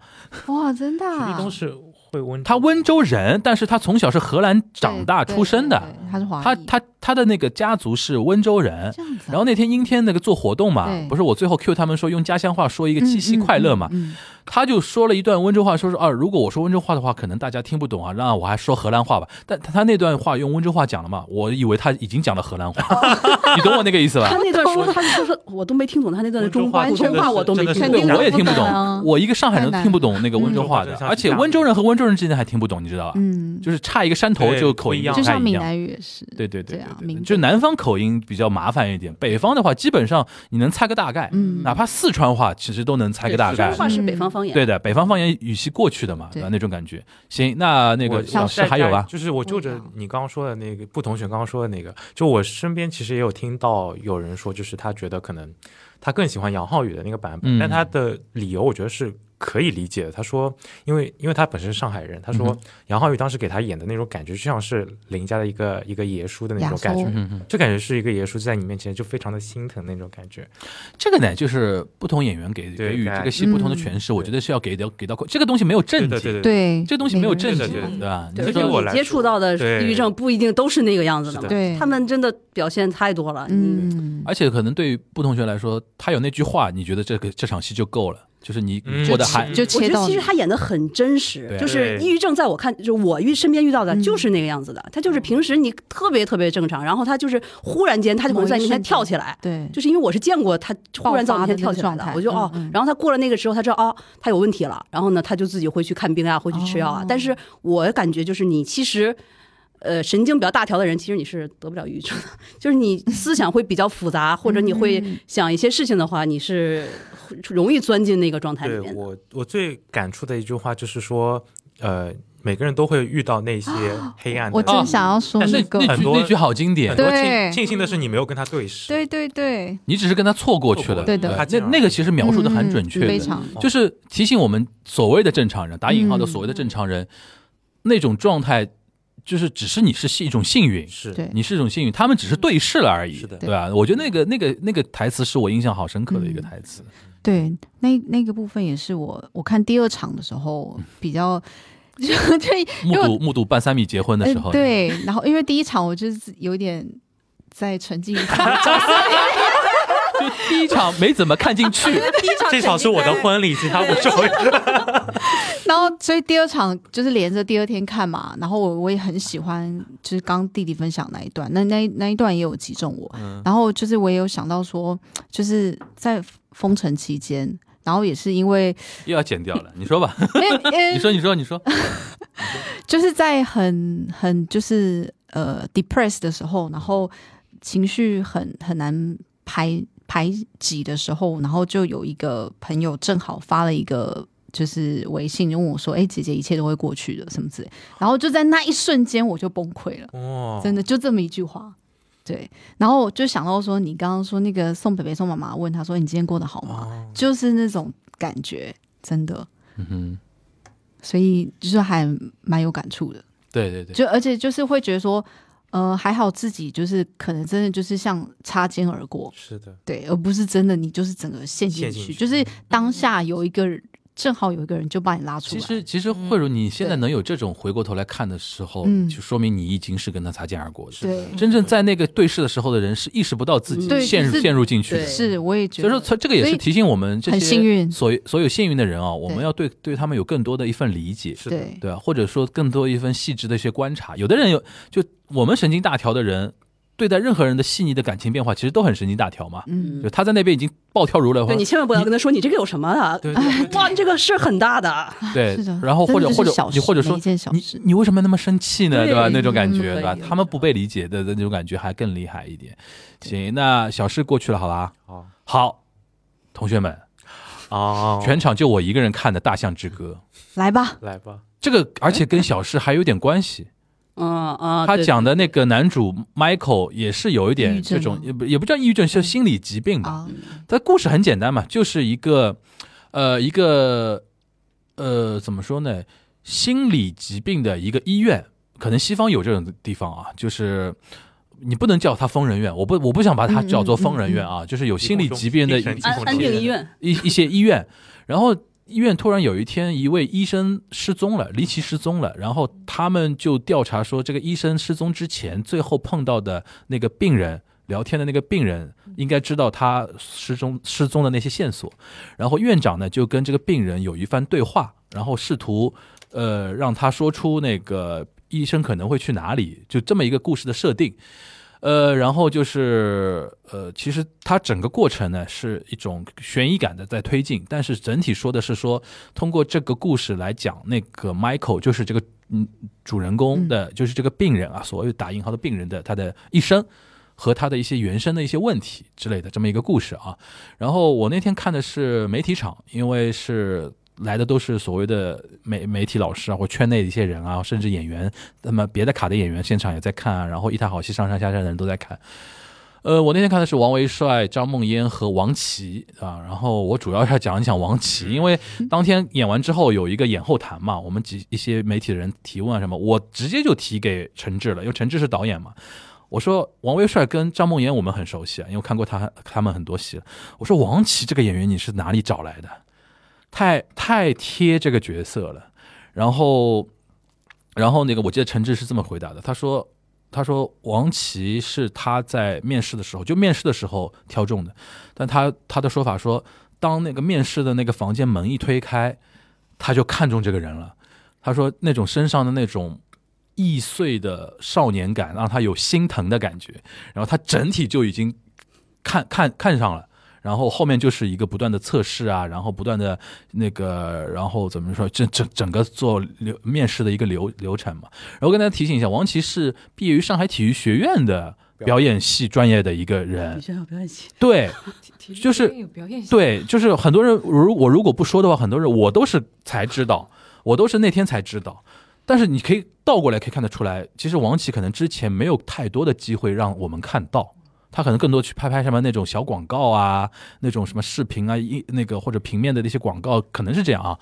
Speaker 3: 哇，真的啊，
Speaker 2: 徐立东是会
Speaker 3: 嗯
Speaker 2: 温，
Speaker 1: 他温州人，但是他从小是荷兰长大
Speaker 3: 对
Speaker 1: 出生，
Speaker 3: 对
Speaker 1: 的，
Speaker 3: 对对他是华裔，
Speaker 1: 他他他的那个家族是温州人。
Speaker 3: 这样子啊，
Speaker 1: 然后那天阴天那个做活动嘛
Speaker 3: 对，
Speaker 1: 不是我最后 Q 他们说用家乡话说一个
Speaker 3: 嗯
Speaker 1: 七夕快乐嘛，，
Speaker 3: 嗯嗯
Speaker 1: 他就说了一段温州话，说是啊，如果我说温州话的话，可能大家听不懂啊，那我还说荷兰话吧。但他他那段话用温州话讲了嘛，我以为他已经讲了荷兰话，你 懂我那个意思吧
Speaker 5: 他？那段说，他就说，我都没听懂他那段的中
Speaker 2: 温
Speaker 5: 普
Speaker 2: 州话
Speaker 5: 通话，我都没
Speaker 2: 真的
Speaker 5: 听
Speaker 2: 是
Speaker 1: 对，。
Speaker 5: 懂
Speaker 1: 我也听不
Speaker 3: 不懂
Speaker 1: 懂
Speaker 3: 啊，
Speaker 1: 我一个上海人都听不懂那个温州话的
Speaker 2: 嗯，
Speaker 1: 而且温州人和温州人之间还听不懂，你知道吧？
Speaker 3: 嗯，
Speaker 1: 就是差一个山头
Speaker 2: 对
Speaker 1: 啊就口音
Speaker 2: 不一样
Speaker 1: 不
Speaker 3: 就
Speaker 1: 太
Speaker 3: 像
Speaker 1: 一
Speaker 3: 闽
Speaker 1: 样。
Speaker 3: 南语也是，
Speaker 1: 对对对
Speaker 3: 这样
Speaker 1: 对对
Speaker 3: 闽
Speaker 1: 对，就南方口音比较麻烦一点，北方的话基本上你能猜个大概，
Speaker 3: 嗯
Speaker 1: 哪怕四川话其实都能猜个大
Speaker 5: 普通
Speaker 1: 概。
Speaker 5: 话是
Speaker 2: 嗯
Speaker 5: 北方方言。
Speaker 1: 对的，北方方言语系过去的嘛，
Speaker 3: 对
Speaker 1: 吧那种感觉。行，那那个
Speaker 2: 我
Speaker 1: 老师还有啊吧？
Speaker 2: 就是我就着你刚刚说的那个不同学刚刚说的那个，就我身边其实也有听到有人说，就是他觉得可能他更喜欢杨浩宇的那个版本，
Speaker 1: 嗯
Speaker 2: 但他的理由我觉得是可以理解的。他说，因为因为他本身是上海人，他
Speaker 1: 嗯
Speaker 2: 说
Speaker 1: 哼
Speaker 2: 杨浩宇当时给他演的那种感觉，就像是邻家的一个一个爷叔的那种感
Speaker 3: 亚
Speaker 2: 觉
Speaker 3: 叔。
Speaker 1: 嗯嗯，
Speaker 2: 就感觉是一个爷叔在你面前就非常的心疼那种感觉，
Speaker 1: 这个呢，就是不同演员给
Speaker 2: 对
Speaker 1: 给予
Speaker 2: 对
Speaker 1: 这个戏不同的诠
Speaker 3: 嗯
Speaker 1: 释，我觉得是要给到给到这个东西没有正解，
Speaker 2: 对
Speaker 3: 对，
Speaker 1: 这个东西没有正
Speaker 3: 每
Speaker 1: 解，
Speaker 3: 个
Speaker 2: 对
Speaker 3: 人不一
Speaker 1: 对
Speaker 3: 样
Speaker 1: 吧？
Speaker 5: 对，
Speaker 1: 你
Speaker 5: 而
Speaker 1: 说
Speaker 5: 且
Speaker 2: 对我来
Speaker 5: 你
Speaker 2: 说
Speaker 5: 接触到的抑郁症不一定都是那个样子的嘛，
Speaker 2: 是
Speaker 3: 对
Speaker 5: 他们真的表现太多了。嗯，
Speaker 3: 嗯，
Speaker 1: 而且可能对于不同学来说，他有那句话，你觉得这个这场戏就够了，就是你
Speaker 2: 嗯
Speaker 1: 你做的还
Speaker 2: 就
Speaker 3: 就
Speaker 5: 我
Speaker 3: 切
Speaker 5: 觉得
Speaker 3: 到
Speaker 5: 其
Speaker 3: 你
Speaker 5: 实他演的很真实
Speaker 1: 对，
Speaker 5: 就是
Speaker 2: 对
Speaker 5: 抑郁症，在我看，就是我遇身边遇到的
Speaker 3: 嗯
Speaker 5: 就是那个样子的，他就是平时你特别特别正常，然后他就是忽然间他就会在你面前跳起来。
Speaker 3: 对，
Speaker 5: 就是因为我是见过他忽然在我面前跳起
Speaker 3: 爆
Speaker 5: 来
Speaker 3: 发的那
Speaker 5: 的，
Speaker 3: 个
Speaker 5: 我就
Speaker 3: 状
Speaker 5: 哦
Speaker 3: 态嗯嗯，
Speaker 5: 然后他过了那个时候，他知道哦，他有问题了，然后呢，他就自己会去看病啊，会去吃药啊
Speaker 3: 哦。
Speaker 5: 但是我感觉就是你其实，呃，神经比较大条的人，其实你是得不了抑郁症的，就是你思想会比较复杂，或者你会想一些事情的话，你是容易钻进那个状态里
Speaker 2: 对
Speaker 5: 面的。
Speaker 2: 我，我最感触的一句话就是说，呃，每个人都会遇到那些黑暗的。
Speaker 3: 我正想要说
Speaker 2: 但是
Speaker 3: 那
Speaker 1: 哦哎那
Speaker 3: 个，
Speaker 1: 那
Speaker 2: 很
Speaker 1: 句
Speaker 2: 多
Speaker 1: 那句好经典
Speaker 2: 很，多
Speaker 3: 对
Speaker 2: 庆庆幸的是，你没有跟他对视。
Speaker 3: 对对对，
Speaker 1: 你只是跟他错过去了。
Speaker 3: 对的
Speaker 1: 那那个其实描述的很准确
Speaker 3: 嗯嗯非
Speaker 1: 的，
Speaker 3: 常。
Speaker 1: 就是提醒我们所谓的正常人，打引
Speaker 3: 嗯
Speaker 1: 号的所谓的正常人，那种状态，就是只是你是一种幸运，
Speaker 2: 是
Speaker 3: 对
Speaker 1: 你是一种幸运，他们只是对视了而已，
Speaker 2: 是的
Speaker 1: 对吧？我觉得那个那个那个台词是我印象好深刻的一个台词，
Speaker 3: 对，那那个部分也是我我看第二场的时候比较， 就就
Speaker 1: 目
Speaker 3: 因为
Speaker 1: 睹目睹半三米结婚的时候，
Speaker 3: 呃对，然后因为第一场我就是有点在沉浸于他们角色里
Speaker 1: 就第一场没怎么看进 去，
Speaker 4: 第一场
Speaker 2: 这场是我的婚礼，其他不是我。
Speaker 3: 然后所以第二场就是连着第二天看嘛，然后我我也很喜欢，就是刚弟弟分享那一段，那那那一段也有击中我，
Speaker 1: 嗯
Speaker 3: 然后就是我也有想到说，就是在封城期间。然后也是因为， 呃
Speaker 1: 又要剪掉了， 你说吧，
Speaker 3: 因为因为
Speaker 1: 你说你说你说，
Speaker 3: 就是在很很就是呃 depressed 的时候，然后情绪很很难排排挤的时候，然后就有一个朋友正好发了一个。就是微信就问我说：“哎、姐姐，一切都会过去的，什么之类。”然后就在那一瞬间，我就崩溃了，
Speaker 2: 哦，
Speaker 3: 真的就这么一句话。对，然后我就想到说，你刚刚说那个送北北送妈妈，问他说：“你今天过得好吗？”就是那种感觉，真的，
Speaker 1: 嗯哼，
Speaker 3: 所以就是还蛮有感触的。
Speaker 1: 对对对，
Speaker 3: 就而且就是会觉得说，呃，还好自己就是可能真的就是像擦肩而过，
Speaker 2: 是的，
Speaker 3: 对，而不是真的你就是整个陷进
Speaker 2: 陷
Speaker 3: 去，
Speaker 2: 进去
Speaker 3: 就是当下有一个人，正好有一个人就把你拉出
Speaker 1: 其
Speaker 3: 来，
Speaker 1: 实其实慧茹，你现在能有这种回过头来看的时候，
Speaker 3: 嗯
Speaker 1: 就说明你已经是跟他擦肩而过的。
Speaker 3: 对，
Speaker 1: 真正在那个对视的时候的人是意识不到自己
Speaker 3: 对
Speaker 1: 陷入
Speaker 3: 就是
Speaker 1: 陷入进去的，
Speaker 5: 对
Speaker 3: 是我也觉
Speaker 1: 所以
Speaker 3: 得，
Speaker 1: 说从这个也
Speaker 3: 所
Speaker 1: 是
Speaker 3: 以
Speaker 1: 提醒我们这些
Speaker 3: 很幸运
Speaker 1: 所所有幸运的人啊，我们要对对他们有更多的一份理解，
Speaker 2: 是的
Speaker 3: 对
Speaker 1: 对吧？或者说更多一份细致的一些观察。有的人有，就我们神经大条的人，对待任何人的细腻的感情变化，其实都很神经大条嘛。
Speaker 3: 嗯，
Speaker 1: 就他在那边已经暴跳如雷，
Speaker 5: 对你千万不要跟他说你这个有什么啊？
Speaker 2: 对对对
Speaker 5: 哇，你这个事儿很大的，
Speaker 1: 对
Speaker 3: 是的，
Speaker 1: 然后或者
Speaker 3: 真的是
Speaker 1: 或者
Speaker 3: 小事
Speaker 1: 你或者
Speaker 3: 每
Speaker 1: 说
Speaker 3: 一件小
Speaker 1: 你
Speaker 3: 事
Speaker 1: 你为什么那么生气呢？
Speaker 5: 对
Speaker 1: 对吧？那种感
Speaker 3: 嗯
Speaker 1: 觉，对吧
Speaker 5: 可以？
Speaker 1: 他们不被理解的那种感觉还更厉害一点。行，那小事过去了，好吧？
Speaker 2: 好
Speaker 1: 好，同学们，
Speaker 2: 哦，
Speaker 1: 全场就我一个人看的《大象之歌》。
Speaker 3: 来吧，
Speaker 2: 来吧，
Speaker 1: 这个，而且跟小事还有点关系。
Speaker 5: 嗯
Speaker 3: 哦
Speaker 5: 嗯，
Speaker 1: 他
Speaker 5: 对
Speaker 1: 讲的那个男主 Michael 也是有一
Speaker 3: 抑
Speaker 1: 点
Speaker 3: 郁症
Speaker 1: 这种
Speaker 3: 吗，
Speaker 1: 也不也不叫抑郁症，是心理疾病吧。
Speaker 3: 啊，
Speaker 1: 他故事很简单嘛，就是一个，呃，一个，呃，怎么说呢？心理疾病的一个医院，可能西方有这种地方啊，就是你不能叫它疯人院，我不我不想把它
Speaker 3: 嗯嗯
Speaker 1: 叫做
Speaker 3: 嗯
Speaker 1: 疯人
Speaker 3: 嗯
Speaker 1: 院啊，就是有心理疾病的
Speaker 2: 精神
Speaker 5: 安
Speaker 2: 精神
Speaker 5: 安定医院，
Speaker 1: 一一些医院，然后医院突然有一天一位医生失踪了，离奇失踪了，然后他们就调查说这个医生失踪之前最后碰到的那个病人。聊天的那个病人应该知道他失踪失踪的那些线索，然后院长呢就跟这个病人有一番对话，然后试图呃让他说出那个医生可能会去哪里，就这么一个故事的设定。呃，然后就是呃，其实它整个过程呢是一种悬疑感的在推进，但是整体说的是说，通过这个故事来讲，那个 Michael 就是这个嗯主人公的，就是这个病人啊，所谓打引号的病人的他的一生和他的一些原生的一些问题之类的这么一个故事啊。然后我那天看的是媒体场，因为是。来的都是所谓的媒媒体老师啊，或圈内的一些人啊，甚至演员，那么别的卡的演员现场也在看啊，然后一台好戏上上下下的人都在看。呃，我那天看的是王维帅、张梦嫣和王琦啊，然后我主要要讲一讲王琦，因为当天演完之后有一个演后谈嘛，我们几一些媒体的人提问啊什么，我直接就提给陈志了，因为陈志是导演嘛。我说王威帅跟张梦嫣我们很熟悉啊，因为我看过他他们很多戏了。我说王琦这个演员你是哪里找来的？太太贴这个角色了。然后，然后那个我记得陈志是这么回答的，他说他说王琦是他在面试的时候，就面试的时候挑中的，但他他的说法说，当那个面试的那个房间门一推开，他就看中这个人了。他说那种身上的那种易碎的少年感，让他有心疼的感觉，然后他整体就已经看看看上了。然后后面就是一个不断的测试啊，然后不断的那个，然后怎么说，这整整个做流面试的一个流流程嘛。然后跟大家提醒一下，王琦是毕业于上海体育学院的表演系专业的一个人
Speaker 5: 你，这要不要起？
Speaker 1: 对，
Speaker 4: 体育
Speaker 1: 就是
Speaker 4: 有表演性，
Speaker 1: 对，就是很多人，如我如果不说的话，很多人我都是才知道，我都是那天才知道。但是你可以倒过来可以看得出来，其实王琦可能之前没有太多的机会让我们看到，他可能更多去拍拍什么那种小广告啊，那种什么视频啊，一那个或者平面的那些广告，可能是这样啊。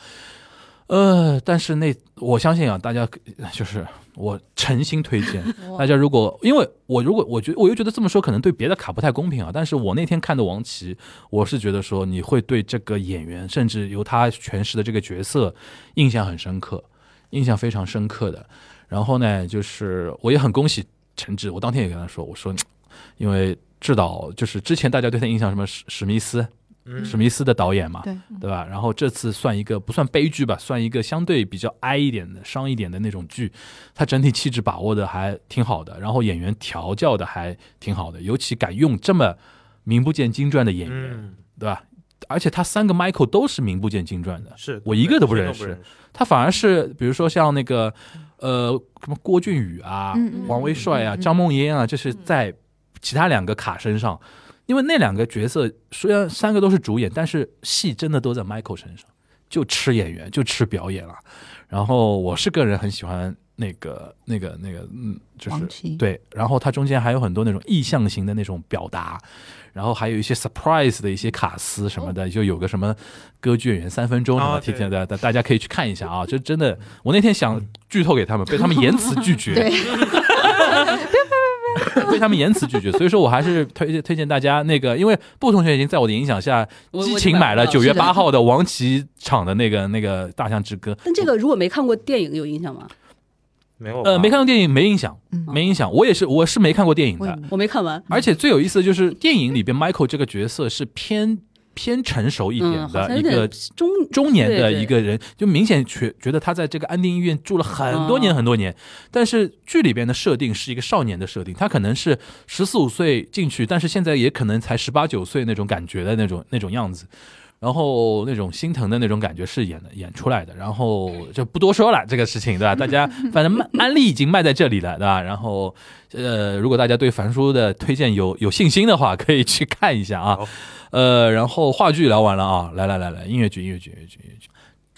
Speaker 1: 呃，但是那我相信啊，大家就是我诚心推荐大家，如果因为我如果我觉我又觉得这么说可能对别的卡不太公平啊，但是我那天看的王琦，我是觉得说你会对这个演员，甚至由他诠释的这个角色印象很深刻，印象非常深刻的。然后呢，就是我也很恭喜陈志，我当天也跟他说，我说，因为志导就是之前大家对他印象什么史史密斯，
Speaker 2: 嗯
Speaker 1: 史密斯的导演嘛，
Speaker 3: 对
Speaker 1: 对吧？然后这次算一个不算悲剧吧，算一个相对比较哀一点的、伤一点的那种剧，它整体气质把握的还挺好的，然后演员调教的还挺好的，尤其敢用这么名不见经传的演员，
Speaker 2: 嗯，
Speaker 1: 对吧？而且他三个 Michael 都是名不见经传的，
Speaker 2: 是
Speaker 1: 我一个都不
Speaker 2: 谁
Speaker 1: 认识他反而是比如说像那个呃什么郭俊宇啊、
Speaker 3: 嗯嗯
Speaker 1: 王威帅啊、
Speaker 3: 嗯嗯
Speaker 1: 张梦嫣啊，这是在其他两个卡身上，因为那两个角色虽然三个都是主演，但是戏真的都在 Michael 身上，就吃演员，就吃表演了。然后我是个人很喜欢那个那个那个，嗯，就是
Speaker 3: 王琦
Speaker 1: 对，然后它中间还有很多那种意象型的那种表达，然后还有一些 surprise 的一些卡司什么的，就有个什么歌剧演员三分钟什么
Speaker 2: 啊
Speaker 1: 提
Speaker 2: 对
Speaker 1: 前的，大大家可以去看一下啊。这真的，我那天想剧透给他们，被他们言辞拒绝， 被他们言辞拒绝。所以说我还是推荐推荐大家那个，因为布同学已经在我的影响下
Speaker 5: 我
Speaker 1: 激情买了九月八号的王琦场的那个那个《大象之歌》，
Speaker 5: 但这个如果没看过电影有印象吗？
Speaker 2: 没有
Speaker 1: 呃，
Speaker 2: 吧
Speaker 1: 没看过电影没影响，
Speaker 3: 嗯
Speaker 1: 没影响。我也是，我是没看过电影
Speaker 3: 我也
Speaker 1: 的。
Speaker 3: 没
Speaker 5: 我没看完。
Speaker 1: 而且最有意思的就是电影里边 Michael 这个角色是偏偏成熟一
Speaker 5: 嗯，
Speaker 1: 点
Speaker 5: 好像
Speaker 1: 的
Speaker 5: 有
Speaker 1: 一个
Speaker 5: 点中
Speaker 1: 中年的
Speaker 5: 对对
Speaker 1: 一个人，就明显觉觉得他在这个安定医院住了很多年
Speaker 5: 嗯
Speaker 1: 很多年。但是剧里边的设定是一个少年的设定，他可能是十四五岁进去，但是现在也可能才十八九岁那种感觉的那种那种样子。然后那种心疼的那种感觉是演的演出来的，然后就不多说了这个事情，对吧？大 家反正卖安利已经卖在这里了，对吧？然后呃，如果大家对樊叔的推荐有有信心的话，可以去看一下啊
Speaker 2: 好。
Speaker 1: 呃，然后话剧聊完了啊，来来来来，音乐剧音乐剧音乐剧音乐剧，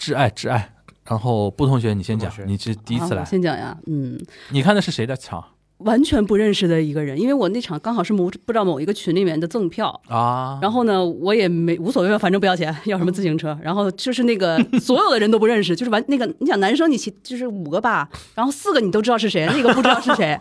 Speaker 1: 挚爱挚爱。然后布同学你先讲
Speaker 2: 布，同学
Speaker 1: 你是第一次
Speaker 5: 啊
Speaker 1: 来
Speaker 5: 我，先讲呀，嗯，
Speaker 1: 你看的是谁的场
Speaker 5: 完全不认识的一个人，因为我那场刚好是某不知道某一个群里面的赠票，
Speaker 1: 啊？
Speaker 5: 然后呢，我也没无所谓，反正不要钱，要什么自行车。然后就是那个所有的人都不认识，就是完那个你想男生你骑就是五个吧，然后四个你都知道是谁，那个不知道是谁。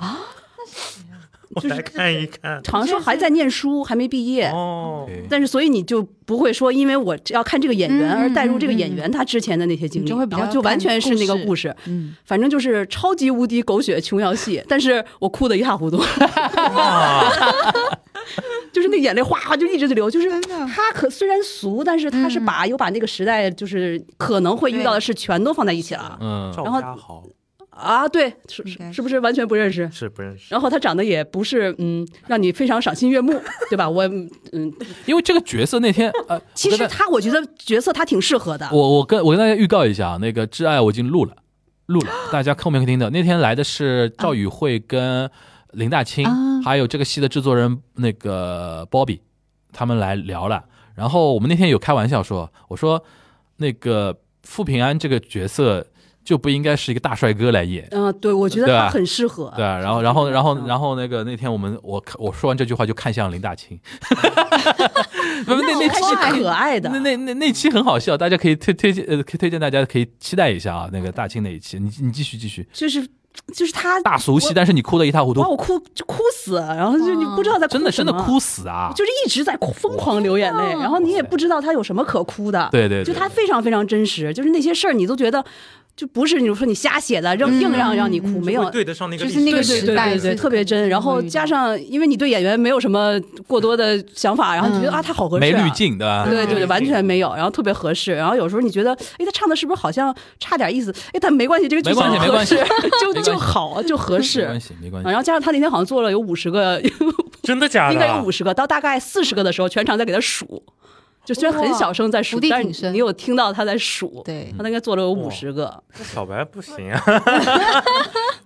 Speaker 2: 我
Speaker 5: 就是
Speaker 2: 来看一看
Speaker 5: 好像说还在念书，还没毕业。
Speaker 2: 哦，
Speaker 1: 对
Speaker 5: 但是，所以你就不会说，因为我要看这个演
Speaker 3: 嗯
Speaker 5: 员
Speaker 3: 嗯
Speaker 5: 而带入这个
Speaker 3: 嗯嗯
Speaker 5: 演员他之前的那些经历，
Speaker 3: 你就会比较
Speaker 5: 然后就完全是那个
Speaker 3: 看
Speaker 5: 故
Speaker 3: 故
Speaker 5: 事，
Speaker 3: 嗯，
Speaker 5: 反正就是超级无敌狗血琼瑶戏，但是我哭的一塌糊涂， 就是那眼泪哗哗就一直就流，就是
Speaker 3: 真的
Speaker 5: 他可虽然俗，但是他是把有把那个时代就是可能会遇到的事全都放在一起了
Speaker 1: 嗯，
Speaker 2: 赵
Speaker 5: 然后
Speaker 2: 家豪
Speaker 5: 啊，对，是
Speaker 3: 应该
Speaker 5: 是
Speaker 3: 是
Speaker 5: 是不是完全不认识？
Speaker 2: 是不认识，
Speaker 5: 然后他长得也不是，嗯，让你非常赏心悦目，对吧？我，嗯，
Speaker 1: 因为这个角色那天呃，
Speaker 5: 其
Speaker 1: 我跟
Speaker 5: 实
Speaker 1: 他
Speaker 5: 他我觉得角色他挺适合的，
Speaker 1: 我我跟我跟大家预告一下啊，那个《挚爱》我已经录了，录了，大家后面可以听到。那天来的是赵宇慧跟林大清，
Speaker 3: 啊
Speaker 1: 还有这个戏的制作人那个 Bobby，他们来聊了。然后我们那天有开玩笑说，我说那个傅平安这个角色就不应该是一个大帅哥来演。
Speaker 5: 嗯，对，我觉得
Speaker 1: 对
Speaker 5: 他
Speaker 1: 啊
Speaker 5: 很适合。
Speaker 1: 对啊，然后，然后，然后，
Speaker 5: 呃嗯
Speaker 1: 然后那个那天我们我看我说完这句话就看向林大清， 不是那那
Speaker 5: 他
Speaker 1: 期
Speaker 5: 是可爱的
Speaker 1: 那，那那那期很好笑，大家可以推推荐呃，可以推荐大家可以期待一下啊，那个大庆那一期，你你继续继续，
Speaker 5: 就是就是他
Speaker 1: 大俗气，但是你哭的一塌糊
Speaker 5: 把
Speaker 1: 涂，
Speaker 5: 我哭就哭死，然后就你不知道在哭
Speaker 1: 真的
Speaker 5: 什
Speaker 1: 真
Speaker 5: 么
Speaker 1: 的哭，死啊！
Speaker 5: 就是一直在哭疯狂流眼泪，然后你也不知道他有什么可哭的，
Speaker 1: 对对，
Speaker 5: 就
Speaker 1: 对
Speaker 5: 他非常非常真实，就是那些事儿你都觉得就不是你说你瞎写的，让硬让让你哭，没有
Speaker 2: 会。对得上那个
Speaker 3: 就
Speaker 2: 历史
Speaker 3: 是那个
Speaker 5: 对
Speaker 3: 时
Speaker 5: 对
Speaker 3: 代
Speaker 5: 对
Speaker 3: 是
Speaker 5: 对，特别真。然后加上，因为你对演员没有什么过多的想法，然后你觉得
Speaker 3: 嗯
Speaker 5: 啊，他好合适
Speaker 1: 没
Speaker 5: 啊，
Speaker 1: 滤镜对吧？
Speaker 5: 对对
Speaker 2: 没滤
Speaker 5: 对，
Speaker 2: 镜
Speaker 5: 完全没有，然后特别合适。然后有时候你觉得，哎，他唱的是不是好像差点意思？哎，但没关系，这个剧
Speaker 1: 没关系
Speaker 5: 情
Speaker 1: 没
Speaker 5: 合
Speaker 1: 关系
Speaker 5: 适， 就
Speaker 1: 没关系
Speaker 5: 就好，就合
Speaker 1: 没
Speaker 5: 适
Speaker 1: 关。系没关
Speaker 5: 啊
Speaker 1: 系，
Speaker 5: 然后加上他那天好像做了有五十个，
Speaker 2: 真的啊假的？
Speaker 5: 应该有五十个，到大概四十个的时候，全场在给他数，就虽然很小声在数
Speaker 3: 哇伏，地
Speaker 5: 但
Speaker 3: 挺
Speaker 5: 是
Speaker 3: 深
Speaker 5: 你有听到他在数。
Speaker 1: 嗯
Speaker 3: 对，
Speaker 5: 他应该做了有五
Speaker 2: 哇
Speaker 5: 十个，
Speaker 2: 小白不行 啊，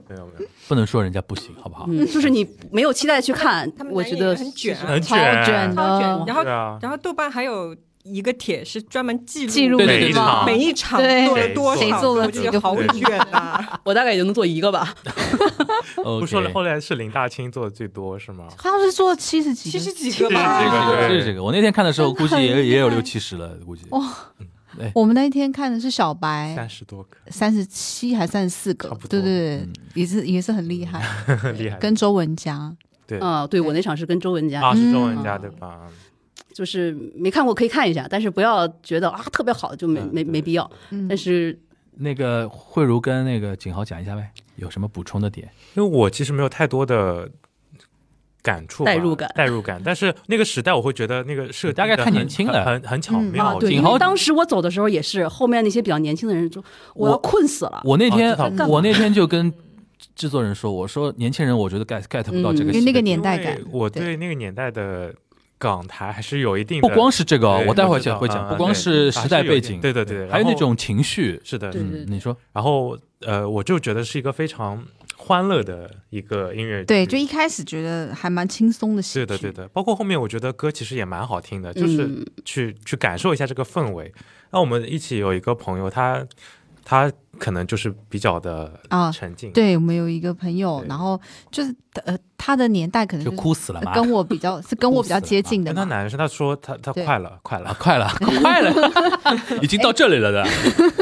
Speaker 2: 没有没有，
Speaker 1: 不能说人家不行，好不好？
Speaker 5: 嗯，就是你没有期待去看
Speaker 4: 他，们
Speaker 5: 我
Speaker 4: 男
Speaker 5: 觉
Speaker 4: 演员
Speaker 5: 得
Speaker 4: 很卷啊，
Speaker 2: 很
Speaker 3: 超
Speaker 2: 卷，
Speaker 3: 卷的
Speaker 4: 超卷。然后
Speaker 2: 对啊，
Speaker 4: 然后豆瓣还有一个帖是专门记录
Speaker 3: 记录
Speaker 1: 对每
Speaker 3: 对
Speaker 1: 一
Speaker 3: 吧
Speaker 2: 场
Speaker 4: 每一场
Speaker 3: 对
Speaker 4: 做了多
Speaker 2: 谁
Speaker 4: 少，
Speaker 3: 做了
Speaker 4: 我觉
Speaker 3: 几
Speaker 4: 得
Speaker 3: 个
Speaker 4: 好
Speaker 3: 伏笔
Speaker 4: 卷 啊！
Speaker 5: 我大概也就能做一个吧。
Speaker 1: 不
Speaker 2: 不说了，后来是林大清做的最多是吗？
Speaker 3: 好像是做七十几个，
Speaker 4: 七十几
Speaker 2: 这
Speaker 4: 个吧，
Speaker 2: 个
Speaker 1: 是这个，我那天看的
Speaker 5: 嗯
Speaker 1: 时候估计
Speaker 3: 真的
Speaker 1: 也
Speaker 3: 很
Speaker 1: 也有
Speaker 3: 厉害
Speaker 1: 六七十了，估计。
Speaker 5: 哦
Speaker 3: 哇我们那一天看的是小白
Speaker 2: 三十多个，
Speaker 3: 三十七还三十四个
Speaker 2: 差不，多
Speaker 3: 对对对，也是也是很厉害，
Speaker 2: 很厉害。
Speaker 3: 跟周文佳
Speaker 2: 对
Speaker 5: 啊、对我那场是跟周文佳，
Speaker 2: 啊，是中文家
Speaker 5: 嗯
Speaker 2: 对吧？
Speaker 5: 就是没看过可以看一下，但是不要觉得啊特别好就没
Speaker 2: 嗯
Speaker 5: 没没必要。
Speaker 3: 嗯
Speaker 5: 但是
Speaker 1: 那个慧茹跟那个景豪讲一下呗，有什么补充的点？
Speaker 2: 因为我其实没有太多的感触吧，
Speaker 5: 代入感
Speaker 2: 代入感。但是那个时代，我会觉得那个设定
Speaker 1: 大概
Speaker 2: 得
Speaker 1: 太
Speaker 2: 很
Speaker 1: 年轻了
Speaker 2: 很很很巧
Speaker 3: 嗯
Speaker 2: 妙。
Speaker 5: 啊，对，
Speaker 1: 景
Speaker 5: 因
Speaker 1: 豪
Speaker 5: 为当时我走的时候也是，后面那些比较年轻的人就我要困死了。
Speaker 1: 我那天、
Speaker 2: 哦这倒
Speaker 5: 不
Speaker 1: 我那天就跟制作人说，我说年轻人，我觉得 get get 不到这个
Speaker 5: 嗯
Speaker 1: 戏、
Speaker 3: 因为那个年代感
Speaker 2: 因为，我
Speaker 3: 对
Speaker 2: 对那个年代的港台还是有一定
Speaker 1: 不
Speaker 2: 的，
Speaker 1: 光是这个哦，
Speaker 2: 对
Speaker 1: 我待会儿
Speaker 2: 我知道
Speaker 1: 讲会讲，
Speaker 2: 嗯
Speaker 1: 不光是时代背景，
Speaker 2: 对对对，
Speaker 1: 还有那
Speaker 2: 然后
Speaker 1: 种情绪。
Speaker 2: 是的，
Speaker 5: 对
Speaker 1: 嗯，你说
Speaker 2: 然后呃，我就觉得是一个非常欢乐的一个音乐剧，
Speaker 3: 对，就一开始觉得还蛮轻松的喜
Speaker 2: 对
Speaker 3: 剧，
Speaker 2: 的对的。包括后面我觉得歌其实也蛮好听的，就是
Speaker 5: 嗯
Speaker 2: 去、去感受一下这个氛围。那我们一起有一个朋友，他他可能就是比较的
Speaker 3: 啊
Speaker 2: 沉浸，
Speaker 3: 对，我们有一个朋友，
Speaker 2: 对
Speaker 3: 然后就是呃，他的年代可能
Speaker 1: 就是哭死了嘛，
Speaker 3: 跟我比较是跟我比较接近的
Speaker 2: 跟他
Speaker 3: 嘛，
Speaker 2: 男生，他说他他
Speaker 3: 对
Speaker 2: 快了快
Speaker 1: 啊，
Speaker 2: 了，
Speaker 1: 快了，快 了，已经到这里了的，
Speaker 3: 哎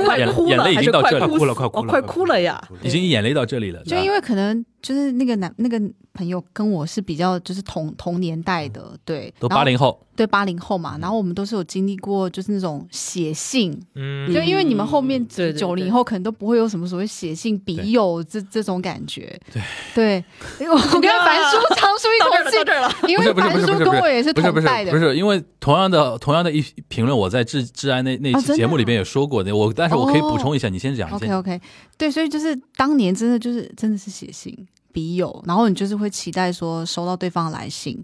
Speaker 5: 快
Speaker 1: 眼
Speaker 5: 哭
Speaker 1: 眼
Speaker 5: 了，
Speaker 1: 泪已
Speaker 5: 还
Speaker 1: 经
Speaker 5: 是
Speaker 1: 到
Speaker 5: 快
Speaker 1: 这里
Speaker 5: 哭
Speaker 2: 哭了
Speaker 5: 死
Speaker 2: 快哭
Speaker 5: 哦
Speaker 2: 了
Speaker 5: 快哭了呀！
Speaker 1: 已经眼泪到这里了。
Speaker 3: 就因为可能就是那个男那个朋友跟我是比较就是同同年代的，对，
Speaker 1: 都
Speaker 3: 然后
Speaker 1: 八零后，
Speaker 3: 对八零后嘛，然后我们都是有经历过就是那种写信，
Speaker 2: 嗯，
Speaker 3: 就因为你们后面
Speaker 5: 对对对
Speaker 3: 九零后可能都不会有什么所谓写信笔友这这种感觉， 对对，我跟樊叔长舒一
Speaker 5: 到这儿了，到
Speaker 3: 口
Speaker 5: 这儿了。
Speaker 3: 气，因
Speaker 1: 不是
Speaker 3: 为
Speaker 1: 不是
Speaker 3: 樊
Speaker 1: 不是
Speaker 3: 叔
Speaker 1: 不是
Speaker 3: 跟我也是
Speaker 1: 不是
Speaker 3: 同
Speaker 1: 不是
Speaker 3: 代的，
Speaker 1: 不是，因为同样的同样的一评论，我在治治安那那
Speaker 3: 哦
Speaker 1: 期
Speaker 3: 真的
Speaker 1: 节目里
Speaker 3: 啊
Speaker 1: 边也说过的，我但是我可以
Speaker 3: 哦
Speaker 1: 补充一下，你先讲，你先
Speaker 3: OK OK，对，所以就是当年真的就是真的是写信笔友，然后你就是会期待说收到对方的来信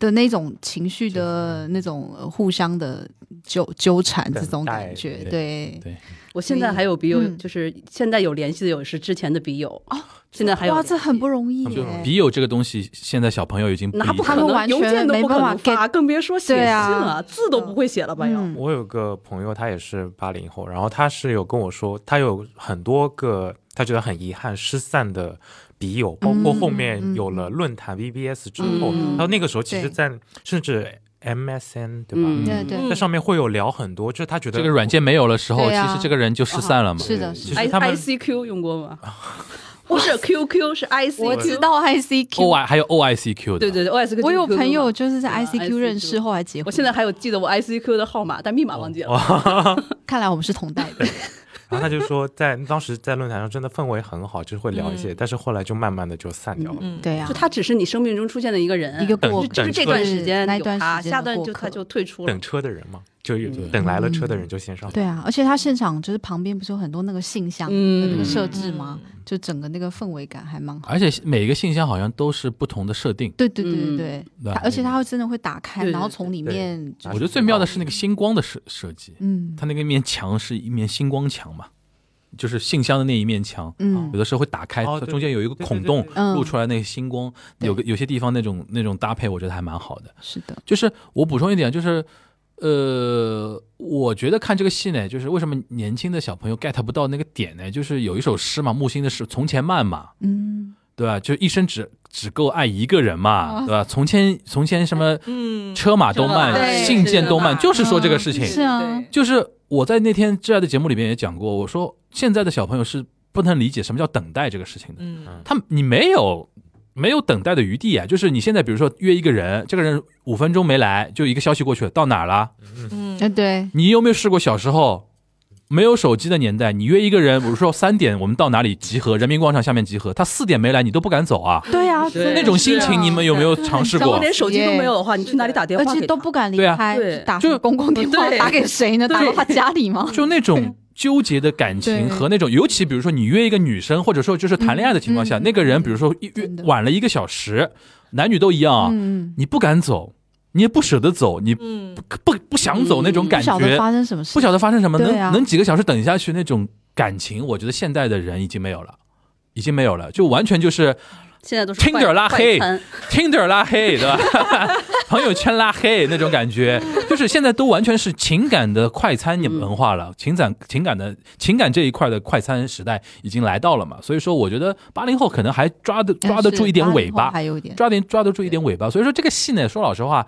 Speaker 3: 的那种情绪的那种呃互相的纠纠缠这种感觉，
Speaker 1: 等待
Speaker 3: 对
Speaker 1: 对
Speaker 5: 我现在还有笔友，
Speaker 3: 嗯
Speaker 5: 就是现在有联系的有是之前的笔友
Speaker 3: 哦，
Speaker 5: 现在还有
Speaker 3: 哇，这很不容易
Speaker 2: 很不容
Speaker 3: 耶
Speaker 2: 易。
Speaker 1: 笔友这个东西，现在小朋友已经不
Speaker 5: 那
Speaker 1: 理
Speaker 5: 不
Speaker 1: 解
Speaker 5: 可
Speaker 3: 他们
Speaker 5: 能，
Speaker 3: 完全
Speaker 5: 邮件都
Speaker 3: 没
Speaker 5: 不可
Speaker 3: 办法
Speaker 5: 能发，更别说写信
Speaker 3: 对啊
Speaker 5: 了，字都不会写了吧？要
Speaker 3: 嗯
Speaker 2: 我有个朋友，他也是八零后，然后他是有跟我说，他有很多个他觉得很遗憾失散的笔友，包括后面有了论坛 VBS 之后，
Speaker 5: 嗯
Speaker 2: 然后那个时候其
Speaker 3: 对
Speaker 2: 实在甚至 MSN 对吧？
Speaker 5: 嗯
Speaker 3: 对对，
Speaker 2: 在上面会有聊很多，就是他觉得
Speaker 1: 这个软件没有了时候，
Speaker 3: 对
Speaker 1: 其
Speaker 3: 啊
Speaker 1: 实这个人就失散了嘛。
Speaker 3: 是的，
Speaker 2: 对
Speaker 3: 是
Speaker 2: 就
Speaker 3: 的。
Speaker 5: ，I
Speaker 2: 是他们
Speaker 5: I C Q 用过吗？ 不是 Q Q 是 I C，
Speaker 3: 我知道
Speaker 1: O
Speaker 3: ICQ，
Speaker 1: I 还有 O I C Q 的，
Speaker 5: 对对对，O S Q。
Speaker 3: 我有朋友，就是在
Speaker 5: 对啊
Speaker 3: ICQ 认识，
Speaker 5: ICQ
Speaker 3: 后来结婚。
Speaker 5: 我现在还有记得我 I C Q 的号码，但密码忘记了。
Speaker 3: 看来我们是同代 的，
Speaker 2: 然后他就说在，当时在论坛上真的氛围很好，就是会聊一些，但是后来就慢慢的就散掉了。
Speaker 4: 嗯，
Speaker 3: 对啊
Speaker 5: 就，他只是你生命中出现的一个人，
Speaker 3: 一个过
Speaker 5: 就
Speaker 3: 客
Speaker 5: 就这段时间
Speaker 3: 那
Speaker 5: 有
Speaker 3: 段
Speaker 5: 他
Speaker 3: 时间的
Speaker 5: 下段就
Speaker 3: 过客
Speaker 5: 他就退出了
Speaker 2: 等。车的人嘛，就有
Speaker 5: 嗯
Speaker 2: 等来了车的人就先上。
Speaker 3: 对啊，而且他现场就是旁边不是有很多那个信箱的
Speaker 5: 嗯
Speaker 3: 那个设置吗？就整个那个氛围感还蛮好。
Speaker 1: 而且每个信箱好像都是不同的设定。
Speaker 3: 对对对对
Speaker 5: 嗯
Speaker 3: 对，
Speaker 1: 对
Speaker 3: 它而且它会真的会打开，
Speaker 5: 对对
Speaker 3: 然后从里面就
Speaker 1: 我觉得最妙的是那个星光的设设计，
Speaker 3: 嗯
Speaker 1: 它那个面墙是一面星光墙嘛，就是信箱的那一面墙，
Speaker 3: 嗯
Speaker 1: 有的时候会打开，
Speaker 2: 哦
Speaker 1: 它
Speaker 2: 对
Speaker 1: 中间有一个
Speaker 2: 对对
Speaker 1: 孔
Speaker 2: 对
Speaker 1: 洞
Speaker 2: 对
Speaker 3: 嗯，
Speaker 1: 露出来那个星光，
Speaker 3: 对
Speaker 1: 有个有些地方那种那种搭配，我觉得还蛮好的。
Speaker 3: 是的，
Speaker 1: 就是我补充一点，就是。呃，我觉得看这个戏呢，就是为什么年轻的小朋友 get 不到那个点呢？就是有一首诗嘛，木心的诗《从前慢》嘛，
Speaker 3: 嗯
Speaker 1: 对吧？就一生只只够爱一个人嘛，
Speaker 3: 啊
Speaker 1: 对吧？从前从前什么
Speaker 4: 嗯，
Speaker 1: 车马都
Speaker 5: 车马
Speaker 1: 慢，
Speaker 3: 对
Speaker 1: 信件都慢，
Speaker 4: 是的
Speaker 1: 就是说这个事
Speaker 3: 嗯
Speaker 1: 情。
Speaker 3: 是啊
Speaker 4: 对
Speaker 1: 就是我在那天挚爱的节目里面也讲过，我说现在的小朋友是不能理解什么叫等待这个事情的。
Speaker 4: 嗯，
Speaker 1: 他们你没有没有等待的余地啊！就是你现在比如说约一个人，这个人五分钟没来，就一个消息过去了，到哪儿了？
Speaker 4: 嗯
Speaker 3: 哎对，
Speaker 1: 你有没有试过小时候？没有手机的年代，你约一个人，比如说三点我们到哪里集合，人民广场下面集合，他四点没来，你都不敢走啊。
Speaker 3: 对啊，
Speaker 5: 是
Speaker 3: 真的
Speaker 1: 那种心
Speaker 3: 是啊
Speaker 1: 情你们有没有尝试
Speaker 5: 然后
Speaker 1: 过？
Speaker 5: 连手机都没有的话，你去哪里打电
Speaker 3: 而
Speaker 5: 话？
Speaker 3: 且都不敢离
Speaker 1: 对啊
Speaker 3: 开，
Speaker 5: 对
Speaker 3: 就打什么公共电话
Speaker 5: 对
Speaker 3: 打给谁呢？打到他家里 吗？
Speaker 1: 就那种纠结的感情
Speaker 3: 对
Speaker 1: 和那种，尤其比如说你约一个女生，或者说就是谈恋爱的情况下，
Speaker 3: 嗯嗯
Speaker 1: 那个人比如说一约
Speaker 3: 真的
Speaker 1: 晚了一个小时，男女都一样啊，
Speaker 3: 嗯，
Speaker 1: 你不敢走，你也不舍得走，你不
Speaker 4: 嗯，
Speaker 1: 不不想走那种
Speaker 3: 不
Speaker 1: 感
Speaker 3: 晓
Speaker 1: 觉
Speaker 3: 得，发生什么事，
Speaker 1: 不晓得发生什么，
Speaker 3: 对啊
Speaker 1: 能能几个小时等下去那种感情，我觉得现代的人已经没有了，已经没有了，就完全就是
Speaker 5: 现在都是
Speaker 1: 听
Speaker 5: 快
Speaker 1: 点儿拉黑
Speaker 5: 快餐
Speaker 1: Tinder 拉黑，对吧？ 朋友圈拉黑那种感觉，就是现在都完全是情感的快餐文化了，情感情感的情感这一块的快餐时代已经来到了嘛。所以说，我觉得八零后可能还抓
Speaker 3: 哎
Speaker 1: 得抓得住一点尾
Speaker 3: 80后
Speaker 1: 巴，
Speaker 3: 还有一点
Speaker 1: 抓点抓得住一点尾巴。所以说这个戏呢，说老实话，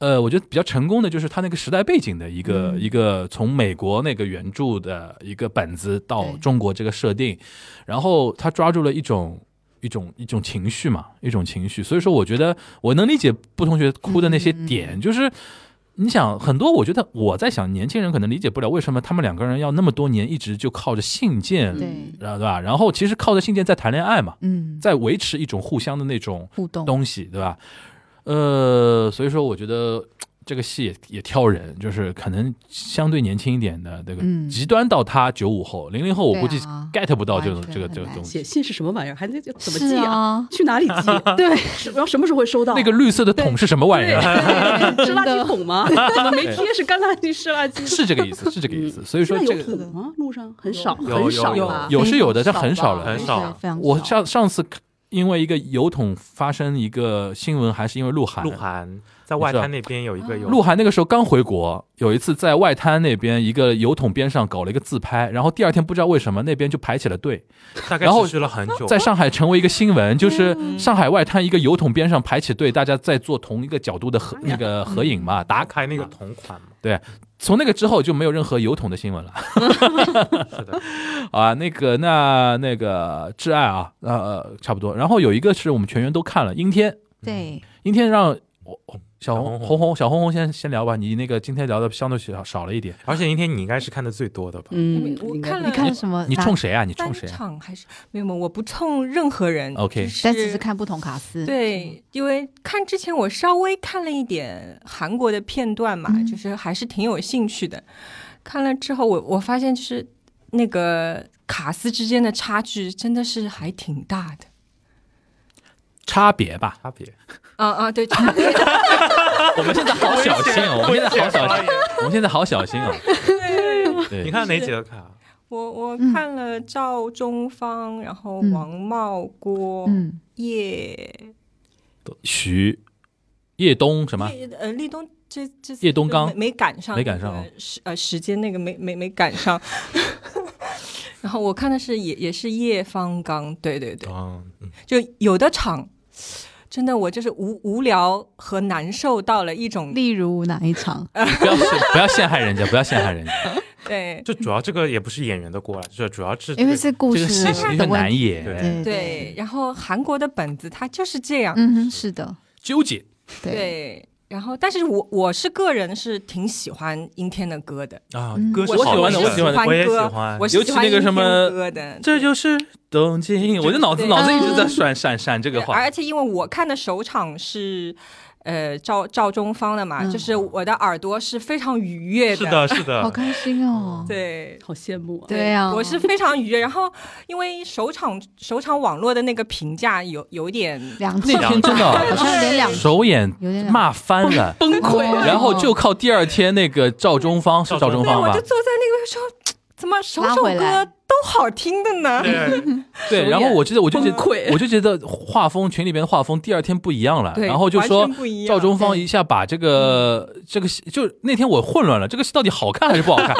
Speaker 1: 呃，我觉得比较成功的就是它那个时代背景的一个、
Speaker 3: 嗯
Speaker 1: 一个从美国那个原著的一个本子到
Speaker 3: 对
Speaker 1: 中国这个设定，然后他抓住了一种。一种一种情绪嘛，一种情绪，所以说我觉得我能理解布同学哭的那些点，
Speaker 3: 嗯
Speaker 1: 就是你想很多，我觉得我在想，年轻人可能理解不了为什么他们两个人要那么多年一直就靠着信件，
Speaker 3: 对
Speaker 5: 嗯
Speaker 1: 然后对吧？然后其实靠着信件在谈恋爱嘛，
Speaker 3: 嗯
Speaker 1: 在维持一种互相的那种
Speaker 3: 互动
Speaker 1: 东西，对吧？呃，所以说我觉得这个戏也也挑人，就是可能相对年轻一点的那个、
Speaker 3: 嗯
Speaker 1: 极端到他九五后、零零后，我
Speaker 3: 对
Speaker 1: 估计
Speaker 3: 啊
Speaker 1: get 不到这种、
Speaker 3: 完全
Speaker 1: 这个
Speaker 3: 很
Speaker 1: 这个
Speaker 3: 难
Speaker 1: 东西
Speaker 5: 写。信是什么玩意儿？还得怎么
Speaker 3: 是
Speaker 5: 寄啊？
Speaker 3: 啊？
Speaker 5: 去哪里寄？对，然后什么时候会收到？啊
Speaker 1: 那个绿色的桶是什么玩意儿？
Speaker 3: 对
Speaker 5: 是垃圾桶吗？怎么 没
Speaker 1: 对
Speaker 5: 贴是干垃圾是垃圾？
Speaker 1: 是这个意思，是这个意
Speaker 3: 嗯
Speaker 1: 思。所以说
Speaker 5: 现在
Speaker 1: 这
Speaker 5: 有
Speaker 1: 个
Speaker 5: 土吗？路上很少，
Speaker 2: 有有
Speaker 5: 很少
Speaker 2: 有
Speaker 5: 吧？
Speaker 1: 有是有的，但很少
Speaker 3: 少吧
Speaker 1: 了，
Speaker 2: 很少
Speaker 3: 对非常少。
Speaker 1: 我上上次因为一个油桶发生一个新闻，还是因为鹿晗。
Speaker 2: 鹿晗在外滩那边有一个有
Speaker 1: 鹿晗那个时候刚回国，有一次在外滩那边一个油桶边上搞了一个自拍，然后第二天不知道为什么那边就排起了队，
Speaker 2: 大概
Speaker 1: 然后
Speaker 2: 持续了很久，
Speaker 1: 在上海成为一个新闻，就是上海外滩一个油桶边上排起队，大家在做同一个角度的合那个合影嘛，打
Speaker 2: 打
Speaker 1: 卡。
Speaker 2: 开那个同款嘛，
Speaker 1: 从那个之后就没有任何油桶的新闻了
Speaker 2: 是的，
Speaker 1: 啊。那个那那个挚爱啊，呃呃差不多。然后有一个是我们全员都看了，阴天，
Speaker 3: 对，
Speaker 1: 阴天让我我小
Speaker 2: 小
Speaker 1: 红
Speaker 2: 红红
Speaker 1: 红红小红红先先聊吧，你那个今天聊的相对少少了一点，
Speaker 2: 而且今天你应该是看的最多的吧？
Speaker 5: 嗯，
Speaker 4: 我
Speaker 5: 应该
Speaker 4: 看
Speaker 5: 不
Speaker 4: 了
Speaker 3: 你
Speaker 5: 是
Speaker 3: 看什么？
Speaker 1: 你
Speaker 3: 哪
Speaker 1: 冲谁啊？你
Speaker 4: 单
Speaker 1: 冲谁啊？
Speaker 4: 场还是没有没有，我不冲任何人。
Speaker 1: OK
Speaker 4: 就
Speaker 3: 但只是看不同卡司。
Speaker 4: 对，因为看之前我稍微看了一点韩国的片段嘛，
Speaker 3: 嗯
Speaker 4: 就是还是挺有兴趣的。看了之后我，我发现就是那个卡斯之间的差距真的是还挺大的。
Speaker 1: 差别吧。
Speaker 2: 差别
Speaker 4: 啊啊，对，差别
Speaker 1: 我们现在好小心哦，我们现在好小心，我们现在好小心哦。对，
Speaker 2: 你看哪几个卡？啊
Speaker 4: 我我
Speaker 3: 嗯
Speaker 4: 看了赵忠芳，然后
Speaker 3: 嗯
Speaker 4: 王茂郭、
Speaker 3: 嗯，
Speaker 4: 叶
Speaker 1: 徐叶东什么？
Speaker 4: 叶呃立冬这这次
Speaker 1: 叶东
Speaker 4: 就
Speaker 1: 啊刚
Speaker 4: 没没赶上那个，
Speaker 1: 没赶上哦
Speaker 4: 时呃时间那个没没没赶上。 然后我看的是也也是叶方刚，对对
Speaker 1: 哦
Speaker 4: 对，
Speaker 2: 嗯，嗯
Speaker 4: 就有的场真的我就是无无聊和难受到了一种
Speaker 3: 例如哪一场？
Speaker 1: 不要陷不要陷害人家，不要陷害人家。
Speaker 4: 对
Speaker 2: 就主要这个也不是演员的锅了，这主要是
Speaker 3: 因为是故
Speaker 1: 这
Speaker 3: 事啊
Speaker 1: 个戏
Speaker 3: 的
Speaker 1: 很
Speaker 3: 问
Speaker 1: 难
Speaker 3: 题。
Speaker 1: 演，
Speaker 2: 对
Speaker 4: 对。然后韩国的本子它就是这样，
Speaker 3: 嗯哼，是的，
Speaker 1: 纠结。
Speaker 3: 对，
Speaker 4: 对。然后，但是我我是个人是挺喜欢阴天的歌的，
Speaker 2: 啊
Speaker 3: 嗯，
Speaker 2: 歌是
Speaker 1: 我喜
Speaker 2: 好
Speaker 1: 欢的
Speaker 2: 听
Speaker 1: 我喜欢的
Speaker 2: 我也喜
Speaker 4: 歌
Speaker 2: 欢，
Speaker 4: 我是
Speaker 1: 啊尤其
Speaker 4: 喜欢
Speaker 1: 那个
Speaker 4: 阴
Speaker 1: 什
Speaker 4: 天
Speaker 1: 么
Speaker 4: 歌的，
Speaker 1: 这就是东京，我的脑子
Speaker 4: 对
Speaker 1: 脑子一直在闪闪闪这个
Speaker 4: 对
Speaker 1: 话
Speaker 4: 而。且因为我看的首场是，呃，赵赵忠芳的嘛，
Speaker 3: 嗯
Speaker 4: 就是我的耳朵是非常愉悦
Speaker 2: 是的，是的
Speaker 3: 好，开心哦。
Speaker 4: 对。
Speaker 5: 好羡慕啊！
Speaker 3: 对啊，
Speaker 4: 我是非常愉悦，然后因为首场首场网络的那个评价有有点，
Speaker 3: 两
Speaker 1: 那
Speaker 3: 场
Speaker 1: 天真的
Speaker 3: 好像有点两
Speaker 1: 首演
Speaker 3: 有点两
Speaker 1: 骂翻了，
Speaker 5: 崩溃
Speaker 3: 哦
Speaker 1: 然后就靠第二天那个赵忠芳是赵忠
Speaker 4: 对
Speaker 1: 芳
Speaker 4: 我
Speaker 1: 吧
Speaker 4: 就？坐在那个时候，怎么首
Speaker 3: 拉
Speaker 4: 首
Speaker 3: 回来
Speaker 4: 歌都好听的呢？
Speaker 2: 对，
Speaker 1: 对，啊然后我记得我就觉
Speaker 5: 崩溃
Speaker 1: 我就觉得画风群里边的画风第二天不一样了，
Speaker 4: 对
Speaker 1: 然后就
Speaker 4: 完
Speaker 1: 说
Speaker 4: 全不一样
Speaker 1: 赵忠芳
Speaker 3: 对
Speaker 1: 一下把这个这个戏，就是那天我混乱了，这个戏到底好看还是不好看？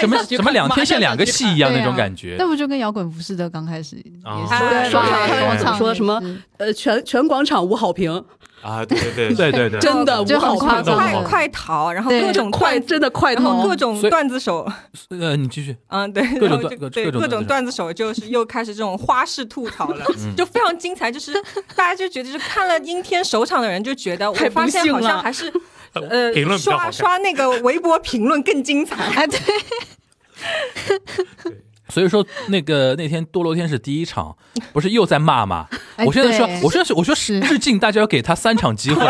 Speaker 1: 怎么怎么两天像两个戏一样
Speaker 3: 对
Speaker 1: 那种
Speaker 3: 啊
Speaker 1: 感觉
Speaker 3: 那？不就跟摇滚服饰的刚开始也是
Speaker 2: 啊
Speaker 4: 对
Speaker 3: 刷
Speaker 4: 对
Speaker 3: 开我
Speaker 1: 对
Speaker 3: 唱
Speaker 5: 说
Speaker 3: 也
Speaker 5: 什么
Speaker 3: 是
Speaker 5: 呃，全全广场无好评，
Speaker 2: 啊，对对
Speaker 1: 对对对，
Speaker 5: 真的无
Speaker 3: 就很
Speaker 5: 好
Speaker 3: 夸张
Speaker 5: 评，
Speaker 4: 快快逃，然后
Speaker 3: 对哦
Speaker 4: 各种
Speaker 5: 快
Speaker 4: 段子，
Speaker 5: 真的快
Speaker 4: 然后
Speaker 5: 逃
Speaker 4: 各，种
Speaker 1: 所以
Speaker 4: 段子手，
Speaker 1: 呃，你继续，
Speaker 4: 嗯，对，
Speaker 1: 各种
Speaker 4: 然
Speaker 1: 段
Speaker 4: 后就
Speaker 1: 各
Speaker 4: 对
Speaker 1: 各种
Speaker 4: 各
Speaker 1: 段
Speaker 4: 种
Speaker 1: 子
Speaker 4: 段子手就是又开始这种花式吐槽了，
Speaker 1: 嗯
Speaker 4: 就非常精彩。就是大家就觉得，就是看了阴天首场的人就觉得，我
Speaker 5: 太不
Speaker 4: 发现
Speaker 5: 幸
Speaker 4: 好像
Speaker 5: 了
Speaker 4: 还是呃
Speaker 2: 评论比较好
Speaker 4: 刷
Speaker 2: 看
Speaker 4: 刷那个微博评论更精彩。
Speaker 1: 嗯
Speaker 3: 哎，对，
Speaker 1: 所以说那个那天堕落天使第一 场不是又在骂吗？
Speaker 3: 哎
Speaker 1: 我现在说
Speaker 3: 对，
Speaker 1: 我现在说我说日进大家要给他三场 机会，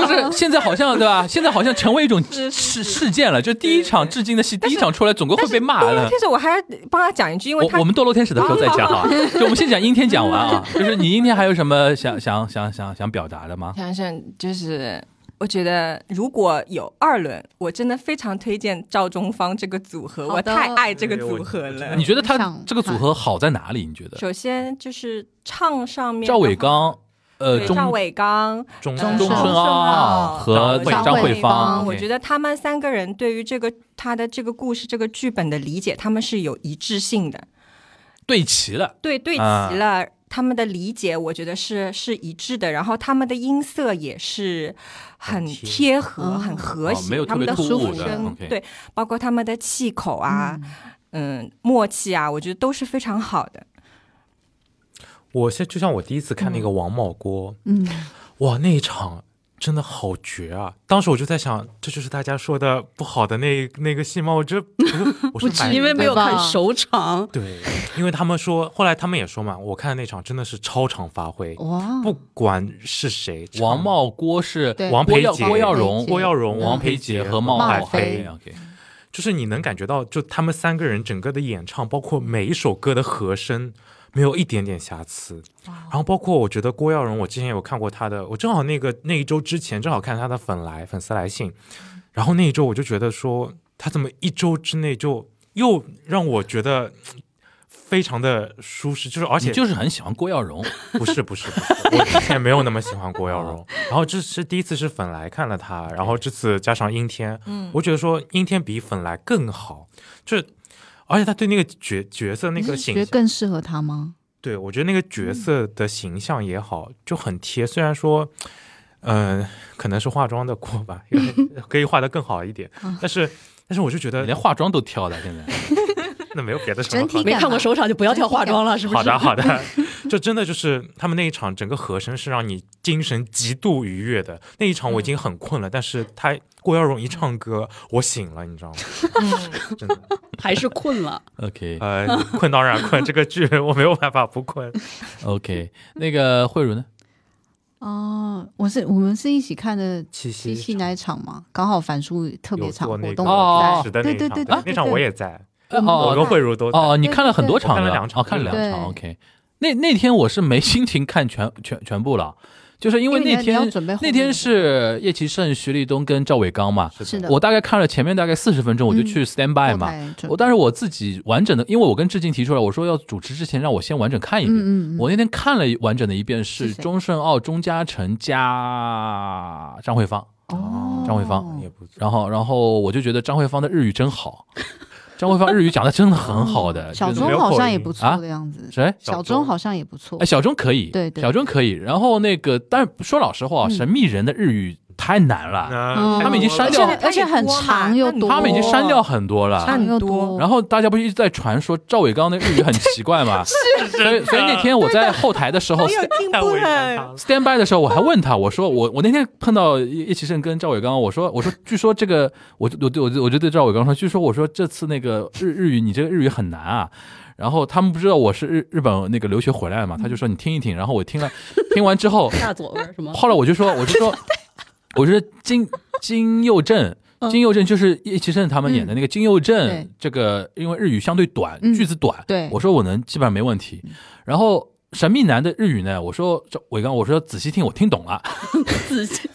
Speaker 1: 就是现在好像对吧？现在好像成为一种
Speaker 4: 哎是
Speaker 1: 事
Speaker 4: 是
Speaker 1: 事件了，就第一场致敬的戏，第一场出来总归会被骂
Speaker 4: 但
Speaker 1: 的
Speaker 4: 是。天使，我还帮他讲一句，因为
Speaker 1: 我
Speaker 4: 他
Speaker 1: 我们堕落天使的时候再讲 啊，就我们先讲阴天讲完啊，就是你阴天还有什么想想想想想表达的吗？
Speaker 4: 想想就是我觉得如果有二轮，我真的非常推荐赵忠芳这个组合，我
Speaker 3: 好的
Speaker 4: 太爱这个
Speaker 1: 哎
Speaker 2: 对我
Speaker 4: 组合了
Speaker 1: 你。觉得
Speaker 3: 我
Speaker 1: 他
Speaker 3: 想
Speaker 1: 这个组合好在哪里？你觉得？
Speaker 4: 首先就是唱上面的话，
Speaker 1: 赵伟刚，呃，
Speaker 4: 对
Speaker 1: 钟
Speaker 4: 赵伟刚、
Speaker 2: 中
Speaker 4: 呃
Speaker 1: 钟
Speaker 3: 钟
Speaker 1: 春
Speaker 3: 春
Speaker 1: 傲
Speaker 4: 傲
Speaker 1: 和
Speaker 4: 张
Speaker 1: 张
Speaker 3: 惠
Speaker 1: 惠芳，
Speaker 3: 芳
Speaker 4: 我觉得他们三个人对于这个他的这个故事、这个剧本的理解，他们是有一致性的，
Speaker 1: 对齐了。
Speaker 4: 对对齐
Speaker 1: 啊
Speaker 4: 了。他们的理解，我觉得是是一致的，然后他们的音色也是很
Speaker 2: 很贴
Speaker 4: 贴合、
Speaker 3: 嗯
Speaker 4: 很和
Speaker 1: 哦
Speaker 4: 谐，
Speaker 1: 没有
Speaker 4: 他
Speaker 1: 特别
Speaker 4: 们的
Speaker 1: 突
Speaker 4: 和
Speaker 1: 兀的
Speaker 4: 声，
Speaker 1: ，OK
Speaker 4: 对，包括他们的气口啊，嗯默契啊，我觉得都是非常好的。
Speaker 2: 我现就像我第一次看那个王茂锅，
Speaker 3: 嗯，
Speaker 2: 哇，那一场真的好绝啊！当时我就在想，这就是大家说的不好的那那个戏吗？我这我 是买
Speaker 5: 因为没有
Speaker 3: 对
Speaker 5: 看
Speaker 3: 吧
Speaker 5: 首场，
Speaker 2: 对，因为他们说，后来他们也说嘛，我看那场真的是超常发挥，
Speaker 3: 哇，
Speaker 2: 不管是谁，
Speaker 1: 王
Speaker 2: 唱
Speaker 1: 茂、郭是
Speaker 3: 对
Speaker 2: 王
Speaker 1: 郭
Speaker 2: 培
Speaker 1: 耀、
Speaker 2: 杰
Speaker 1: 郭耀荣、
Speaker 2: 郭耀荣、
Speaker 1: 王
Speaker 2: 培
Speaker 1: 培
Speaker 2: 杰
Speaker 1: 杰和冒
Speaker 3: 孟
Speaker 1: 海
Speaker 3: 海飞
Speaker 1: OK，
Speaker 2: 就是你能感觉到，就他们三个人整个的演唱，包括每一首歌的和声，没有一点点瑕疵。然后包括我觉得郭耀荣，我之前有看过他的，我正好那个那一周之前正好看他的粉来粉丝来信，然后那一周我就觉得说，他怎么一周之内就又让我觉得嗯非常的舒适，就是而
Speaker 1: 你
Speaker 2: 且
Speaker 1: 就是很喜欢郭耀荣，
Speaker 2: 不是不是不是，我之前没有那么喜欢郭耀荣，然后这是第一次是粉来看了他，然后这次加上阴天，嗯，我觉得说阴天比粉来更好，就是而且他对那个角角色那
Speaker 3: 你
Speaker 2: 个
Speaker 3: 是
Speaker 2: 形
Speaker 3: 觉得
Speaker 2: 象
Speaker 3: 更适合他吗？
Speaker 2: 对我觉得那个角色的形象也好，就很贴，虽然说。嗯、可能是化妆的锅吧，因 为可以画的更好一点，
Speaker 3: 嗯
Speaker 2: 但是，但是我就觉得
Speaker 1: 连化妆都挑的，现在
Speaker 2: 那没有别的什么
Speaker 3: 整
Speaker 2: 好
Speaker 3: 体
Speaker 5: 没看过首场就不要跳化妆了，是不
Speaker 2: 好
Speaker 5: 是？
Speaker 2: 的，好的，就真的就是他们那一场整个和声是让你精神极度愉悦的。那一场我已
Speaker 3: 嗯
Speaker 2: 经很困了，但是他郭耀荣一唱歌，我醒了，你知道吗？
Speaker 3: 嗯
Speaker 2: 真的，
Speaker 5: 还是困了。
Speaker 1: OK
Speaker 2: 呃，困当然困，这个剧我没有办法不困。
Speaker 1: OK，那个慧茹呢？
Speaker 3: 哦，我是我们是一起看的
Speaker 2: 七
Speaker 3: 七夕那一场嘛，刚好樊叔特
Speaker 2: 有
Speaker 3: 别场
Speaker 2: 做
Speaker 3: 活
Speaker 2: 那个
Speaker 3: 动，
Speaker 1: 哦
Speaker 3: 我
Speaker 2: 老
Speaker 3: 在
Speaker 2: 师的那
Speaker 3: 对
Speaker 2: 一
Speaker 3: 对
Speaker 2: 场，
Speaker 3: 对
Speaker 2: 对
Speaker 3: 对，
Speaker 2: 那场我也在，我跟
Speaker 1: 哦
Speaker 2: 慧茹都在
Speaker 1: 哦，你看了很多场
Speaker 2: 我看了
Speaker 1: 了
Speaker 2: 两场
Speaker 1: 哦看了两场
Speaker 3: 对
Speaker 1: OK。那那天我是没心情看全全全部了，就是因为
Speaker 3: 因为
Speaker 1: 那
Speaker 3: 你要你
Speaker 1: 天
Speaker 3: 要准备后
Speaker 1: 那
Speaker 3: 面
Speaker 1: 天是叶奇胜、徐立东跟赵伟刚嘛，
Speaker 3: 是的，嗯
Speaker 1: 我大概看了前面大概四十分钟，我就去 stand by 嘛，我但
Speaker 3: 时
Speaker 1: 是我自己完整的，因为我跟志静提出来，我说要主持之前让我先完整看一遍。
Speaker 3: 嗯嗯嗯
Speaker 1: 我那天看了完整的一遍，是
Speaker 3: 是谁
Speaker 1: 钟顺奥、钟嘉诚加张惠芳，
Speaker 3: 哦，
Speaker 1: 张惠芳
Speaker 2: 也不错。
Speaker 1: 然后然后我就觉得张惠芳的日语真好， 张惠芳日语讲的真的很好的，
Speaker 3: 嗯小
Speaker 1: 就是
Speaker 3: 钟好像也不
Speaker 1: 啊
Speaker 3: 错的样子，
Speaker 1: 谁？
Speaker 3: 小
Speaker 2: 钟
Speaker 3: 钟好像也不错
Speaker 1: 哎，，小钟可以，
Speaker 3: 对对
Speaker 1: 小钟可以。然后那个，但说老实话，
Speaker 3: 嗯
Speaker 1: 神秘人的日语太难了，
Speaker 2: 那
Speaker 1: 他们已经删
Speaker 3: 而
Speaker 1: 掉
Speaker 3: 且
Speaker 1: 了
Speaker 3: 而且很长又多，
Speaker 1: 他们已经删掉很多了。
Speaker 4: 很
Speaker 3: 又
Speaker 4: 多
Speaker 1: 然后大家不是一直在传说赵伟刚的日语很奇怪 嘛？是，所以所以那天我在后台的时候
Speaker 3: 哎
Speaker 4: 我有 进
Speaker 2: 太
Speaker 4: 步
Speaker 2: 为难他
Speaker 4: 了，
Speaker 2: 了。
Speaker 1: stand by 的啊时候，我还问他，我说我我那天碰到叶叶奇胜跟赵伟刚，我说我说据说这个， 我就我就我就我就对赵伟刚说，据说我说这次那个日日语你这个日语很难啊。然后他们不知道我是日日本那个留学回来嘛，他就说你听一听。然后我听了，听完之后，
Speaker 5: 大左味儿是吗？
Speaker 1: 后来我就说，我就说， 我是金金佑正，金佑正就是叶奇胜他们演的那个金佑正
Speaker 3: 嗯对，
Speaker 1: 这个因为日语相对短，
Speaker 3: 嗯
Speaker 1: 句子短，
Speaker 3: 对嗯
Speaker 1: 我说我能基本上没问题。然后神秘男的日语呢，我说这伟刚，我说仔细听，我听懂 了，
Speaker 5: 自己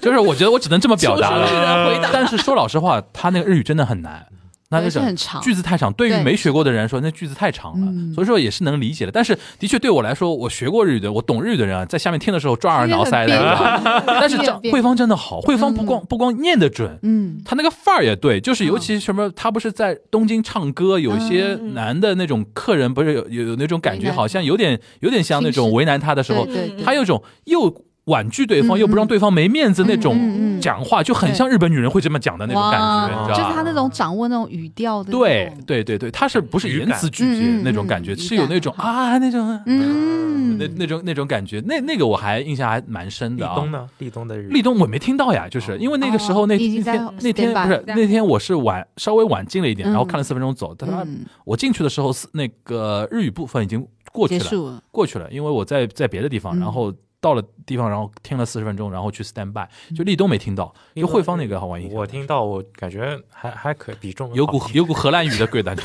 Speaker 1: 就是我觉得我只能这么表达
Speaker 5: 是
Speaker 1: 了。
Speaker 5: 的回答。
Speaker 1: 但是说老实话，他那个日语真的很难。那就是
Speaker 3: 很长
Speaker 1: 句子太长。对于
Speaker 3: 对
Speaker 1: 没学过的人来说，那句子太长了，
Speaker 3: 嗯
Speaker 1: 所以说也是能理解的。但是，的确对我来说，我学过日语的，我懂日语的人啊，在下面听的时候抓耳挠腮的
Speaker 3: 因为很别扭
Speaker 1: 是吧。但是
Speaker 3: 因为
Speaker 1: 张
Speaker 3: 很别扭
Speaker 1: 慧芳真的好，慧芳不光不光念得准，
Speaker 3: 嗯，
Speaker 1: 她那个范儿也对，就是尤其什么，她不是在东京唱歌，有些
Speaker 3: 嗯
Speaker 1: 男的那种客人不是有有有那种感觉，
Speaker 3: 为难
Speaker 1: 好像有点有点像那
Speaker 3: 轻
Speaker 1: 种
Speaker 3: 视
Speaker 1: 为难她的时候
Speaker 3: 对，对对，
Speaker 1: 她有一种又婉拒对方，
Speaker 3: 嗯
Speaker 1: 又不让对方没面子那种
Speaker 3: 嗯嗯嗯
Speaker 1: 讲话就很像日本女人会这么讲的那种感觉，你
Speaker 2: 哇
Speaker 3: 就
Speaker 1: 知
Speaker 3: 是
Speaker 1: 道
Speaker 3: 他
Speaker 1: 吧？
Speaker 3: 那种掌握那种语调的，
Speaker 1: 对，对对对，他是不是
Speaker 2: 语
Speaker 1: 言
Speaker 2: 感
Speaker 1: 辞拒绝
Speaker 3: 嗯嗯
Speaker 1: 那种
Speaker 3: 嗯
Speaker 1: 感觉，
Speaker 3: 语
Speaker 1: 是有
Speaker 3: 感
Speaker 1: 那种啊那种
Speaker 3: 嗯
Speaker 1: 那，那种那种感觉，那那个我还印象还蛮深
Speaker 2: 立
Speaker 1: 的啊。
Speaker 2: 冬呢？立冬的日
Speaker 1: 立冬我没听到呀，就是因为那个时候
Speaker 3: 哦
Speaker 1: 那
Speaker 3: 已
Speaker 1: 那
Speaker 3: 经在
Speaker 1: 天那天
Speaker 3: standby
Speaker 1: 不是
Speaker 4: 在
Speaker 1: 那天我是晚稍微晚进了一点，
Speaker 3: 嗯
Speaker 1: 然后看了四分钟走，但是
Speaker 3: 嗯，
Speaker 1: 我进去的时候是那个日语部分已经过去
Speaker 3: 结
Speaker 1: 了，
Speaker 3: 束了，
Speaker 1: 过去了，因为我在在别的地方，
Speaker 3: 嗯
Speaker 1: 然后到了地方，然后听了四十分钟，然后去 stand by，就立冬没听到，就慧芳那个好玩一
Speaker 2: 我听到我感觉还还可以比重
Speaker 1: 有股
Speaker 2: 好
Speaker 1: 有股荷兰语的贵感觉，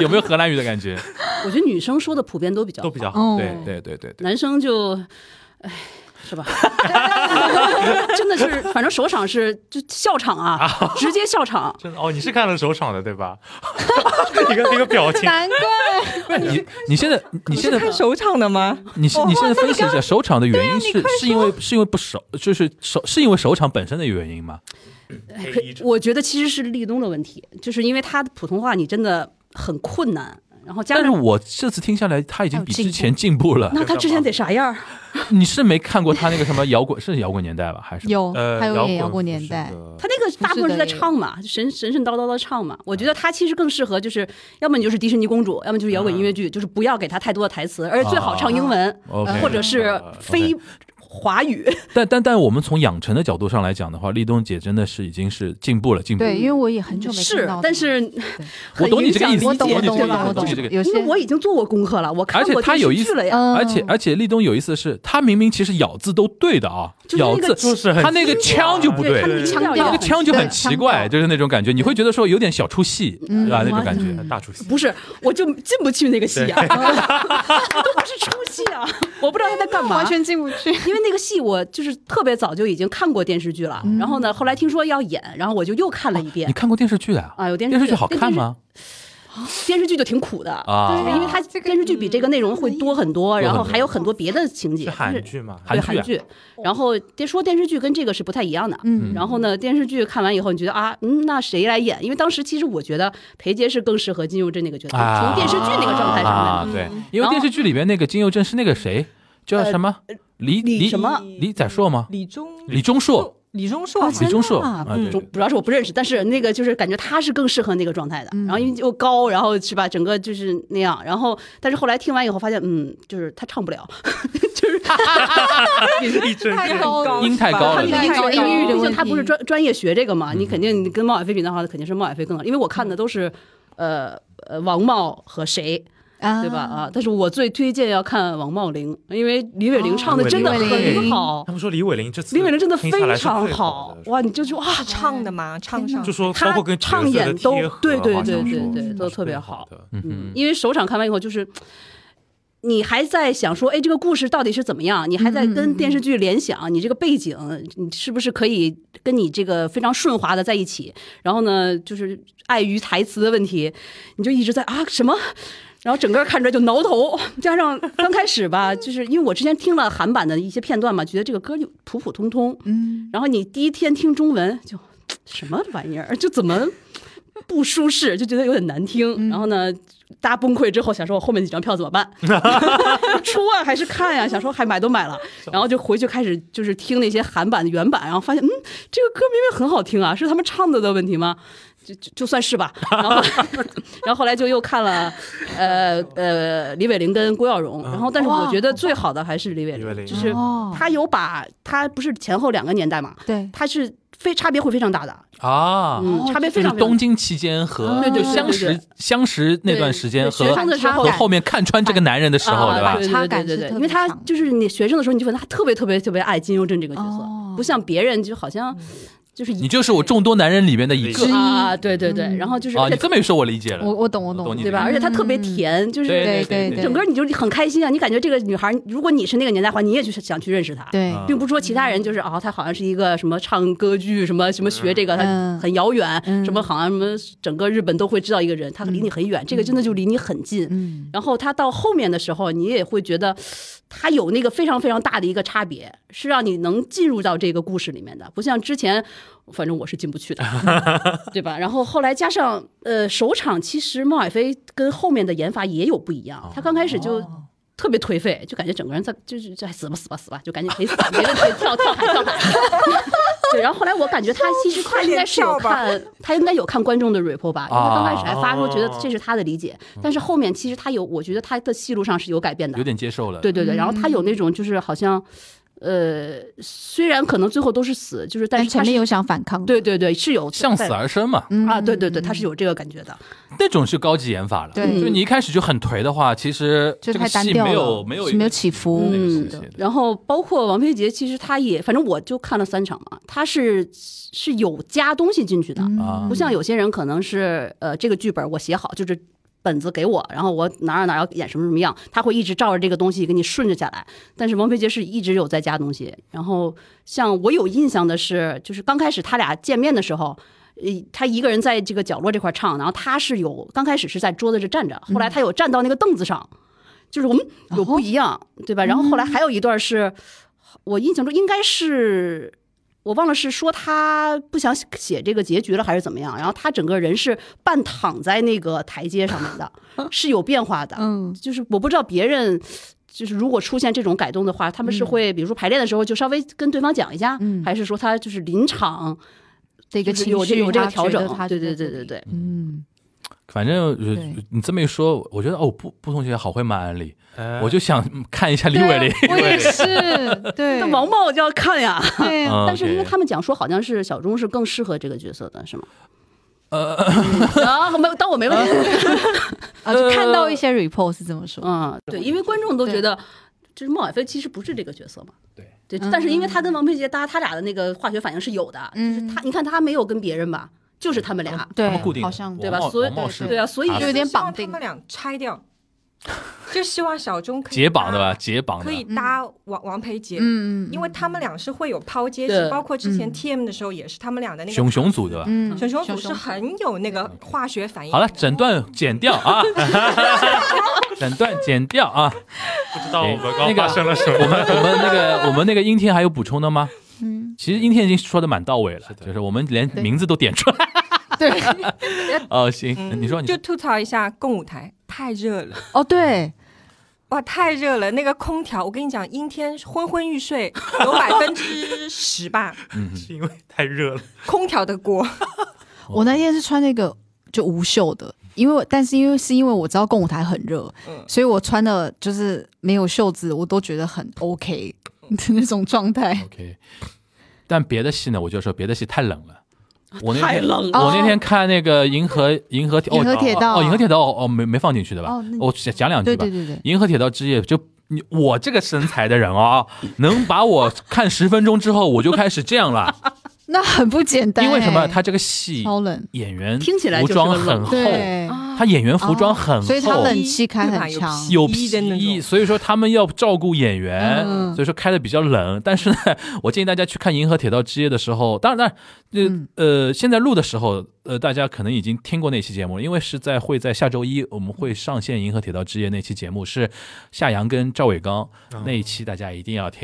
Speaker 1: 有没有荷兰语的感觉？
Speaker 5: 我觉得女生说的普遍都比较
Speaker 2: 都比较
Speaker 5: 好，
Speaker 2: 好，
Speaker 3: 哦
Speaker 2: 对。
Speaker 1: 对对对对，
Speaker 5: 男生就是吧？ 真的是，反正首场是就笑场啊，直接 笑场。
Speaker 2: 真的哦，你是看了首场的对吧？ 一个一个表 情，
Speaker 4: 难怪
Speaker 1: 你你现在你现在
Speaker 4: 看首场的吗？
Speaker 1: 你是
Speaker 4: 哦
Speaker 1: 你现在
Speaker 4: 哇那
Speaker 1: 分
Speaker 4: 你
Speaker 1: 析一下首场的原因是
Speaker 4: 快
Speaker 1: 是因为是因为不熟，就是首是因为首场本身的原因吗？
Speaker 5: 可我觉得其实是立冬的问题，就是因为他的普通话你真的很困难，然后加
Speaker 1: 但是
Speaker 5: 上
Speaker 1: 我这次听下来，他已经
Speaker 3: 还有
Speaker 1: 比
Speaker 3: 进
Speaker 1: 之前进步 了。
Speaker 5: 那他之前得啥样儿？
Speaker 1: 嗯你是没看过他那个什么摇滚是摇滚年代吧？还是
Speaker 3: 有，
Speaker 2: 呃，
Speaker 3: 还有
Speaker 2: 摇
Speaker 3: 演摇滚
Speaker 2: 滚
Speaker 3: 年
Speaker 2: 是
Speaker 3: 代，
Speaker 2: 个
Speaker 5: 他那个大部分是在唱嘛，神神神叨叨的唱嘛。我觉
Speaker 1: 嗯
Speaker 5: 得他其实更适合，就是要么你就是迪士尼公主，要么就是摇
Speaker 1: 嗯
Speaker 5: 滚音乐剧，就是不要给他太多的台词，而且最好唱英文，
Speaker 1: OK
Speaker 5: 或者是
Speaker 1: 啊
Speaker 5: 非华语。
Speaker 1: 呃但但但我们从养成的角度上来讲的话，立冬姐真的是已经是进步了，进步了。
Speaker 3: 对，因为我也很久没看
Speaker 5: 是
Speaker 3: 到他，了，
Speaker 5: 但是
Speaker 1: 我懂你这个意思，
Speaker 3: 我懂
Speaker 1: 我
Speaker 3: 我懂
Speaker 1: 这个
Speaker 3: 我
Speaker 1: 意
Speaker 3: 懂我
Speaker 1: 思，
Speaker 3: 懂
Speaker 1: 懂你这个，意思。
Speaker 3: 有些
Speaker 5: 因为我已经做过功课了，我看
Speaker 1: 而且
Speaker 5: 过
Speaker 1: 他
Speaker 5: 电
Speaker 1: 有
Speaker 5: 视
Speaker 1: 意
Speaker 5: 剧
Speaker 1: 思
Speaker 5: 了呀。
Speaker 3: 嗯
Speaker 1: 而且而且立冬有意思的是，他明明其实咬字都对的啊，
Speaker 5: 就是
Speaker 1: 咬
Speaker 5: 那个
Speaker 1: 字
Speaker 2: 就是很
Speaker 1: 他那个
Speaker 2: 奇怪
Speaker 1: 腔就不
Speaker 5: 啊对他那个
Speaker 3: 腔
Speaker 5: 腔
Speaker 3: 调
Speaker 5: 调
Speaker 1: 那个腔就很
Speaker 3: 对
Speaker 1: 奇怪，
Speaker 3: 腔调
Speaker 1: 就是那种感觉，你会觉得说有点小出戏，对吧？那种感觉。
Speaker 2: 大出戏，
Speaker 5: 不是，我就进不去那个戏啊， 都不是出戏啊，我不知道他在干嘛。
Speaker 3: 完全进不去。
Speaker 5: 因为那个戏我就是特别早就已经看过电视剧了，然后呢，后来听说要演，然后我就又看了一遍
Speaker 1: 哦你。看过电视剧的啊？
Speaker 5: 啊有电视
Speaker 1: 电
Speaker 5: 剧
Speaker 1: 视剧好看吗？
Speaker 5: 电视剧就挺苦的
Speaker 1: 啊
Speaker 5: 就是因为它电视剧比这个内嗯容会多很多，然后还有很多别的情节，
Speaker 2: 是
Speaker 5: 就
Speaker 2: 韩
Speaker 5: 是
Speaker 2: 剧嘛？
Speaker 1: 韩
Speaker 5: 对
Speaker 1: 剧啊
Speaker 5: 韩剧。然后电说电视剧跟这个是不太一样的。
Speaker 3: 嗯
Speaker 5: 然后呢，电视剧看完以后，你觉得啊，嗯，那谁来演？因为当时其实我觉得裴杰是更适合金佑镇那个角色，
Speaker 1: 啊，
Speaker 5: 从电视剧那个状态上来
Speaker 1: 啊，
Speaker 5: 的。
Speaker 1: 对，因为电视剧里边那个金佑镇是那个谁叫什么李
Speaker 5: 李
Speaker 1: 李
Speaker 5: 什么
Speaker 1: 李宰硕吗？
Speaker 4: 李钟
Speaker 1: 李钟硕，
Speaker 4: 李钟硕
Speaker 3: 啊
Speaker 1: 李
Speaker 3: 真
Speaker 1: 钟硕
Speaker 3: 的啊
Speaker 1: 啊，对
Speaker 5: 主主要是我不认识，但是那个就是感觉他是更适合那个状态的，然后因为又高，然后是吧，整个就是那样，然后但是后来听完以后发现，嗯，就是他唱不了，就是
Speaker 2: 一针
Speaker 4: 太高了
Speaker 1: 音太高了
Speaker 5: 他那个音
Speaker 3: 高
Speaker 5: 高，
Speaker 3: 了
Speaker 5: 因为
Speaker 3: 音域的
Speaker 5: 毕
Speaker 3: 问
Speaker 5: 竟
Speaker 3: 题
Speaker 5: 他不是专专业学这个嘛，你肯定你跟孟小飞比的话，肯定是孟小飞更好，因为我看的都是呃呃王茂和谁
Speaker 3: 啊
Speaker 1: 嗯
Speaker 5: 对吧啊，但是我最推荐要看王茂玲，因为李伟玲唱的真的
Speaker 2: 哦李伟
Speaker 5: 很
Speaker 3: 玲
Speaker 5: 好
Speaker 2: 他，们说李伟玲这次
Speaker 5: 李伟玲真的非
Speaker 2: 听下来是
Speaker 5: 常
Speaker 2: 最
Speaker 5: 好
Speaker 2: 的
Speaker 5: 哇，你就觉得哇
Speaker 4: 他唱的嘛，唱上
Speaker 2: 就说包
Speaker 5: 他
Speaker 2: 括跟角
Speaker 5: 唱
Speaker 2: 色的
Speaker 5: 演都
Speaker 2: 贴合
Speaker 5: 对对
Speaker 2: 好像
Speaker 5: 对对
Speaker 2: 说
Speaker 5: 对
Speaker 2: 是
Speaker 5: 都特别
Speaker 2: 最
Speaker 5: 好
Speaker 2: 的
Speaker 5: 嗯，因为首场看完以后，就是你还在想说，哎，这个故事到底是怎么样？你还在跟电视剧联想，你这个背景，你是不是可以跟你这个非常顺滑的在一起？然后呢，就是碍于台词的问题，你就一直在啊什么？然后整个看出来就挠头，加上刚开始吧，就是因为我之前听了韩版的一些片段嘛，觉得这个歌就普普通通，
Speaker 3: 嗯，
Speaker 5: 然后你第一天听中文就什么玩意儿，就怎么不舒适，就觉得有点难听。
Speaker 3: 嗯
Speaker 5: 然后呢，大家崩溃之后，想说我后面几张票怎 么办？出啊还是看呀、想说还买都买了，然后就回去开始就是听那些韩版的原版，然后发现嗯，这个歌明明很好听啊，是他们唱的的问题吗？就就就算是吧，然后 然后后来就又看了，呃呃，李伟玲跟郭耀荣，然后但是我觉得最好的还是李伟
Speaker 2: 嗯李伟
Speaker 5: 玲，
Speaker 2: 玲
Speaker 5: 就是
Speaker 3: 哦，嗯
Speaker 5: 他有把他不是前后两个年代嘛，
Speaker 3: 对，
Speaker 5: 他是非差别会非常大的，
Speaker 1: 啊，
Speaker 5: 嗯，差别
Speaker 1: 就
Speaker 5: 非
Speaker 1: 是
Speaker 5: 常非常
Speaker 1: 东京期间和
Speaker 3: 对
Speaker 1: 就
Speaker 3: 对对
Speaker 1: 相
Speaker 5: 对
Speaker 1: 识
Speaker 5: 对
Speaker 1: 相识那段时间
Speaker 5: 对
Speaker 1: 和
Speaker 5: 学生的时候
Speaker 1: 和后面看穿这个男人的时候，
Speaker 5: 啊
Speaker 1: 对吧？
Speaker 5: 对
Speaker 3: 差
Speaker 5: 对
Speaker 3: 感
Speaker 5: 对
Speaker 3: 是特
Speaker 5: 对对，
Speaker 3: 别
Speaker 5: 因为他
Speaker 3: 强的
Speaker 5: 就是你学生的时候，你就发现他特别特别特别爱金优镇这个角色
Speaker 3: 哦，嗯
Speaker 5: 不像别人就好像就是
Speaker 1: 你就是我众多男人里边的一个
Speaker 3: 之一
Speaker 5: 啊，对对对，
Speaker 3: 嗯
Speaker 5: 然后就是
Speaker 1: 啊！
Speaker 5: 而
Speaker 1: 你
Speaker 5: 且
Speaker 1: 这么一说，我理解了，
Speaker 3: 我我懂我
Speaker 1: 我懂你
Speaker 5: 对吧？
Speaker 1: 嗯
Speaker 5: 而且他特别甜，就
Speaker 1: 对
Speaker 5: 是。
Speaker 3: 对
Speaker 1: 对
Speaker 3: 对，
Speaker 5: 整
Speaker 3: 对
Speaker 5: 个你就很开心啊！你感觉这个女孩，如果你是那个年代的话，你也去想去认识她，
Speaker 3: 对
Speaker 2: 啊
Speaker 5: 并不是说其他人就是啊，她好像是一个什么唱歌剧什么什么学这个，
Speaker 3: 嗯
Speaker 5: 她很遥远，
Speaker 3: 嗯
Speaker 5: 什么好像什么整个日本都会知道一个人，她离你很远，这个真的就离你很近。
Speaker 3: 嗯
Speaker 5: 然后他到后面的时候，你也会觉得他有那个非常非常大的一个差别，是让你能进入到这个故事里面的，不像之前，反正我是进不去的，对吧？然后后来加上呃，首场其实孟海飞跟后面的演法也有不一样，他刚开始就。特别颓废，就感觉整个人在就是就哎死吧死吧死吧，就赶紧赔死，没问题，跳跳海跳海。对，然后后来我感觉他其实他应该是有看，他应该有看观众的 report 吧，因为他刚开始还发说觉得这是他的理解，但是后面其实他有，我觉得他的戏路上是有改变的
Speaker 1: 嗯有。点接受了。
Speaker 5: 对
Speaker 3: 嗯
Speaker 5: 对对，然后他有那种就是好像，呃，虽然可能最后都是死，就是但
Speaker 3: 但
Speaker 5: 是他
Speaker 3: 前面
Speaker 5: 是
Speaker 3: 有想反抗的，
Speaker 5: 对对对是有
Speaker 1: 向死
Speaker 5: 在
Speaker 1: 而生嘛，
Speaker 3: 嗯
Speaker 5: 啊，对对对，他是有这个感觉的。
Speaker 1: 那种是高级演法了。
Speaker 3: 对
Speaker 1: 嗯就你一开始就很颓的话，其实
Speaker 3: 就
Speaker 1: 这个
Speaker 3: 太单
Speaker 1: 戏
Speaker 3: 调
Speaker 1: 没
Speaker 3: 了，
Speaker 1: 有没有一
Speaker 3: 没有
Speaker 1: 个
Speaker 3: 起伏，
Speaker 1: 那个
Speaker 5: 嗯
Speaker 1: 东西的
Speaker 5: 然后包括王菲杰，其实他也，反正我就看了三场嘛，他是是有加东西进去的，
Speaker 3: 嗯
Speaker 1: 啊
Speaker 5: 不像有些人可能是呃这个剧本我写好就是本子给我，然后我哪儿哪儿要演什么什么样，他会一直照着这个东西给你顺着下来。但是王菲杰是一直有在加东西。然后像我有印象的是，就是刚开始他俩见面的时候。呃，他一个人在这个角落这块唱，然后他是有刚开始是在桌子这站着，后来他有站到那个凳子上，就是我们有不一样，对吧？然后后来还有一段是，我印象中应该是我忘了是说他不想写这个结局了还是怎么样，然后他整个人是半躺在那个台阶上面的， 是有变化的，
Speaker 3: 嗯，
Speaker 5: 就是我不知道别人。就是如果出现这种改动的话，他们是会，比如说排练的时候就稍微跟对方讲一下，
Speaker 3: 嗯
Speaker 5: 还是说他就是临场
Speaker 3: 这个
Speaker 5: 就是
Speaker 3: 情
Speaker 5: 有这
Speaker 3: 绪
Speaker 5: 有这个
Speaker 3: 他
Speaker 5: 调
Speaker 3: 觉
Speaker 5: 整
Speaker 3: 得他，
Speaker 5: 对
Speaker 3: 就在
Speaker 5: 对对
Speaker 3: 这
Speaker 5: 对
Speaker 3: 里，
Speaker 5: 对，
Speaker 3: 嗯，
Speaker 1: 反正呃
Speaker 3: 对
Speaker 1: 你这么一说，我觉得哦，不，不同学好会卖安利，
Speaker 2: 哎
Speaker 1: 我就想 看一下李伟林。
Speaker 3: 对啊我也 是，对，
Speaker 5: 那王茂就要看呀。
Speaker 3: 对，
Speaker 1: 嗯
Speaker 5: 但是因为
Speaker 1: OK
Speaker 5: 他们讲说好像是小钟是更适合这个角色的，是吗？
Speaker 1: 呃，
Speaker 5: 啊，没有，当我没问题。
Speaker 3: 啊，就看
Speaker 5: 呃
Speaker 3: 到一些 report 是这么说，
Speaker 5: 嗯，对，因为观众都觉得就是孟晚飞其实不是这个角色嘛。
Speaker 2: 对
Speaker 5: 对
Speaker 3: 嗯，
Speaker 5: 但是因为他跟王佩杰搭，他俩的那个化学反应是有的。
Speaker 3: 嗯
Speaker 5: 就是他你看他没有跟别人吧，就是他们俩。
Speaker 3: 对
Speaker 1: 他们固定，的
Speaker 3: 好像
Speaker 5: 对吧
Speaker 1: 王茂
Speaker 5: 所以
Speaker 1: 王茂是
Speaker 5: 对啊，所以
Speaker 1: 啊
Speaker 3: 就有点
Speaker 4: 希望
Speaker 3: 绑定
Speaker 4: 他们俩拆 掉，就希望小钟可以
Speaker 1: 解绑的吧？
Speaker 4: 搭？
Speaker 1: 解绑的
Speaker 4: 可以搭王王培杰，
Speaker 3: 嗯嗯，
Speaker 4: 因为他们俩是会有抛接
Speaker 5: 对
Speaker 4: 戏，包括之前
Speaker 3: 嗯
Speaker 4: TM 的时候也是他们俩的那个
Speaker 1: 熊熊组对吧？
Speaker 3: 嗯，
Speaker 4: 熊熊组是很有那个化学反应。
Speaker 1: 好了，整段剪掉啊， 整段剪掉啊。
Speaker 2: 不知道我们
Speaker 1: 那个
Speaker 2: 刚发生了什么。
Speaker 1: 我们我们那个我们那个阴天还有补充的吗？
Speaker 3: 嗯，
Speaker 1: 其实阴天已经说的蛮到位了，就是我们连名字都点出来。
Speaker 3: 对，
Speaker 1: 哦，行，你说你
Speaker 4: 就
Speaker 1: 说
Speaker 4: 吐槽一下共舞台太热了，
Speaker 3: 哦对，
Speaker 4: 哇，太热了！那个空调，我跟你讲，阴天昏昏欲睡，有百分之十 吧，
Speaker 2: 是因为太热了，
Speaker 4: 空调的锅。
Speaker 3: 我那天是穿那个就无袖的，因为我但是因为是因为我知道共舞台很热，
Speaker 4: 嗯
Speaker 3: 所以我穿的就是没有袖子，我都觉得很 OK
Speaker 1: 嗯
Speaker 3: 的 那种状态。
Speaker 1: OK。但别的戏呢，我就说别的戏太冷了。我那
Speaker 5: 啊太
Speaker 1: 天
Speaker 5: 冷了，
Speaker 1: 我那天看那个银河银河
Speaker 3: 银河铁道
Speaker 1: 哦，银河铁道哦哦没没放进去的吧
Speaker 3: 哦那？
Speaker 1: 我讲讲两句
Speaker 3: 对
Speaker 1: 吧
Speaker 3: 对。对对，
Speaker 1: 银河铁道之夜就。你我这个身材的人哦，能把我看十分钟之后，我就开始这样 了。
Speaker 3: 那很不简单欸、
Speaker 1: 因为什么？他这个戏
Speaker 3: 超冷，
Speaker 1: 演员
Speaker 5: 听起来
Speaker 1: 服
Speaker 5: 就是
Speaker 1: 装
Speaker 5: 个冷
Speaker 1: 很厚，
Speaker 3: 对，啊
Speaker 4: 啊
Speaker 3: 哦
Speaker 1: 他演员服装很厚，
Speaker 3: 所以他冷气开
Speaker 4: 日版
Speaker 3: 很
Speaker 4: 有
Speaker 3: 强。
Speaker 1: 有
Speaker 4: 皮衣的那
Speaker 1: 皮衣，
Speaker 4: 种
Speaker 1: 所以说他们要照顾演员，
Speaker 3: 嗯
Speaker 1: 所以说开的比较冷。但是呢，我建议大家去看《银河铁道之夜》的时候，当然，当
Speaker 3: 嗯
Speaker 1: 然，呃、呃，现在录的时候，呃，大家可能已经听过那期节目了，因为是在会在下周一我们会上线《银河铁道之夜》那期节目，是夏阳跟赵伟刚、那一期，大家一定要听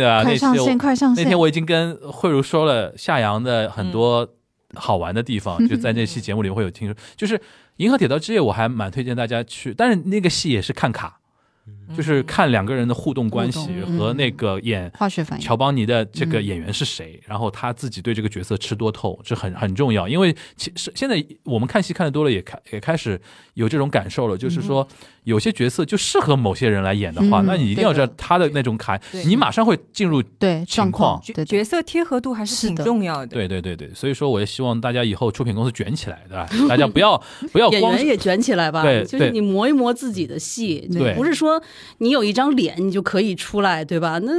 Speaker 1: 的。那
Speaker 3: 快
Speaker 1: 期
Speaker 3: 上
Speaker 1: 我
Speaker 3: 线，快上
Speaker 1: 那
Speaker 3: 线！
Speaker 1: 天我已经跟慧茹说了夏阳的很
Speaker 3: 嗯
Speaker 1: 多好玩的地方，就在那 期节目里会有听说，就是《银河铁道之夜》，我还蛮推荐大家去，但是那个戏也是看卡，
Speaker 3: 嗯
Speaker 1: 就是看两个人的互动关系
Speaker 3: 互动
Speaker 1: 和那个演。
Speaker 3: 化学反应，
Speaker 1: 乔邦尼的这
Speaker 3: 嗯
Speaker 1: 个演员是谁？然后他自己对这个角色吃多透，这很很重要。因为其实现在我们看戏看的多了，也开也开始有这种感受了，就是说有些角色就适合某些人来演的话，
Speaker 3: 嗯
Speaker 1: 那你一定要知道
Speaker 3: 对的
Speaker 1: 他的那种卡，
Speaker 4: 对
Speaker 1: 你马上会进入
Speaker 3: 对状况，
Speaker 4: 角
Speaker 3: 对对
Speaker 4: 角色贴合度还是
Speaker 3: 是
Speaker 4: 挺
Speaker 3: 的
Speaker 4: 重要的。
Speaker 1: 对对对对，所以说我也希望大家以后出品公司卷起来，对吧？大家不要不要
Speaker 5: 演
Speaker 1: 光
Speaker 5: 员也卷起来吧，
Speaker 1: 对
Speaker 5: 就是
Speaker 1: 对
Speaker 5: 你磨一磨自己的戏，
Speaker 1: 对
Speaker 5: 不是说你有一张脸你就可以出来，对吧？那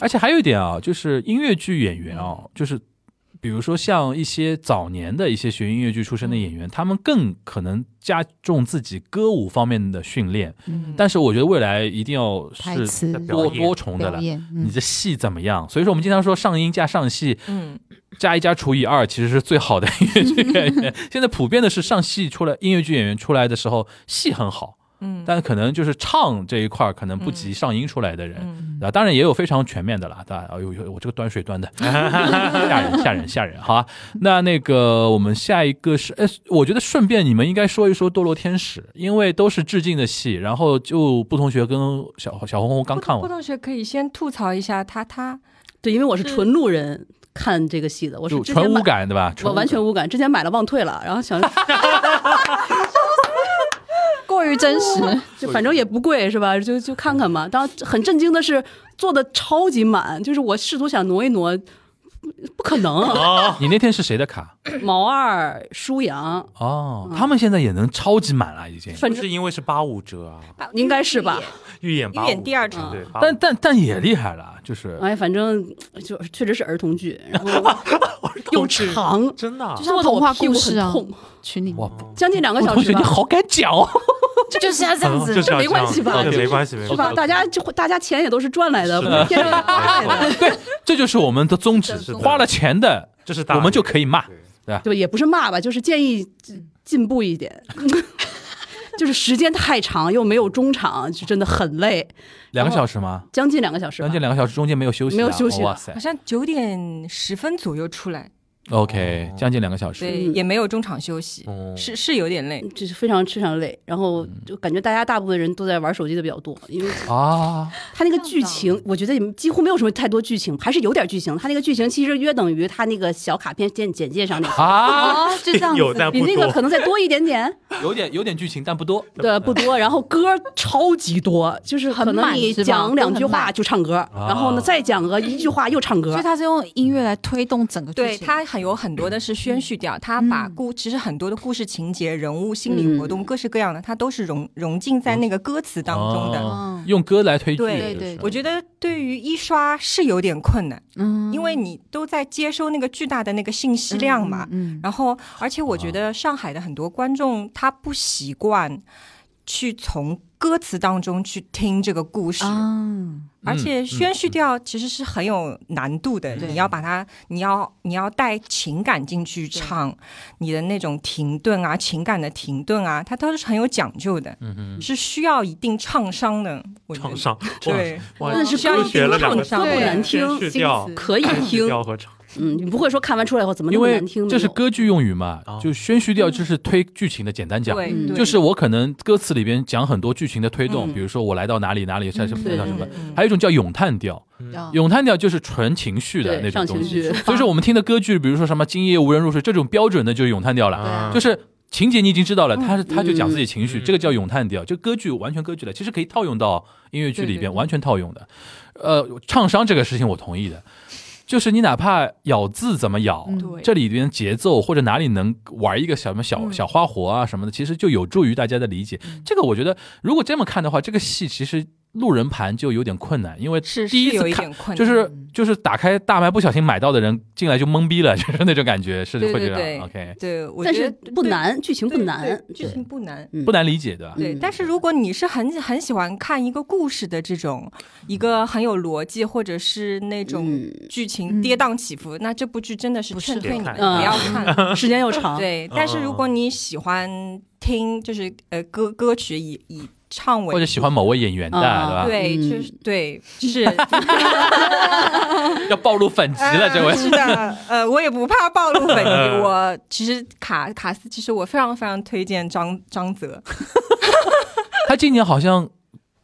Speaker 1: 而且还有一点啊，就是音乐剧演员啊，就是比如说像一些早年的一些学音乐剧出身的演员，他们更可能加重自己歌舞方面的训练，
Speaker 3: 嗯
Speaker 1: 但是我觉得未来一定要
Speaker 3: 台
Speaker 1: 是
Speaker 3: 词
Speaker 2: 在表
Speaker 1: 多
Speaker 2: 演
Speaker 1: 多重的
Speaker 3: 表
Speaker 1: 了。
Speaker 3: 演，
Speaker 1: 你
Speaker 3: 嗯，
Speaker 1: 这戏怎么样？所以说我们经常说上音加上戏，
Speaker 4: 嗯，
Speaker 1: 加一加除以二，其实是最好的音乐剧演员。现在普遍的是上戏出来，音乐剧演员出来的时候戏很好，
Speaker 4: 嗯
Speaker 1: 但可能就是唱这一块儿可能不及上音出来的人。
Speaker 4: 嗯
Speaker 1: 啊，当然也有非常全面的啦，当然，哎呦，呦我这个端水端的，
Speaker 5: 嗯
Speaker 1: 吓人吓人吓人，好啊。那那个我们下一个是，哎，我觉得顺便你们应该说一说《堕落天使》，因为都是致敬的戏，然后就布同学跟小小红红刚看
Speaker 4: 布
Speaker 1: 完，
Speaker 4: 同学可以先吐槽一下他，他
Speaker 5: 对，因为我是纯路人看这个戏的，我是
Speaker 1: 就
Speaker 5: 之前
Speaker 1: 纯
Speaker 5: 买
Speaker 1: 无感对吧？纯
Speaker 5: 我
Speaker 1: 无
Speaker 5: 完
Speaker 1: 感
Speaker 5: 全无感，之前买了忘退了，然后想着
Speaker 3: 过于真实，
Speaker 5: 就反正也不贵是吧？就就看看嘛。当然很震惊的是，做的超级满，就是我试图想挪一挪，不可能。
Speaker 2: 哦，
Speaker 1: 你那天是谁的卡？
Speaker 5: 毛二、舒阳，
Speaker 1: 哦，
Speaker 5: 嗯
Speaker 1: 他们现在也能超级满了已经，
Speaker 5: 反正
Speaker 2: 是因为是八五折啊，
Speaker 5: 应该是吧？
Speaker 2: 预演八
Speaker 4: 预演第二
Speaker 2: 场
Speaker 4: 场
Speaker 5: 啊
Speaker 2: 对，
Speaker 1: 但但但也厉害了，就是
Speaker 5: 哎，反正就确实是儿童剧， 然后又长，
Speaker 2: 真的啊
Speaker 3: 就像
Speaker 5: 做的
Speaker 3: 童
Speaker 5: 我
Speaker 3: 话
Speaker 5: 屁
Speaker 3: 故
Speaker 5: 股很
Speaker 3: 事啊
Speaker 5: 痛，
Speaker 3: 群里面
Speaker 1: 哇，
Speaker 5: 将近两个
Speaker 1: 我
Speaker 5: 小
Speaker 1: 同
Speaker 5: 时
Speaker 1: 学你
Speaker 5: 吧，
Speaker 1: 好敢讲哦，
Speaker 3: 就是要这样 子
Speaker 2: 嗯就，是要
Speaker 5: 没关系
Speaker 2: 这样哦
Speaker 5: 吧
Speaker 1: 就
Speaker 2: 对
Speaker 1: 是
Speaker 2: 没关系，没
Speaker 5: 是
Speaker 2: 关系。
Speaker 5: 吧？大家就大家钱也都是赚来的，
Speaker 2: 是
Speaker 5: 不
Speaker 2: 的
Speaker 5: 是天上
Speaker 2: 没错
Speaker 1: 这就是我们的宗旨
Speaker 2: 是的，
Speaker 1: 花了钱的
Speaker 2: 这是大
Speaker 1: 我们就可以骂
Speaker 2: 对。
Speaker 5: 对，也不是骂吧，就是建议进步一点。 就是时间太长，又没有中场，就真的很累，
Speaker 1: 两个小时吗？
Speaker 5: 将近两个小时吧
Speaker 1: 将。近两个小时，中间没有休息啊，
Speaker 5: 没有休息啊
Speaker 1: 哇塞
Speaker 4: 好像九点十分左右出来，
Speaker 1: ，OK，
Speaker 2: 哦
Speaker 1: 将近两个小时，
Speaker 4: 对，也没有中场休息，
Speaker 1: 嗯
Speaker 2: 哦
Speaker 4: 是是有点
Speaker 3: 嗯
Speaker 4: 累。
Speaker 5: 就是非常非常累，然后就感觉大家大部分人都在玩手机的比较多，因为
Speaker 1: 啊，
Speaker 5: 他那个
Speaker 3: 这样
Speaker 5: 剧
Speaker 3: 的
Speaker 5: 情，我觉得也几乎没有什么太多剧情，还是有点剧情。他那个剧情其实约等于他那个小卡片简简介上那个，
Speaker 1: 啊，
Speaker 3: 哦，就这样
Speaker 2: 有但
Speaker 3: 子，
Speaker 2: 不
Speaker 5: 比那个
Speaker 2: 多，
Speaker 5: 可能再多一点点，
Speaker 1: 有点有点剧情，但不多。
Speaker 5: 对，不多。然后歌超级多，就是可
Speaker 3: 很
Speaker 5: 能
Speaker 3: 满
Speaker 5: 你
Speaker 3: 是吧
Speaker 5: 讲两句
Speaker 3: 都很
Speaker 5: 话
Speaker 3: 满
Speaker 5: 就唱歌，然后呢再讲个一句话又唱
Speaker 3: 所
Speaker 5: 歌
Speaker 4: 啊
Speaker 3: 以。他是用音乐来推动整个剧
Speaker 4: 对
Speaker 3: 情，
Speaker 4: 它很有很多的是宣叙调，
Speaker 3: 嗯
Speaker 4: 它把故其实很多的故事情节、人物、心理活动，各式各样的，它都是融融进在那个歌词当中的。
Speaker 1: 哦
Speaker 3: 嗯
Speaker 1: 用歌来推剧，
Speaker 4: 对
Speaker 1: 就是
Speaker 3: 对
Speaker 4: 我觉得对于一刷是有点困难，
Speaker 3: 嗯，
Speaker 4: 因为你都在接收那个巨大的那个信息
Speaker 3: 嗯
Speaker 4: 量嘛。
Speaker 3: 嗯，嗯
Speaker 4: 然后，而且我觉得上海的很多观众他不习惯去从歌词当中去听这个故事，
Speaker 3: 嗯
Speaker 4: 而且宣叙调其实是很有难度的，
Speaker 3: 对
Speaker 4: 你要把它，你要你要带情感进去唱，你的那种停顿啊，情感的停顿啊，它都是很有讲究的，
Speaker 1: 嗯
Speaker 4: 是需要一定唱商的，我觉得
Speaker 2: 唱上，
Speaker 4: 对，
Speaker 2: 哇，哇
Speaker 5: 但是
Speaker 4: 需要
Speaker 5: 歌
Speaker 4: 一定
Speaker 2: 学了两个
Speaker 4: 唱
Speaker 5: 唱歌
Speaker 4: 商
Speaker 5: 不
Speaker 3: 对
Speaker 5: 难
Speaker 3: 先
Speaker 5: 听，
Speaker 2: 是
Speaker 3: 新
Speaker 2: 调
Speaker 3: 词
Speaker 5: 可以听。
Speaker 2: 调和唱，
Speaker 5: 嗯，你不会说看完出来以后怎么那
Speaker 1: 因
Speaker 5: 么
Speaker 1: 为
Speaker 5: 难听？嗯
Speaker 1: 这是
Speaker 5: 没有
Speaker 1: 歌剧用语嘛
Speaker 2: 哦，
Speaker 1: 就宣叙调就是推剧情的简单讲，
Speaker 4: 对
Speaker 3: 嗯，
Speaker 4: 对
Speaker 1: 就是我可能歌词里边讲很多剧情的推动，
Speaker 4: 嗯
Speaker 1: 比如说我来到哪里哪里，在什么
Speaker 5: 对
Speaker 1: 叫什么
Speaker 4: 嗯嗯，嗯
Speaker 1: 还有一种叫咏叹调，
Speaker 3: 嗯
Speaker 1: 咏叹调就是纯情绪的
Speaker 5: 对
Speaker 1: 那种
Speaker 5: 上
Speaker 1: 东
Speaker 5: 情
Speaker 1: 西。
Speaker 5: 绪，
Speaker 1: 所以说我们听的歌剧，比如说什么“今夜无人入睡”这种标准的就是咏叹调了，
Speaker 3: 啊
Speaker 1: 就是。情节你已经知道了，他是他就讲自己情绪，
Speaker 2: 嗯
Speaker 1: 这个叫咏叹调，就歌剧完全歌剧了，其实可以套用到音乐剧里
Speaker 3: 对对
Speaker 1: 边，
Speaker 3: 对
Speaker 1: 完全套用的。呃，唱商这个事情我同意的，就是你哪怕咬字怎么咬，
Speaker 3: 嗯
Speaker 4: 对
Speaker 1: 这里边节奏或者哪里能玩一个什么小
Speaker 4: 嗯
Speaker 1: 小花活啊什么的，其实就有助于大家的理解。这个我觉得，如果这么看的话，这个戏其实路人盘就有点困难，因为
Speaker 4: 是
Speaker 1: 第
Speaker 4: 是
Speaker 1: 一
Speaker 4: 有
Speaker 1: 次
Speaker 4: 一
Speaker 1: 看。
Speaker 4: 点困难，嗯
Speaker 1: 就是就是打开大麦不小心买到的人进来就懵逼了， 就是那种感觉，是
Speaker 4: 对
Speaker 1: 会这
Speaker 4: 对
Speaker 1: 样。
Speaker 4: 对
Speaker 1: OK，
Speaker 4: 对，我
Speaker 5: 但
Speaker 4: 觉
Speaker 5: 是
Speaker 4: 得
Speaker 5: 不
Speaker 4: 对
Speaker 5: 难，剧情不
Speaker 4: 对
Speaker 5: 难。
Speaker 4: 对剧情不难。
Speaker 5: 嗯
Speaker 1: 不难理解，对吧？
Speaker 4: 对，
Speaker 5: 嗯
Speaker 4: 但是如果你是很很喜欢看一个故事的这种，一个很有逻辑或者是那种
Speaker 5: 嗯，
Speaker 4: 剧
Speaker 3: 嗯
Speaker 4: 情跌宕起伏，那这部剧真的是
Speaker 3: 不
Speaker 4: 劝
Speaker 3: 适
Speaker 4: 退你
Speaker 2: 合
Speaker 4: 的，不要
Speaker 5: 嗯
Speaker 4: 看。
Speaker 5: 时间又长，
Speaker 4: 对，但是如果
Speaker 1: 嗯
Speaker 4: 你喜欢听就是呃歌歌曲以以唱为
Speaker 1: 或者喜欢某位演员的，
Speaker 5: 啊
Speaker 1: 对吧？
Speaker 4: 对，
Speaker 5: 嗯
Speaker 4: 就是对 是
Speaker 1: 要暴露 反击了，
Speaker 4: 呃
Speaker 1: 这位。
Speaker 4: 是的，呃，我也不怕 暴露本
Speaker 2: 嗯
Speaker 4: 意。我其实卡卡斯，其实我非常非常推荐张张泽，
Speaker 1: 他今年好像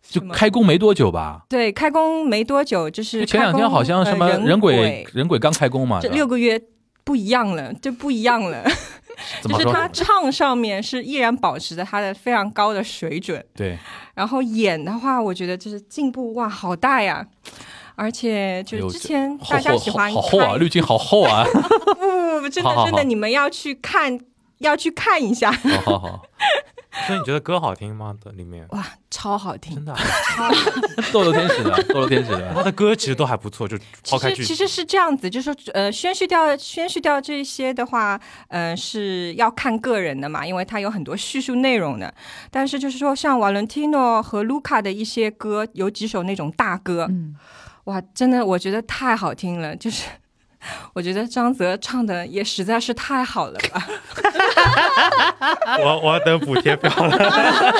Speaker 1: 就是
Speaker 4: 吗
Speaker 1: 开工没多久吧？
Speaker 4: 对，开工没多久，就是
Speaker 1: 就前两
Speaker 4: 开
Speaker 1: 天
Speaker 4: 工
Speaker 1: 好像什么
Speaker 4: 呃
Speaker 1: 人
Speaker 4: 人
Speaker 1: 鬼人鬼刚开工嘛，
Speaker 4: 这
Speaker 1: 对吧
Speaker 4: 六个月不一样了，这不一样了，
Speaker 1: 怎
Speaker 4: 就
Speaker 1: 么
Speaker 4: 是
Speaker 1: 说？
Speaker 4: 他唱上面是依然保持着他的非常高的水准，
Speaker 1: 对，
Speaker 4: 然后演的话，我觉得就是进步哇，好大呀！而
Speaker 1: 哎
Speaker 4: 且
Speaker 1: 呦
Speaker 4: 就是之前
Speaker 1: 厚
Speaker 4: 大家
Speaker 1: 厚
Speaker 4: 喜
Speaker 1: 好
Speaker 4: 欢
Speaker 1: 好厚啊，
Speaker 4: 看
Speaker 1: 滤镜好厚啊，
Speaker 4: 不不不，真
Speaker 1: 好好
Speaker 4: 的
Speaker 1: 好
Speaker 4: 真的，你们要去看，要去看一下，
Speaker 1: 好好好，
Speaker 2: 所以你觉得歌好听吗？的里面
Speaker 4: 哇， 超好
Speaker 2: 真
Speaker 4: 听！
Speaker 2: 的啊，
Speaker 1: 堕落天使 的，堕落天使啊
Speaker 2: 他
Speaker 1: 的，
Speaker 2: 的歌其实都还不错，就
Speaker 4: 其
Speaker 2: 抛开
Speaker 4: 实
Speaker 2: 剧
Speaker 4: 其
Speaker 2: 情，
Speaker 4: 实是这样子，就是说，呃，宣叙掉宣叙掉这些的话，呃，是要看个人的嘛，因为它有很多叙述内容的。但是就是说，像 Valentino 和 Luca 的一些歌，有几首那种大歌，
Speaker 3: 嗯，
Speaker 4: 哇，真的，我觉得太好听了，就是我觉得张泽唱的也实在是太好了吧。
Speaker 2: 我我等补贴表了。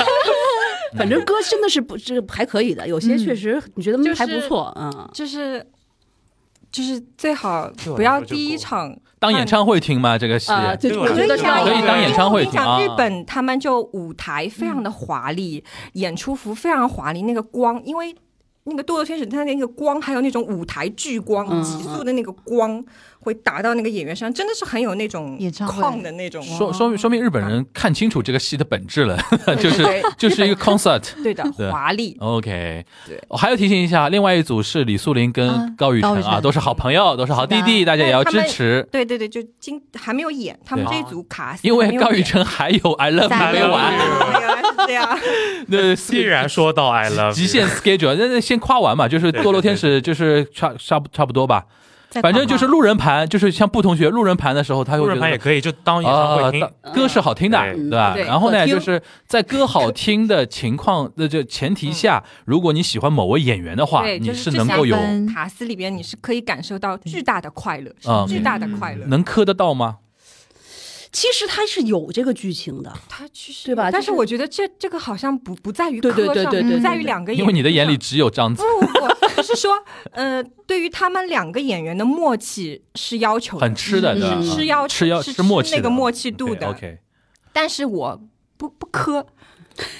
Speaker 5: 反正歌真的是不这还可以的，有些确实你觉得嗯
Speaker 4: 就是
Speaker 5: 还不错，嗯，
Speaker 4: 就是就是最好
Speaker 2: 对我
Speaker 4: 不
Speaker 2: 来
Speaker 4: 要
Speaker 2: 说就
Speaker 4: 第一
Speaker 2: 够
Speaker 4: 场
Speaker 1: 当演唱会听吗？这个戏
Speaker 5: 啊，对，
Speaker 2: 对
Speaker 5: 我
Speaker 2: 我
Speaker 5: 觉
Speaker 2: 觉
Speaker 5: 得
Speaker 2: 得
Speaker 5: 这
Speaker 2: 这
Speaker 5: 样
Speaker 2: 样
Speaker 1: 可以当演唱会
Speaker 4: 因为我跟你讲
Speaker 1: 听啊嗯
Speaker 4: 日本他们就舞台非常的华丽，演出服非常华丽，那个光，因为那个《堕落天使》它的那个光，还有那种舞台聚光、
Speaker 5: 嗯
Speaker 4: 急速的那个光，会打到那个演员身上，真的是很有那种
Speaker 3: 演唱会
Speaker 4: 矿的那种。
Speaker 1: 说说明说明日本人看清楚这个戏的本质了， 就是
Speaker 4: 对
Speaker 1: 就是一个 concert。
Speaker 4: 对的，
Speaker 1: 对
Speaker 4: 华丽。
Speaker 1: OK，
Speaker 4: 对
Speaker 1: 我还要提醒一下，另外一组是李素玲跟
Speaker 3: 嗯
Speaker 1: 高雨晨
Speaker 3: 高雨
Speaker 1: 啊，
Speaker 3: 晨
Speaker 1: 都是好朋友，都是好弟弟，大家也要支持。
Speaker 4: 对对对，就今还没有演，他们这一组卡司
Speaker 1: 因
Speaker 4: 还
Speaker 1: 为
Speaker 4: 没有
Speaker 1: 高雨
Speaker 4: 演
Speaker 1: 晨还有 I love you
Speaker 3: 在
Speaker 1: 没完，
Speaker 4: 原来是 这样。
Speaker 1: 对，
Speaker 2: 既然说到 I love，you
Speaker 1: 极限 schedule，那那先夸完嘛，就是
Speaker 2: 对
Speaker 1: 堕落天使，就是差差不差不多吧，
Speaker 3: 哦在
Speaker 1: 反正
Speaker 3: 谈
Speaker 1: 就是
Speaker 3: 话
Speaker 1: 路人盘，就是像布同学路人盘的时候，他
Speaker 2: 路
Speaker 1: 会
Speaker 2: 人
Speaker 1: 觉
Speaker 2: 盘也
Speaker 1: 得。
Speaker 2: 可以，就当演唱
Speaker 1: 啊
Speaker 2: 会，听。
Speaker 1: 歌是好听的，
Speaker 2: 对
Speaker 1: 对吧？
Speaker 5: 对
Speaker 1: 然后
Speaker 5: 好
Speaker 1: 呢，
Speaker 5: 听
Speaker 1: 就是在歌好听的情况，那就前提下，如果你喜欢某位演员的话，
Speaker 4: 对
Speaker 1: 你
Speaker 4: 就是是
Speaker 1: 能够有
Speaker 3: 之前
Speaker 4: 卡斯里边你是可以感受到巨大的快乐，
Speaker 1: 嗯
Speaker 4: 是巨大的快乐。
Speaker 1: 能磕得到吗？
Speaker 5: 其实它是有这个剧情的，
Speaker 4: 他其实
Speaker 5: 对吧
Speaker 4: 但
Speaker 5: 就是
Speaker 4: 是我觉得这这个好像不不在于
Speaker 5: 对对
Speaker 4: 科
Speaker 5: 对
Speaker 4: 上，
Speaker 5: 对
Speaker 3: 对
Speaker 4: 不在
Speaker 3: 对
Speaker 4: 于
Speaker 3: 对
Speaker 4: 两个演员上，
Speaker 1: 因为你的眼里只有张子，
Speaker 4: 不不不，我是说，呃，对于他们两个演员的默契是要求的，
Speaker 1: 很吃的，对吧？啊
Speaker 5: 嗯
Speaker 4: 是要
Speaker 1: 吃要
Speaker 4: 是
Speaker 1: 吃默契的
Speaker 4: 那个默契度
Speaker 1: OK，
Speaker 4: 的。
Speaker 1: OK，
Speaker 4: 但是我不不磕，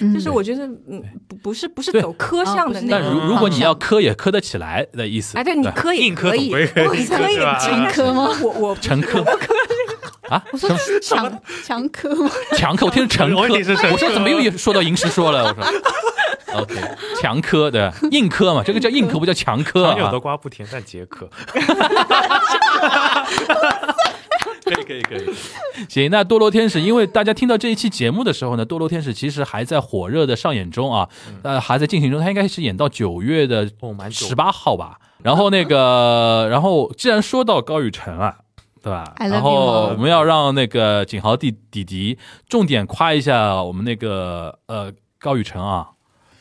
Speaker 3: 嗯
Speaker 4: 就是我觉得嗯不不是不是
Speaker 1: 对
Speaker 4: 走磕向
Speaker 3: 啊不
Speaker 4: 的
Speaker 3: 是
Speaker 4: 那
Speaker 1: 但
Speaker 4: 个。
Speaker 1: 如如果你要磕也磕得起来的意思，
Speaker 4: 哎，对，你
Speaker 1: 对
Speaker 4: 磕也
Speaker 2: 硬磕
Speaker 4: 可以，
Speaker 2: 总归可以
Speaker 4: 我可以
Speaker 2: 是吧
Speaker 4: 可以但是
Speaker 3: 磕吗
Speaker 4: 我 我不
Speaker 1: 陈磕 啊，什么
Speaker 3: 强强科 吗？
Speaker 1: 强科，我听成陈
Speaker 2: 我以为你是
Speaker 1: 科，
Speaker 2: 陈
Speaker 1: 我说怎么又说到银石说了？我说 ，OK，强科对吧，硬科嘛，这个叫硬科，不叫强科
Speaker 2: 朋友
Speaker 1: 啊
Speaker 2: 的。瓜不甜，但解渴。 可以可以可以，
Speaker 1: 行，那堕落天使，因为大家听到这一期节目的时候呢，堕落天使其实还在火热的上演中啊，
Speaker 2: 嗯
Speaker 1: 呃，还在进行中，它应该是演到九月的
Speaker 2: 哦，蛮久
Speaker 1: 十。八号吧。然后那个， 然后既然说到高雨晨啊，对吧？
Speaker 3: I love you
Speaker 1: 然后我们要让那个景豪弟弟弟重点夸一下我们那个呃高雨晨啊，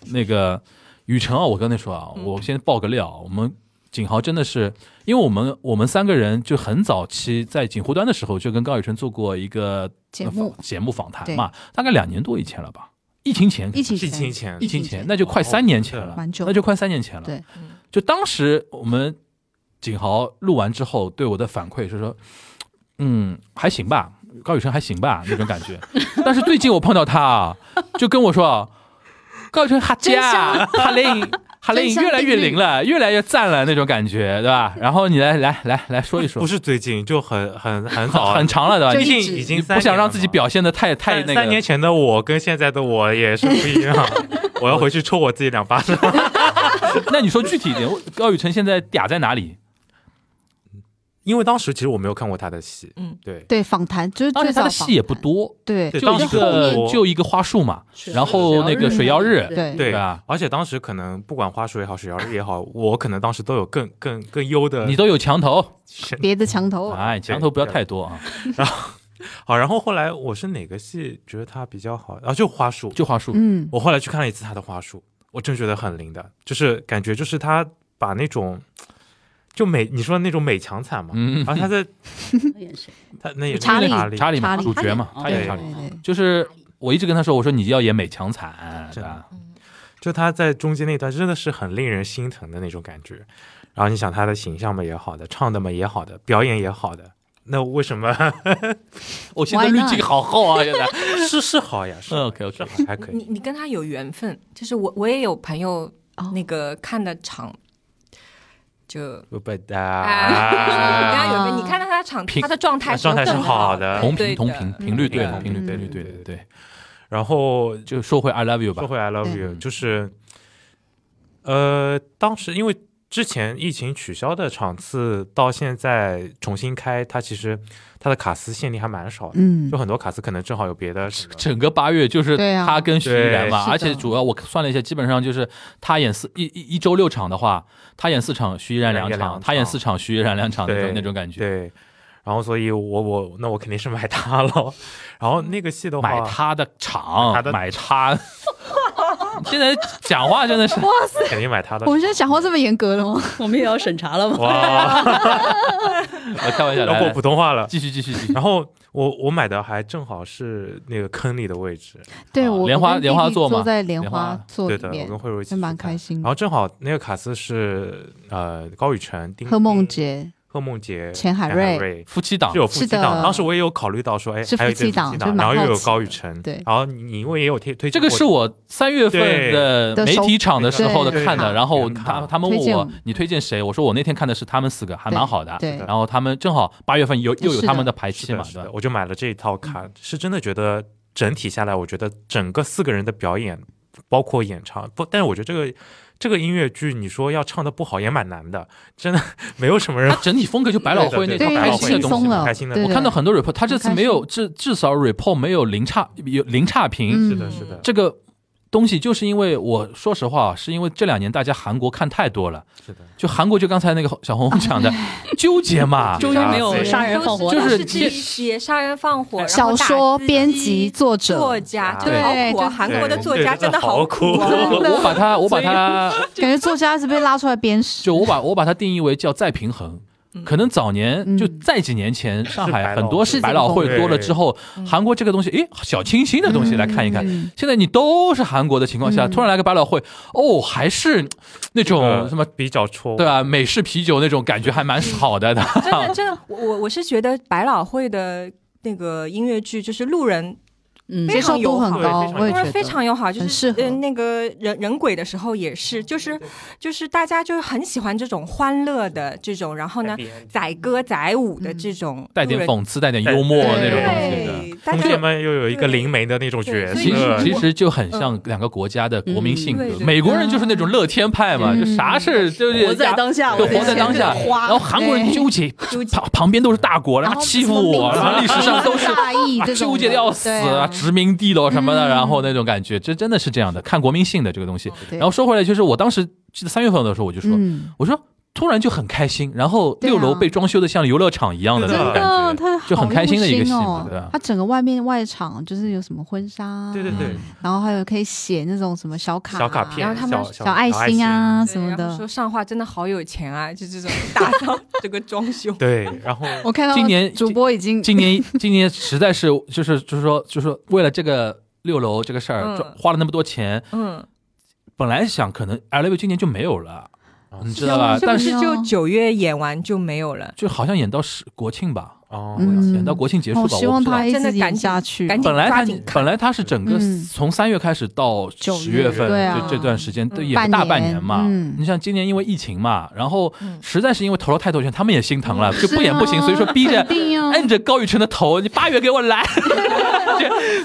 Speaker 1: 那个雨晨啊，我跟你说
Speaker 3: 嗯
Speaker 1: 啊，我先爆个料，我们景豪真的是，因为我们我们三个人就很早期在锦湖端的时候就跟高雨晨做过一个呃
Speaker 3: 节目
Speaker 1: 访节目访谈嘛，大概两年多以前了吧，疫情前
Speaker 3: 一起
Speaker 2: 疫情
Speaker 3: 前
Speaker 2: 前
Speaker 1: 疫
Speaker 3: 疫
Speaker 1: 情
Speaker 3: 情
Speaker 1: 前
Speaker 3: 前，
Speaker 1: 那就快三年前了，
Speaker 2: 哦
Speaker 3: 蛮久
Speaker 1: 那就快三年前了。
Speaker 3: 对
Speaker 4: 嗯，
Speaker 1: 就当时我们景豪录完之后对我的反馈是说，嗯，还行吧，高雨生还行吧那种感 觉。但是最近我碰到他啊，就跟我说啊，高雨生哈加哈 灵。哈灵
Speaker 3: 真香
Speaker 1: 越来越灵了，越来越赞了那种感觉，对吧？然后你来来来来说一说，
Speaker 2: 不是最近，就很很很早
Speaker 1: 很
Speaker 2: 啊，
Speaker 1: 很长了，对吧？
Speaker 3: 就
Speaker 2: 毕
Speaker 1: 你
Speaker 3: 一
Speaker 2: 竟
Speaker 3: 直
Speaker 2: 已
Speaker 1: 你
Speaker 2: 经
Speaker 1: 不想让自己表现的太太
Speaker 2: 太
Speaker 1: 那个。
Speaker 2: 三年前的我跟现在的我也是 不一样，我要回去抽我自己两巴掌。
Speaker 1: 那你说具体一点，高雨辰现在嗲在哪 里？
Speaker 2: 因为当时其实我没有看过他的戏，
Speaker 4: 嗯，
Speaker 2: 对，
Speaker 3: 对访谈，就是
Speaker 1: 而且
Speaker 3: 最
Speaker 1: 啊他
Speaker 3: 早
Speaker 1: 的
Speaker 3: 访
Speaker 1: 戏也不
Speaker 3: 谈，
Speaker 1: 多，
Speaker 3: 对
Speaker 2: 对
Speaker 1: 就
Speaker 2: 当
Speaker 1: 一
Speaker 2: 时
Speaker 1: 个
Speaker 2: 我
Speaker 1: 就一个花束嘛，
Speaker 5: 是
Speaker 1: 然后那个水曜日
Speaker 5: 嗯
Speaker 3: 对
Speaker 1: 对啊
Speaker 2: 对
Speaker 1: 吧？
Speaker 2: 而且当时可能不管花束也好，水曜日也好，我可能当时都有更更更优的
Speaker 1: 你都有墙头，
Speaker 2: 选
Speaker 3: 别的墙头
Speaker 1: 哎，墙头不要太多啊，
Speaker 2: 好。然后后来我是哪个戏觉得他比较好，然、啊后就花束，
Speaker 1: 就花束。
Speaker 3: 嗯，
Speaker 2: 我后来去看了一次他的花束，我真觉得很灵的，就是感觉就是他把那种就美你说的那种美强惨嘛，
Speaker 1: 嗯
Speaker 2: 然后他在
Speaker 5: 演谁？
Speaker 2: 他那也是
Speaker 3: 查理
Speaker 2: 查理
Speaker 1: 查理嘛，
Speaker 3: 查理
Speaker 1: 主角嘛，
Speaker 5: 哦
Speaker 1: 他演
Speaker 2: 对
Speaker 1: 查
Speaker 3: 对
Speaker 1: 理，
Speaker 3: 对
Speaker 1: 就是我一直跟他说，我说你要演美强惨，啊对
Speaker 2: 真的
Speaker 1: 吧？
Speaker 2: 就他在中间那段真的是很令人心疼的那种感觉。然后你想他的形象嘛也好的，唱的嘛也好的，表演也好的，那为什么
Speaker 1: 我哦现在
Speaker 3: Why
Speaker 1: 滤
Speaker 3: not？
Speaker 1: 镜好厚啊， 现在。
Speaker 2: 是是好呀？是
Speaker 1: OK OK，
Speaker 2: 还可
Speaker 4: 你
Speaker 2: 以。
Speaker 4: 你跟他有缘分，就是我我也有朋友
Speaker 3: 哦
Speaker 4: 那个看的场，就
Speaker 2: 不不
Speaker 4: 啊，
Speaker 2: 哒，
Speaker 4: 人家有个你看到他场，
Speaker 1: 平啊
Speaker 4: 他的状态
Speaker 2: 状态是
Speaker 4: 更
Speaker 2: 好
Speaker 4: 好
Speaker 2: 的
Speaker 1: 同
Speaker 4: 对
Speaker 1: 频同频
Speaker 4: 的
Speaker 1: 频率对
Speaker 2: 嗯
Speaker 1: 频率对
Speaker 3: 嗯
Speaker 1: 对对对对。
Speaker 2: 然后
Speaker 1: 就说回 I love you 吧
Speaker 2: 说，回 I love you，
Speaker 1: 嗯
Speaker 2: 就是呃，当时因为之前疫情取消的场次到现在重新开，它其实它的卡司限定还蛮少的，
Speaker 3: 嗯
Speaker 2: 就，很多卡司可能正好有别的什么。
Speaker 1: 整个八月就是
Speaker 3: 对啊
Speaker 1: 他跟徐艺然嘛，
Speaker 3: 对
Speaker 1: 而
Speaker 3: 是的
Speaker 1: 且主要我算了一下，基本上就是他演四一一一周六场的话，他演四场，徐艺然两
Speaker 2: 两
Speaker 1: 场，
Speaker 2: 场
Speaker 1: 他演四场，徐艺然两场那种
Speaker 2: 对
Speaker 1: 那种感觉。
Speaker 2: 对，然后所以我我那我肯定是买它了。 然后那个戏的话，
Speaker 1: 买他的场，
Speaker 2: 哦买他的
Speaker 1: 买 他。现在讲话真的是，
Speaker 2: 肯定买它 的。
Speaker 3: 我们现在讲话这么严格了吗？
Speaker 5: 我们也要审查了吗？
Speaker 2: 哇，
Speaker 1: 我开玩笑，
Speaker 2: 要
Speaker 1: 来
Speaker 2: 过
Speaker 1: 来
Speaker 2: 普通话了。
Speaker 1: 继续继续继续。
Speaker 2: 然后我我买的还正好是那个坑里的位置，
Speaker 3: 对
Speaker 1: 啊
Speaker 3: 我
Speaker 1: 莲花
Speaker 3: 我跟弟弟
Speaker 1: 莲花座嘛
Speaker 3: 坐在莲
Speaker 1: 莲
Speaker 3: 花
Speaker 1: 花
Speaker 3: 座
Speaker 2: 对
Speaker 3: 里
Speaker 2: 的，我
Speaker 3: 面
Speaker 2: 跟，慧茹一起
Speaker 3: 真蛮
Speaker 2: 去看
Speaker 3: 开心
Speaker 2: 然。后正好那个卡斯是呃高雨辰、丁
Speaker 3: 贺梦
Speaker 2: 丁
Speaker 3: 洁
Speaker 2: 贺梦洁、
Speaker 3: 钱海瑞
Speaker 2: 瑞
Speaker 1: 夫妻档
Speaker 2: 就有夫妻
Speaker 3: 是的
Speaker 2: 档。当时我也有考虑到说，哎，
Speaker 3: 是
Speaker 2: 还有一
Speaker 3: 夫妻
Speaker 2: 对
Speaker 3: 档就蛮
Speaker 2: 然后又
Speaker 3: 好
Speaker 2: 有
Speaker 3: 奇
Speaker 2: 高
Speaker 3: 的
Speaker 2: 雨晨，
Speaker 3: 对
Speaker 2: 然后你因为也有推推
Speaker 1: 这
Speaker 2: 荐
Speaker 1: 个
Speaker 2: 过
Speaker 1: 是我三月份的
Speaker 3: 对
Speaker 1: 媒体场的时候的
Speaker 3: 对
Speaker 1: 看的，
Speaker 3: 对
Speaker 1: 然后
Speaker 2: 对
Speaker 1: 他他们问
Speaker 3: 推荐
Speaker 1: 我你推荐谁，我说我那天看的是他们四个，还蛮好的。
Speaker 3: 对
Speaker 1: 啊
Speaker 3: 哦
Speaker 1: 然后他们正好八月份有又有
Speaker 3: 是的
Speaker 1: 他们的排
Speaker 2: 是
Speaker 1: 期
Speaker 2: 的
Speaker 1: 嘛，
Speaker 2: 是
Speaker 1: 对吧
Speaker 2: 的，？我就买了这一套卡，是真的觉得整体下来，我觉得整个四个人的表演，包括演唱，不，但是我觉得这个这个音乐剧，你说要唱的不好也蛮难的，真的 没有什么人
Speaker 1: 他。整体风格就 百老汇那套
Speaker 2: 对
Speaker 3: 对
Speaker 1: 百
Speaker 2: 百
Speaker 1: 老
Speaker 2: 老
Speaker 1: 汇
Speaker 2: 汇
Speaker 1: 的
Speaker 3: 轻
Speaker 1: 东西
Speaker 3: 松
Speaker 1: 嘛。
Speaker 3: 了，
Speaker 2: 开心的
Speaker 3: 对
Speaker 1: 我看到很多 report，他这次没有
Speaker 3: 很
Speaker 1: 至至少 report 没有零差有零差评，
Speaker 3: 嗯
Speaker 2: 是的，是的，
Speaker 1: 这个东西就是因为我说实话，是因为这两年大家韩国看太多了，
Speaker 2: 是的，
Speaker 1: 就韩国就刚才那个小红讲 的纠结嘛，
Speaker 5: 终于没有杀人放火
Speaker 1: 就
Speaker 4: 都
Speaker 1: 是
Speaker 4: 是这一些杀人放火，然后
Speaker 3: 小
Speaker 4: 打
Speaker 3: 说
Speaker 4: 字
Speaker 3: 编
Speaker 4: 机
Speaker 3: 辑、作者，
Speaker 4: 作家，
Speaker 2: 对
Speaker 4: 真的好苦啊！
Speaker 3: 对
Speaker 4: 韩国的
Speaker 2: 对
Speaker 4: 作
Speaker 2: 对
Speaker 4: 家
Speaker 2: 真的
Speaker 4: 的
Speaker 2: 好
Speaker 4: 苦啊，
Speaker 1: 我我我把它我把它
Speaker 3: 感觉作家是被拉出来鞭尸。
Speaker 1: 就我把我把它定义为叫再平衡。可能早年
Speaker 3: 嗯
Speaker 1: 就再几年前，上海
Speaker 2: 百老
Speaker 1: 很多是
Speaker 3: 汇
Speaker 1: 百嗯老汇嗯多了之后，韩国这个东西，诶，小清新的东西来看一看。现在你都是韩国的情况下，
Speaker 3: 嗯
Speaker 1: 突然来个百老汇，哦，还是那种
Speaker 2: 呃
Speaker 1: 什么，
Speaker 2: 比较戳，
Speaker 1: 对，啊吧？美式啤酒那种感觉还蛮好的的。
Speaker 4: 真的真的，我我我是觉得百老汇的那个音乐剧就是路人
Speaker 3: 嗯，
Speaker 4: 非
Speaker 3: 接受
Speaker 4: 常
Speaker 3: 度
Speaker 4: 友
Speaker 3: 很
Speaker 4: 好
Speaker 3: 高，
Speaker 2: 对
Speaker 3: 我也
Speaker 4: 当
Speaker 3: 觉
Speaker 4: 然
Speaker 3: 得
Speaker 4: 非常友好，就
Speaker 3: 很
Speaker 4: 是
Speaker 3: 适合
Speaker 4: 呃那个人人鬼的时候也是，就是就是大家就是很喜欢这种欢乐的这种，然后呢载歌载舞
Speaker 3: 嗯
Speaker 4: 的这种
Speaker 1: 带点
Speaker 4: 路人
Speaker 1: 讽刺，带点幽默那
Speaker 3: 对
Speaker 1: 种东西的。
Speaker 4: 对，大
Speaker 2: 中
Speaker 4: 家
Speaker 2: 间嘛又有一个灵媒的那种角
Speaker 4: 对
Speaker 1: 其
Speaker 4: 所
Speaker 1: 实
Speaker 2: 色
Speaker 4: 以，嗯
Speaker 1: 其实就很像两个国家的国民性格
Speaker 4: 嗯对，对
Speaker 1: 美国人就是那种乐天派嘛，
Speaker 3: 嗯
Speaker 1: 就啥事儿就是
Speaker 5: 活在当下，
Speaker 1: 对
Speaker 5: 我
Speaker 1: 活在当下
Speaker 5: 这个花
Speaker 1: 然后韩国人
Speaker 3: 对
Speaker 1: 纠结，
Speaker 4: 纠结
Speaker 1: 旁旁边都是大国，然后欺负我，然后历史上都是
Speaker 3: 大义
Speaker 1: 啊，
Speaker 3: 这种
Speaker 1: 纠结的要死，
Speaker 3: 对啊
Speaker 1: 殖民地喽什么的，
Speaker 3: 嗯
Speaker 1: 然后那种感觉，这真的是这样的，看国民性的这个东西。
Speaker 3: 对
Speaker 1: 然后说回来，就是我当时记得三月份的时候，我就说，
Speaker 3: 嗯，
Speaker 1: 我说突然就很开心，然后
Speaker 3: 对啊
Speaker 1: 六楼被装修的像游乐场一样的那
Speaker 2: 真
Speaker 1: 种
Speaker 2: 的
Speaker 1: 感
Speaker 3: 嗯，
Speaker 1: 觉，
Speaker 3: 他
Speaker 1: 就很开心的一个戏
Speaker 3: 好
Speaker 1: 嘛
Speaker 3: 用，心
Speaker 1: 对
Speaker 3: 哦。
Speaker 1: 吧？
Speaker 3: 他整个外面外场就是有什么婚纱，啊
Speaker 2: 对对对，
Speaker 3: 然后还有可以写那种什么小卡、啊
Speaker 2: 小卡片，
Speaker 4: 然后他们
Speaker 2: 小
Speaker 3: 小爱心，啊
Speaker 4: 对
Speaker 3: 什么
Speaker 4: 然后
Speaker 3: 的
Speaker 4: 说。上画真的好有钱啊， 就这种打造这个装 修，
Speaker 2: 对，然后
Speaker 3: 我看到
Speaker 1: 今年
Speaker 3: 主播已 经
Speaker 1: 今年今年实在是就是就是说就是说为了这个六楼这个事儿，
Speaker 4: 嗯
Speaker 1: 就花了那么多钱，
Speaker 4: 嗯，
Speaker 1: 本来想可能 L V 今年就没有了，
Speaker 2: 啊
Speaker 1: 你知道吧？
Speaker 4: 是不
Speaker 1: 但是
Speaker 4: 是
Speaker 3: 是
Speaker 4: 就九月演完就没有了？
Speaker 1: 就好像演到十国庆吧，
Speaker 2: 哦，
Speaker 3: 嗯
Speaker 1: 演到国庆结束吧，
Speaker 3: 我
Speaker 1: 我不
Speaker 3: 希望
Speaker 1: 知道
Speaker 3: 他一
Speaker 4: 真的
Speaker 3: 直演
Speaker 4: 赶紧
Speaker 3: 下去。
Speaker 4: 赶紧
Speaker 1: 本来
Speaker 4: 抓
Speaker 1: 他
Speaker 4: 紧看
Speaker 1: 本来他是整个
Speaker 3: 嗯
Speaker 1: 从三月开始到
Speaker 3: 九
Speaker 1: 十月份
Speaker 3: 月对啊
Speaker 1: 这这段时间都
Speaker 4: 嗯
Speaker 1: 演了大半
Speaker 3: 半年
Speaker 1: 年嘛
Speaker 3: 嗯。
Speaker 1: 你像今年因为疫情嘛，然后
Speaker 4: 嗯
Speaker 1: 实在是因为投了太多钱，他们也心疼了，就不演
Speaker 3: 是啊
Speaker 1: 不行，所以说逼着
Speaker 3: 肯定啊
Speaker 1: 摁着哎高宇辰的头，你八月给我 来。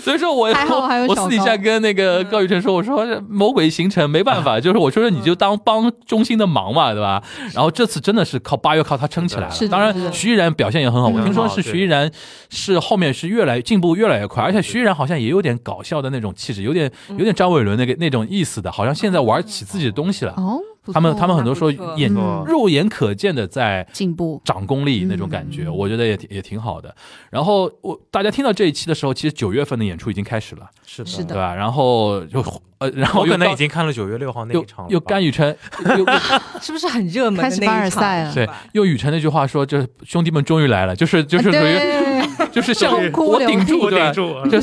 Speaker 1: 所以说我
Speaker 3: 还好还有
Speaker 1: 我
Speaker 3: 小高
Speaker 1: 私底下跟那个高宇辰说，我说这魔鬼行程没办法，就是我说说你就当帮中心的忙嘛，对吧？然后这次真的是靠八月靠他撑起来了
Speaker 3: 是。的
Speaker 1: 当
Speaker 3: 是的
Speaker 1: 然徐艺然表现也很好，我
Speaker 3: 嗯
Speaker 1: 听说是
Speaker 2: 很好
Speaker 1: 徐艺然是后面是越来进步越来越快，而且徐艺然好像也有点搞笑的那种气质，有点
Speaker 3: 嗯
Speaker 1: 有点张伟伦那个那种意思的，好像现在玩起自己的东西了。
Speaker 3: 哦，不错
Speaker 1: 他们他们很多时候
Speaker 4: 那不错
Speaker 1: 眼
Speaker 3: 嗯
Speaker 1: 肉眼可见的在
Speaker 3: 进步，
Speaker 1: 掌功力那种感觉，
Speaker 3: 嗯
Speaker 1: 我觉得也挺也挺好的。然后我大家听到这一期的时候，其实九月份的演出已经开始了，
Speaker 2: 是
Speaker 3: 是
Speaker 1: 对
Speaker 3: 的
Speaker 1: 吧？然后就呃，然后
Speaker 2: 我可
Speaker 1: 又
Speaker 2: 能
Speaker 1: 高
Speaker 2: 已经看了九月六号那
Speaker 1: 又
Speaker 2: 一场了
Speaker 1: 又
Speaker 2: 吧
Speaker 1: 甘雨辰又又
Speaker 4: 是不是很热门的
Speaker 3: 开始
Speaker 4: 那一
Speaker 3: 凡尔
Speaker 4: 场
Speaker 3: 赛了
Speaker 4: 是
Speaker 1: 对
Speaker 4: 吧
Speaker 1: 用雨辰那句话说，这兄弟们终于来了，就是就是属于
Speaker 3: 啊对
Speaker 1: 就是像
Speaker 3: 痛哭
Speaker 1: 我
Speaker 3: 流
Speaker 1: 顶
Speaker 3: 涕
Speaker 1: 住
Speaker 2: 我
Speaker 1: 对吧
Speaker 2: 顶？住了，
Speaker 1: 这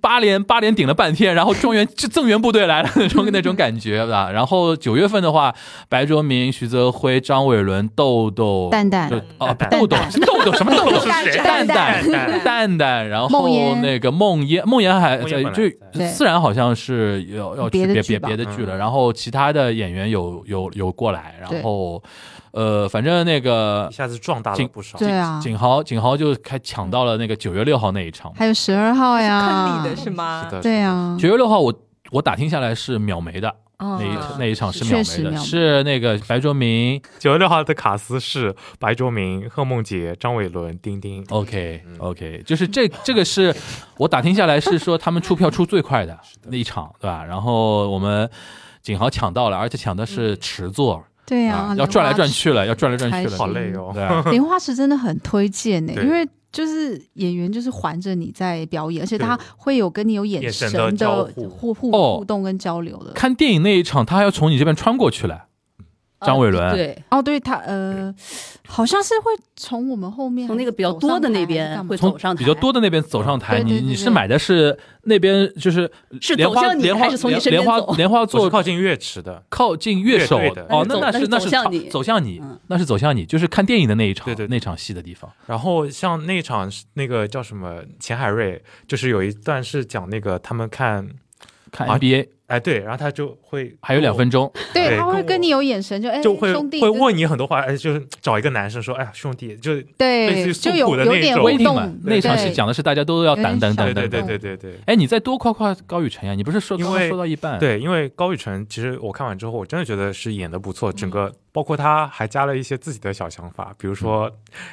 Speaker 1: 八连八连顶了半天，然后中原 就增援部队来了那种
Speaker 3: 嗯
Speaker 1: 那种感觉吧。然后九月份的话，白卓明、徐泽辉、张伟伦、豆豆、
Speaker 3: 蛋蛋
Speaker 1: 就哦
Speaker 2: 蛋蛋
Speaker 1: 豆豆豆豆什么豆豆
Speaker 2: 是谁
Speaker 1: 蛋蛋
Speaker 2: 蛋蛋
Speaker 1: 蛋蛋，然后
Speaker 3: 梦妍
Speaker 1: 那个梦妍梦妍还
Speaker 2: 梦
Speaker 1: 在
Speaker 2: 妍本来
Speaker 1: 就
Speaker 3: 在
Speaker 1: 思然好像是要要去
Speaker 3: 别的
Speaker 1: 别
Speaker 3: 剧
Speaker 1: 别
Speaker 3: 吧
Speaker 1: 别的剧了，
Speaker 2: 嗯
Speaker 1: 然后其他的演员有有有过来，然
Speaker 3: 对
Speaker 1: 后呃反正那个
Speaker 2: 一。下子壮大
Speaker 1: 进
Speaker 2: 了不少。
Speaker 3: 对啊，
Speaker 1: 景豪，景豪就开抢到了那个九月六号那一场嘛，
Speaker 3: 还有十二号呀，
Speaker 4: 坑里的是吗？
Speaker 2: 是的，
Speaker 3: 对啊，
Speaker 1: 九月六号我我打听下来是秒没的，
Speaker 4: 那
Speaker 1: 那一
Speaker 4: 场
Speaker 1: 那一场是秒
Speaker 3: 嗯确实
Speaker 1: 没的，
Speaker 3: 秒没
Speaker 1: 是那个白卓明。
Speaker 2: 九月六号的卡斯是白卓明、贺梦洁、张伟伦、丁丁。
Speaker 1: OK
Speaker 2: 嗯
Speaker 1: OK，就是这这个是我打听下来是说他们出票出最快的那一场，对吧？然后我们景豪抢到了，而且抢的
Speaker 2: 嗯
Speaker 1: 是池座，
Speaker 3: 对
Speaker 5: 哎
Speaker 1: 啊
Speaker 3: 啊，
Speaker 1: 要转来转去了，要转来转
Speaker 3: 开
Speaker 1: 去
Speaker 3: 心
Speaker 2: 好
Speaker 1: 了，
Speaker 2: 累哦。
Speaker 1: 对 啊，
Speaker 3: 莲花池真的很推荐呢、
Speaker 2: 对
Speaker 3: 因为就是演员就是环着你在表演，而且
Speaker 2: 对
Speaker 3: 他会有跟你有眼
Speaker 2: 眼神
Speaker 3: 神
Speaker 2: 的交
Speaker 3: 的
Speaker 2: 互
Speaker 3: 互互
Speaker 1: 哦
Speaker 3: 互动跟交流的。
Speaker 1: 看电影那一场他还要从你这边穿过去了。张伟伦，
Speaker 5: 嗯啊对，
Speaker 3: 哦，对他呃，好像是会从我们后面
Speaker 5: 从那个比较多的那边
Speaker 3: 会
Speaker 5: 会走上台，
Speaker 1: 比较多的那边走上台，
Speaker 3: 对对
Speaker 1: 你
Speaker 3: 对
Speaker 1: 你
Speaker 3: 对
Speaker 1: 是买的是那边就是
Speaker 5: 是
Speaker 1: 莲
Speaker 5: 走
Speaker 1: 花
Speaker 5: 向你
Speaker 1: 莲花
Speaker 5: 还是从你身
Speaker 1: 莲
Speaker 5: 边
Speaker 1: 花
Speaker 5: 走？
Speaker 1: 莲花
Speaker 2: 我是
Speaker 1: 座
Speaker 2: 靠近乐池的，
Speaker 1: 靠近乐手
Speaker 2: 乐队的
Speaker 1: 哦，那
Speaker 5: 那
Speaker 1: 是
Speaker 5: 是
Speaker 1: 那
Speaker 5: 走
Speaker 1: 是
Speaker 5: 向
Speaker 1: 场
Speaker 5: 你
Speaker 1: 走向你
Speaker 5: 嗯，
Speaker 1: 那是走向你，就是看电影的那一场，
Speaker 2: 对对对
Speaker 1: 那场戏的地方。
Speaker 2: 然后像那场是那个叫什么钱海瑞，就是有一段是讲那个他们看，
Speaker 1: 看
Speaker 2: 啊
Speaker 1: NBA
Speaker 2: 哎对，然后他就会
Speaker 1: 还有两分钟，
Speaker 3: 对，
Speaker 2: 对
Speaker 3: 他会
Speaker 2: 跟
Speaker 3: 跟
Speaker 2: 我
Speaker 3: 你有眼神，就哎
Speaker 2: 就会
Speaker 3: 兄弟
Speaker 2: 会
Speaker 3: 就
Speaker 2: 问你很多话，哎就是找一个男生说，哎呀兄弟，就类似
Speaker 3: 对，
Speaker 2: 于
Speaker 3: 就
Speaker 2: 诉苦
Speaker 3: 有
Speaker 2: 的
Speaker 3: 有
Speaker 2: 那
Speaker 3: 点
Speaker 2: 种
Speaker 3: 互
Speaker 1: waiting
Speaker 3: 动
Speaker 1: 嘛，那场戏
Speaker 3: 对
Speaker 1: 讲的是大家都要
Speaker 3: 有点
Speaker 1: 等等
Speaker 3: 小
Speaker 1: 等
Speaker 2: 对
Speaker 1: 等
Speaker 2: 对
Speaker 1: 等。
Speaker 2: 对对对对。
Speaker 1: 哎，你再多夸夸高宇晨呀！你不是说
Speaker 2: 因
Speaker 1: 刚刚
Speaker 2: 为
Speaker 1: 说到一
Speaker 3: 嗯
Speaker 1: 半？，
Speaker 2: 对，因为高宇晨，其实我看完之后，我真的觉得是演的不错，整
Speaker 3: 嗯
Speaker 2: 个包括他还加了一些自己的小想法，比如说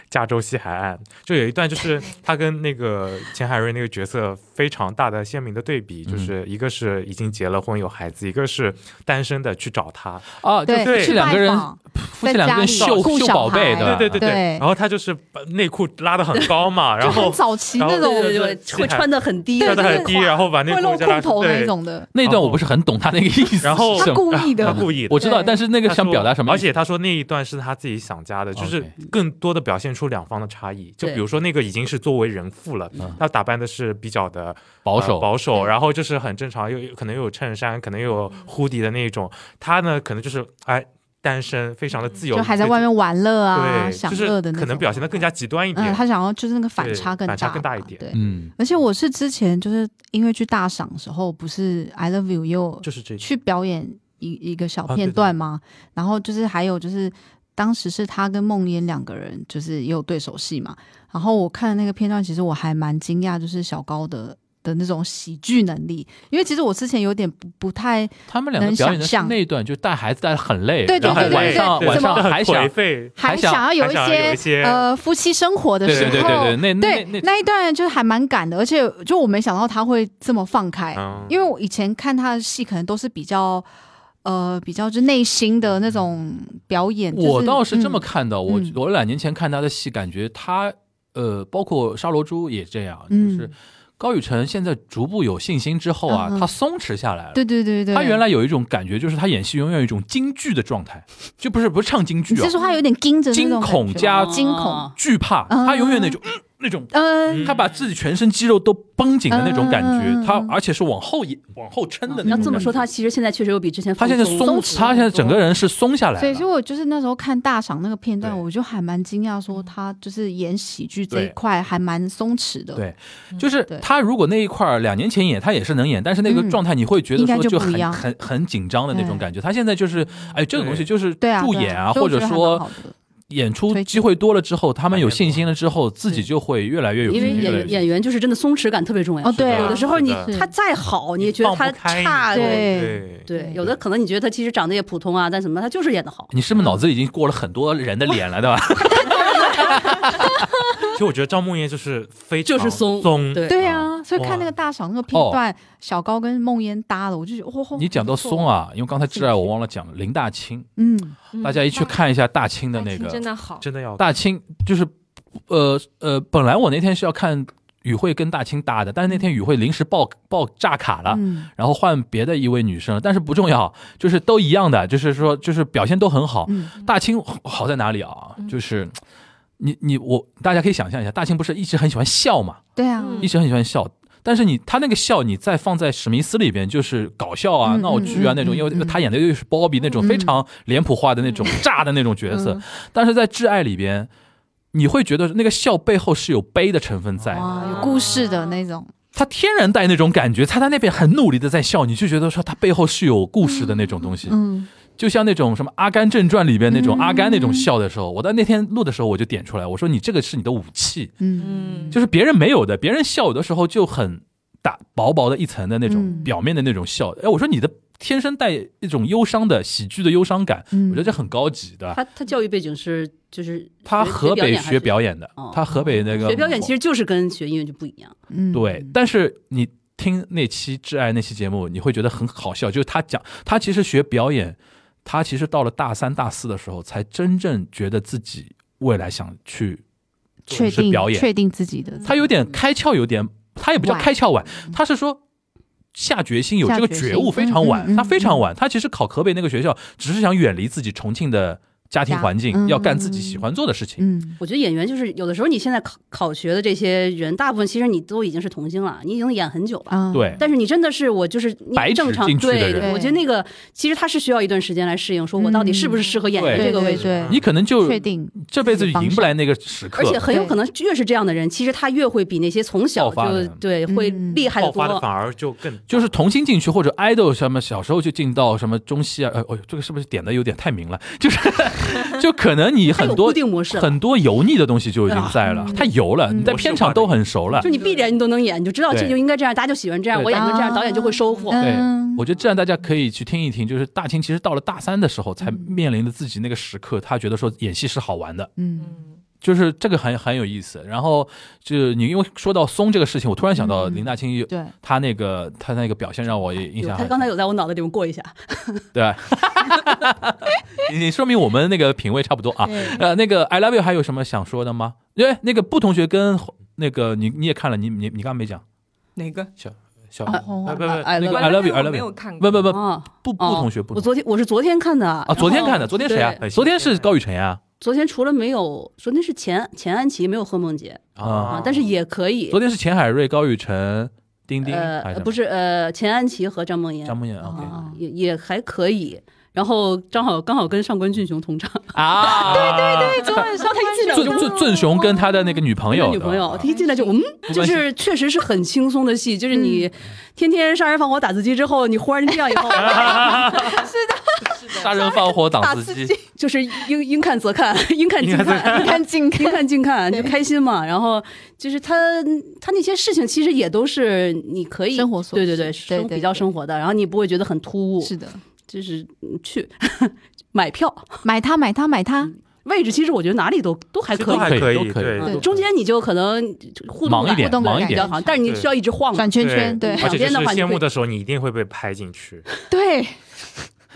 Speaker 2: 加州西海岸，就有一段 就是他跟那个钱海瑞那个角色非常大的鲜明的对比，
Speaker 3: 嗯
Speaker 2: 就是一个是已经结了婚有孩子，一个是单身的去找他，
Speaker 1: 啊，就
Speaker 3: 对
Speaker 1: 夫妻
Speaker 2: 去
Speaker 1: 两个人
Speaker 3: 拜访
Speaker 1: 夫妻两个人
Speaker 3: 在家
Speaker 1: 秀
Speaker 3: 里顾
Speaker 1: 秀
Speaker 3: 小
Speaker 1: 宝贝，
Speaker 3: 孩
Speaker 1: 吧？
Speaker 2: 对对对
Speaker 3: 对
Speaker 2: 然后他就是把内裤拉得很高嘛，然
Speaker 3: 就很
Speaker 2: 后
Speaker 3: 早期
Speaker 2: 然后
Speaker 3: 那种
Speaker 5: 对对
Speaker 2: 就是
Speaker 5: 对，会穿的很低，
Speaker 2: 跳得
Speaker 3: 对对
Speaker 2: 很
Speaker 3: 对
Speaker 2: 低，然后把内
Speaker 3: 会露
Speaker 2: 裤
Speaker 3: 裤
Speaker 2: 拉
Speaker 3: 头那
Speaker 2: 对，
Speaker 3: 种的，
Speaker 1: 那段我不是很懂他那个意思，
Speaker 2: 然后
Speaker 1: 什
Speaker 3: 他
Speaker 1: 么
Speaker 3: 故意
Speaker 2: 他
Speaker 3: 的，
Speaker 2: 故意的
Speaker 1: 我。知道，但是那个
Speaker 2: 他
Speaker 1: 想
Speaker 2: 说
Speaker 1: 表达什么？
Speaker 2: 而且他说那一段是他自己想加的，就是
Speaker 1: OK
Speaker 2: 更多的表现出两方的差异。就
Speaker 5: 对
Speaker 2: 比如说那个已经是作为人父了
Speaker 1: 嗯，
Speaker 2: 他打扮的是比较的
Speaker 1: 保守
Speaker 2: 呃保守，然后就是很正常，又又可能又有衬衫，可能又有 hoodie 的那一种。他呢，可能就是哎单身，非常的自由，
Speaker 3: 就还在外面玩乐啊，
Speaker 2: 对，
Speaker 3: 享
Speaker 2: 就是
Speaker 3: 乐的那种，
Speaker 2: 可能表现的更加极端一
Speaker 3: 嗯，
Speaker 2: 点。
Speaker 3: 他想要就是那个反
Speaker 2: 对
Speaker 3: 差更大，
Speaker 2: 反差更大一点
Speaker 3: 对。
Speaker 1: 嗯，
Speaker 3: 而且我是之前就是音乐剧大赏的时候，不是 I Love You 又
Speaker 2: 就是这
Speaker 3: 去表演一一个小
Speaker 2: 啊对
Speaker 3: 片
Speaker 2: 对
Speaker 3: 段吗？然后就是还有就是，当时是他跟梦妍两个人，就是也有对手戏嘛。然后我看那个片段，其实我还蛮惊讶，就是小高的的那种喜剧能力，因为其实我之前有点不不太
Speaker 1: 他们两个表演的
Speaker 3: 能
Speaker 1: 是
Speaker 3: 想象
Speaker 1: 那一段，就是带孩子带的很累，
Speaker 3: 对对
Speaker 1: 然后
Speaker 2: 对对
Speaker 1: 晚上
Speaker 3: 对对
Speaker 1: 晚上
Speaker 3: 怎
Speaker 2: 很
Speaker 1: 还想
Speaker 2: 颓废，
Speaker 1: 还想
Speaker 3: 想要有
Speaker 2: 还想要有一些
Speaker 3: 呃夫妻生活的
Speaker 1: 对
Speaker 3: 时
Speaker 1: 对
Speaker 3: 候，
Speaker 1: 对对对，那那
Speaker 3: 对
Speaker 1: 嗯那
Speaker 3: 那一段就是还蛮赶的，而且就我没想到他会这么放开，
Speaker 1: 啊
Speaker 2: 嗯
Speaker 3: 因为我以前看他的戏可能都是比较呃比较就内心的那种表演。就
Speaker 1: 我倒是这么
Speaker 3: 嗯
Speaker 1: 看的，我
Speaker 3: 嗯
Speaker 1: 我两年前看他的戏，感觉他呃，包括《沙罗珠》也这样，就
Speaker 3: 嗯
Speaker 1: 是高宇晨现在逐步有信心之后啊
Speaker 3: 嗯，嗯
Speaker 1: 他松弛下来了。
Speaker 3: 对对对对，
Speaker 1: 他原来有一种感觉，就是他演戏永远有一种京剧的状态，就不是不是唱京
Speaker 3: 你
Speaker 1: 剧啊
Speaker 3: 是，说他有点盯着那
Speaker 1: 惊
Speaker 3: 种感觉
Speaker 1: 恐加嗯
Speaker 3: 惊恐，
Speaker 1: 惧怕，
Speaker 3: 嗯
Speaker 1: 他永远那种嗯那种
Speaker 3: 嗯，
Speaker 1: 他把自己全身肌肉都绷紧的那种感
Speaker 3: 嗯嗯嗯
Speaker 1: 觉，
Speaker 3: 嗯
Speaker 1: 他而且是往后一往后撑的那种
Speaker 5: 要
Speaker 1: 感觉。
Speaker 5: 这么说，他其实现在确实有比之前
Speaker 1: 他现在
Speaker 5: 放
Speaker 1: 松，他现在整个人是松下来
Speaker 3: 所以说
Speaker 1: 了。
Speaker 3: 我就是那时候看大赏那个片段，
Speaker 2: 对
Speaker 3: 我就还蛮惊讶，说他就是演喜剧这一
Speaker 1: 对
Speaker 3: 块还蛮松弛的。
Speaker 1: 对，就是
Speaker 3: 嗯对
Speaker 1: 他如果那一块儿两年前演，他也是能演，但是那个
Speaker 3: 嗯
Speaker 1: 状态你会觉得
Speaker 3: 应该
Speaker 1: 说
Speaker 3: 就
Speaker 1: 就
Speaker 3: 不一
Speaker 1: 很
Speaker 3: 样
Speaker 1: 很很紧张的那种感觉。他现在就是，哎，这个东西就是
Speaker 3: 对啊，
Speaker 1: 助
Speaker 3: 对
Speaker 1: 演啊，
Speaker 3: 所以
Speaker 1: 或
Speaker 3: 我觉
Speaker 1: 者
Speaker 3: 得还蛮
Speaker 1: 说
Speaker 3: 好的
Speaker 1: 演出
Speaker 3: 推
Speaker 1: 机会多了之后，他们有信心了之后，自己就会越来越有
Speaker 5: 因
Speaker 1: 信
Speaker 5: 为
Speaker 1: 心。越来越有
Speaker 5: 演
Speaker 1: 信心
Speaker 5: 演员就是真的松弛感特别重要。
Speaker 3: 哦，对啊，
Speaker 5: 有的时候你
Speaker 2: 是
Speaker 3: 的
Speaker 5: 他再好，你也觉得他
Speaker 2: 放不开
Speaker 5: 差，
Speaker 2: 你
Speaker 3: 对
Speaker 2: 对
Speaker 1: 嗯
Speaker 5: 对，有的可能你觉得他其实长得也普通啊，但什么他就是演的好。
Speaker 1: 你是不是脑子里已经过了很多人的脸了，对吧？
Speaker 2: 其实我觉得张梦妍就是非常
Speaker 5: 就是松
Speaker 2: 松，
Speaker 5: 对
Speaker 3: 对啊，所以看
Speaker 2: 哇
Speaker 3: 那个大赏那个片段，小高跟梦烟搭的，我就觉得哦，
Speaker 1: 你讲到松
Speaker 3: 啊，
Speaker 1: 啊，因为刚才挚爱我忘了讲林大清，
Speaker 3: 嗯，
Speaker 1: 大家一去看一下大清的那
Speaker 4: 爱情
Speaker 1: 个
Speaker 4: 真的好，
Speaker 2: 真的要
Speaker 1: 大清就是，呃呃，本来我那天是要看雨慧跟大清搭的，但是那天雨慧临时报报炸卡了。
Speaker 3: 嗯
Speaker 1: 然后换别的一位女生了，但是不重要，就是都一样的，就是说，就是表现都很好。
Speaker 3: 嗯
Speaker 1: 大清好好在哪里啊？就是你你我，大家可以想象一下，大清不是一直很喜欢笑嘛，
Speaker 3: 对啊，
Speaker 4: 嗯
Speaker 1: 一直很喜欢笑，但是你他那个笑，你再放在史密斯里边，就是搞笑啊、
Speaker 3: 嗯
Speaker 1: 闹剧啊
Speaker 3: 嗯
Speaker 1: 那种，
Speaker 3: 嗯
Speaker 1: 因为
Speaker 3: 嗯
Speaker 1: 他演的又是鲍比那种非
Speaker 3: 嗯
Speaker 1: 常脸谱化的那种炸的那种角色
Speaker 3: 嗯，
Speaker 1: 但是在《挚爱》里边，你会觉得那个笑背后是有悲的成分在的，
Speaker 3: 哇，有故事的那种，
Speaker 1: 他天然带那种感觉，他在那边很努力的在笑，你就觉得说他背后是有故事的那种东西，
Speaker 3: 嗯，
Speaker 1: 就像那种什么《阿甘正传》里边那种
Speaker 3: 嗯
Speaker 1: 阿甘那种笑的时候，我在那天录的时候我就点出来，我说你这个是你的武器，
Speaker 3: 嗯
Speaker 4: 嗯，
Speaker 1: 就是别人没有的，别人笑有的时候就很打薄薄的一层的那种
Speaker 3: 嗯
Speaker 1: 表面的那种笑，哎，我说你的天生带一种忧伤的喜剧的忧伤感，
Speaker 3: 嗯
Speaker 1: 我觉得这很高级的。
Speaker 5: 他他教育背景是就是
Speaker 1: 他
Speaker 5: 学
Speaker 1: 河北
Speaker 5: 演还
Speaker 1: 学
Speaker 5: 是
Speaker 1: 表演的
Speaker 5: 哦，
Speaker 1: 他河北那个
Speaker 5: 学表演其实就是跟学音乐就不一样。
Speaker 3: 嗯，
Speaker 1: 对，但是你听那期《挚爱》那期节目，你会觉得很好笑，就是他讲他其实学表演，他其实到了大三大四的时候，才真正觉得自己未来想去
Speaker 3: 确
Speaker 1: 是
Speaker 3: 定
Speaker 1: 表演
Speaker 3: 确定自己的，
Speaker 1: 他有点开窍，有点他也不叫
Speaker 3: 晚
Speaker 1: 开窍晚，他是说下决心有这个
Speaker 3: 下决心
Speaker 1: 觉悟非常
Speaker 3: 嗯嗯
Speaker 1: 晚，
Speaker 3: 嗯
Speaker 1: 他非常晚，他其实考河北那个学校，只是想远离自己重庆的家庭环境，
Speaker 3: 家
Speaker 1: 要干自己喜欢做的事情。
Speaker 3: 嗯，
Speaker 5: 我觉得演员就是有的时候你现在考考学的这些人，大部分其实你都已经是童星了，你已经演很久了。
Speaker 3: 啊，
Speaker 1: 对，
Speaker 5: 但是你真的是我就是你
Speaker 1: 白纸
Speaker 5: 正常
Speaker 1: 进去的
Speaker 5: 对，
Speaker 1: 人
Speaker 5: 对我觉得那个其实他是需要一段时间来适应，说我到底是不是适合演
Speaker 1: 嗯
Speaker 5: 员
Speaker 1: 对
Speaker 5: 这个位置。
Speaker 3: 对
Speaker 1: 你可能就
Speaker 3: 确定
Speaker 1: 这辈子赢不来那个时刻
Speaker 5: 而。且很有
Speaker 3: 对
Speaker 5: 可能越是这样的人，其实他越会比那些从小
Speaker 1: 爆发的
Speaker 5: 就对会
Speaker 3: 嗯
Speaker 5: 厉害
Speaker 2: 爆
Speaker 5: 的
Speaker 2: 发的
Speaker 5: 多。
Speaker 2: 反而就更
Speaker 1: 就是童星进去或者 idol 什么，小时候就进到什么中戏啊，呃，哦，这个是不是点的有点太明了？就是 就可能你
Speaker 5: 他
Speaker 1: 很
Speaker 5: 有
Speaker 1: 多
Speaker 5: 固定模式了，
Speaker 1: 很多油腻的东西就已经在了
Speaker 3: 啊，
Speaker 1: 太油了，
Speaker 3: 嗯
Speaker 1: 你在片场都很熟了
Speaker 5: 就。你必然你都能演，你就知道
Speaker 1: 对
Speaker 5: 这就应该这样，大家就喜欢这样，
Speaker 1: 对
Speaker 5: 我演成这样，
Speaker 3: 啊
Speaker 5: 导演就会收获。
Speaker 1: 对
Speaker 3: 嗯，
Speaker 1: 我觉得这样大家可以去听一听，就是大清其实到了大三的时候才
Speaker 5: 嗯
Speaker 1: 面临着自己那个时刻，他觉得说演戏是好玩的，
Speaker 3: 嗯，
Speaker 4: 嗯，
Speaker 1: 就是这个很很有意思。然后就你因为说到松这个事情，我突然想到
Speaker 3: 嗯
Speaker 1: 林大清有
Speaker 3: 对，
Speaker 1: 他那个他那个表现让我也印
Speaker 5: 有
Speaker 1: 象
Speaker 5: 哎他
Speaker 1: 很
Speaker 5: 刚才有在我脑袋里面过一下，
Speaker 1: 对吧，你你说明我们那个品味差不多啊。呃，那个 I love you 还有什么想说的吗？因为那个布同学跟那个你你也看了，你你你刚刚没讲，
Speaker 4: 哪个？
Speaker 2: 小。
Speaker 3: 哦哦
Speaker 2: 不不
Speaker 5: 啊
Speaker 2: 不，
Speaker 5: 哎
Speaker 1: 那个
Speaker 5: 乐
Speaker 1: I love you，I
Speaker 4: 我
Speaker 1: love
Speaker 4: 没有
Speaker 1: you，
Speaker 4: 看
Speaker 1: 不
Speaker 4: 过。
Speaker 1: 不不
Speaker 5: 啊
Speaker 1: 不不
Speaker 5: 哦
Speaker 1: 同学不同
Speaker 5: 我
Speaker 1: 学
Speaker 5: 昨天我是昨天看的啊
Speaker 1: 啊，昨天看的，昨天谁啊？
Speaker 5: 对
Speaker 1: 昨天是高雨辰啊呀，
Speaker 5: 昨天除了没有，昨天是钱钱安琪没有贺梦洁
Speaker 2: 哦
Speaker 1: 啊
Speaker 5: 啊，但是也可以
Speaker 1: 昨。天是钱海瑞、高雨辰、丁丁，还
Speaker 5: 呃，
Speaker 1: 什么
Speaker 5: 不是呃，钱安琪和张梦妍
Speaker 1: 张梦妍，OK
Speaker 5: 啊，也也还可以。然后正好刚好跟上官俊雄同场，哦
Speaker 1: 啊，对对
Speaker 3: 昨晚上
Speaker 5: 他一进来我
Speaker 1: 尊
Speaker 5: 就
Speaker 1: 尊尊雄跟他的那个女朋友，
Speaker 5: 哦女朋友，
Speaker 1: 对吧
Speaker 5: 他一进来就嗯，
Speaker 1: 不
Speaker 5: 就
Speaker 1: 关心嗯
Speaker 5: 是确实是很轻松的戏，就是你天天杀人放火打字机之后，你忽然这样 以后，
Speaker 1: 杀人放火
Speaker 5: 打
Speaker 1: 挡
Speaker 5: 字
Speaker 1: 司
Speaker 5: 机
Speaker 1: 机，
Speaker 5: 就是应应看则看，应看尽看，
Speaker 3: 看近
Speaker 5: 应看尽看，就开心嘛。然后就是他他那些事情其实也都是你可以
Speaker 3: 生活琐
Speaker 5: 对对
Speaker 3: 事
Speaker 5: 对，
Speaker 3: 对
Speaker 5: 生
Speaker 3: 对
Speaker 5: 比较
Speaker 3: 对
Speaker 5: 生活的，然后你不会觉得很突兀，
Speaker 3: 是的，
Speaker 5: 就是嗯去 买票
Speaker 3: 买它买它买它，
Speaker 5: 位置，其实我觉得哪里都都还
Speaker 2: 其实
Speaker 5: 可
Speaker 2: 都还
Speaker 5: 以。
Speaker 1: 可以
Speaker 2: 可以
Speaker 1: 都可以
Speaker 2: 对
Speaker 5: 嗯中间你就可能互动
Speaker 1: 忙一
Speaker 5: 感
Speaker 1: 点
Speaker 3: 互，动感
Speaker 1: 忙一
Speaker 5: 比
Speaker 1: 点
Speaker 5: 较。好，但是你需要一直晃嘛。
Speaker 3: 转圈圈，
Speaker 5: 对
Speaker 3: 对
Speaker 2: 而且就是
Speaker 5: 两边的话你
Speaker 2: 谢幕
Speaker 5: 会
Speaker 2: 的时候，你一定会被拍进 去，
Speaker 3: 对，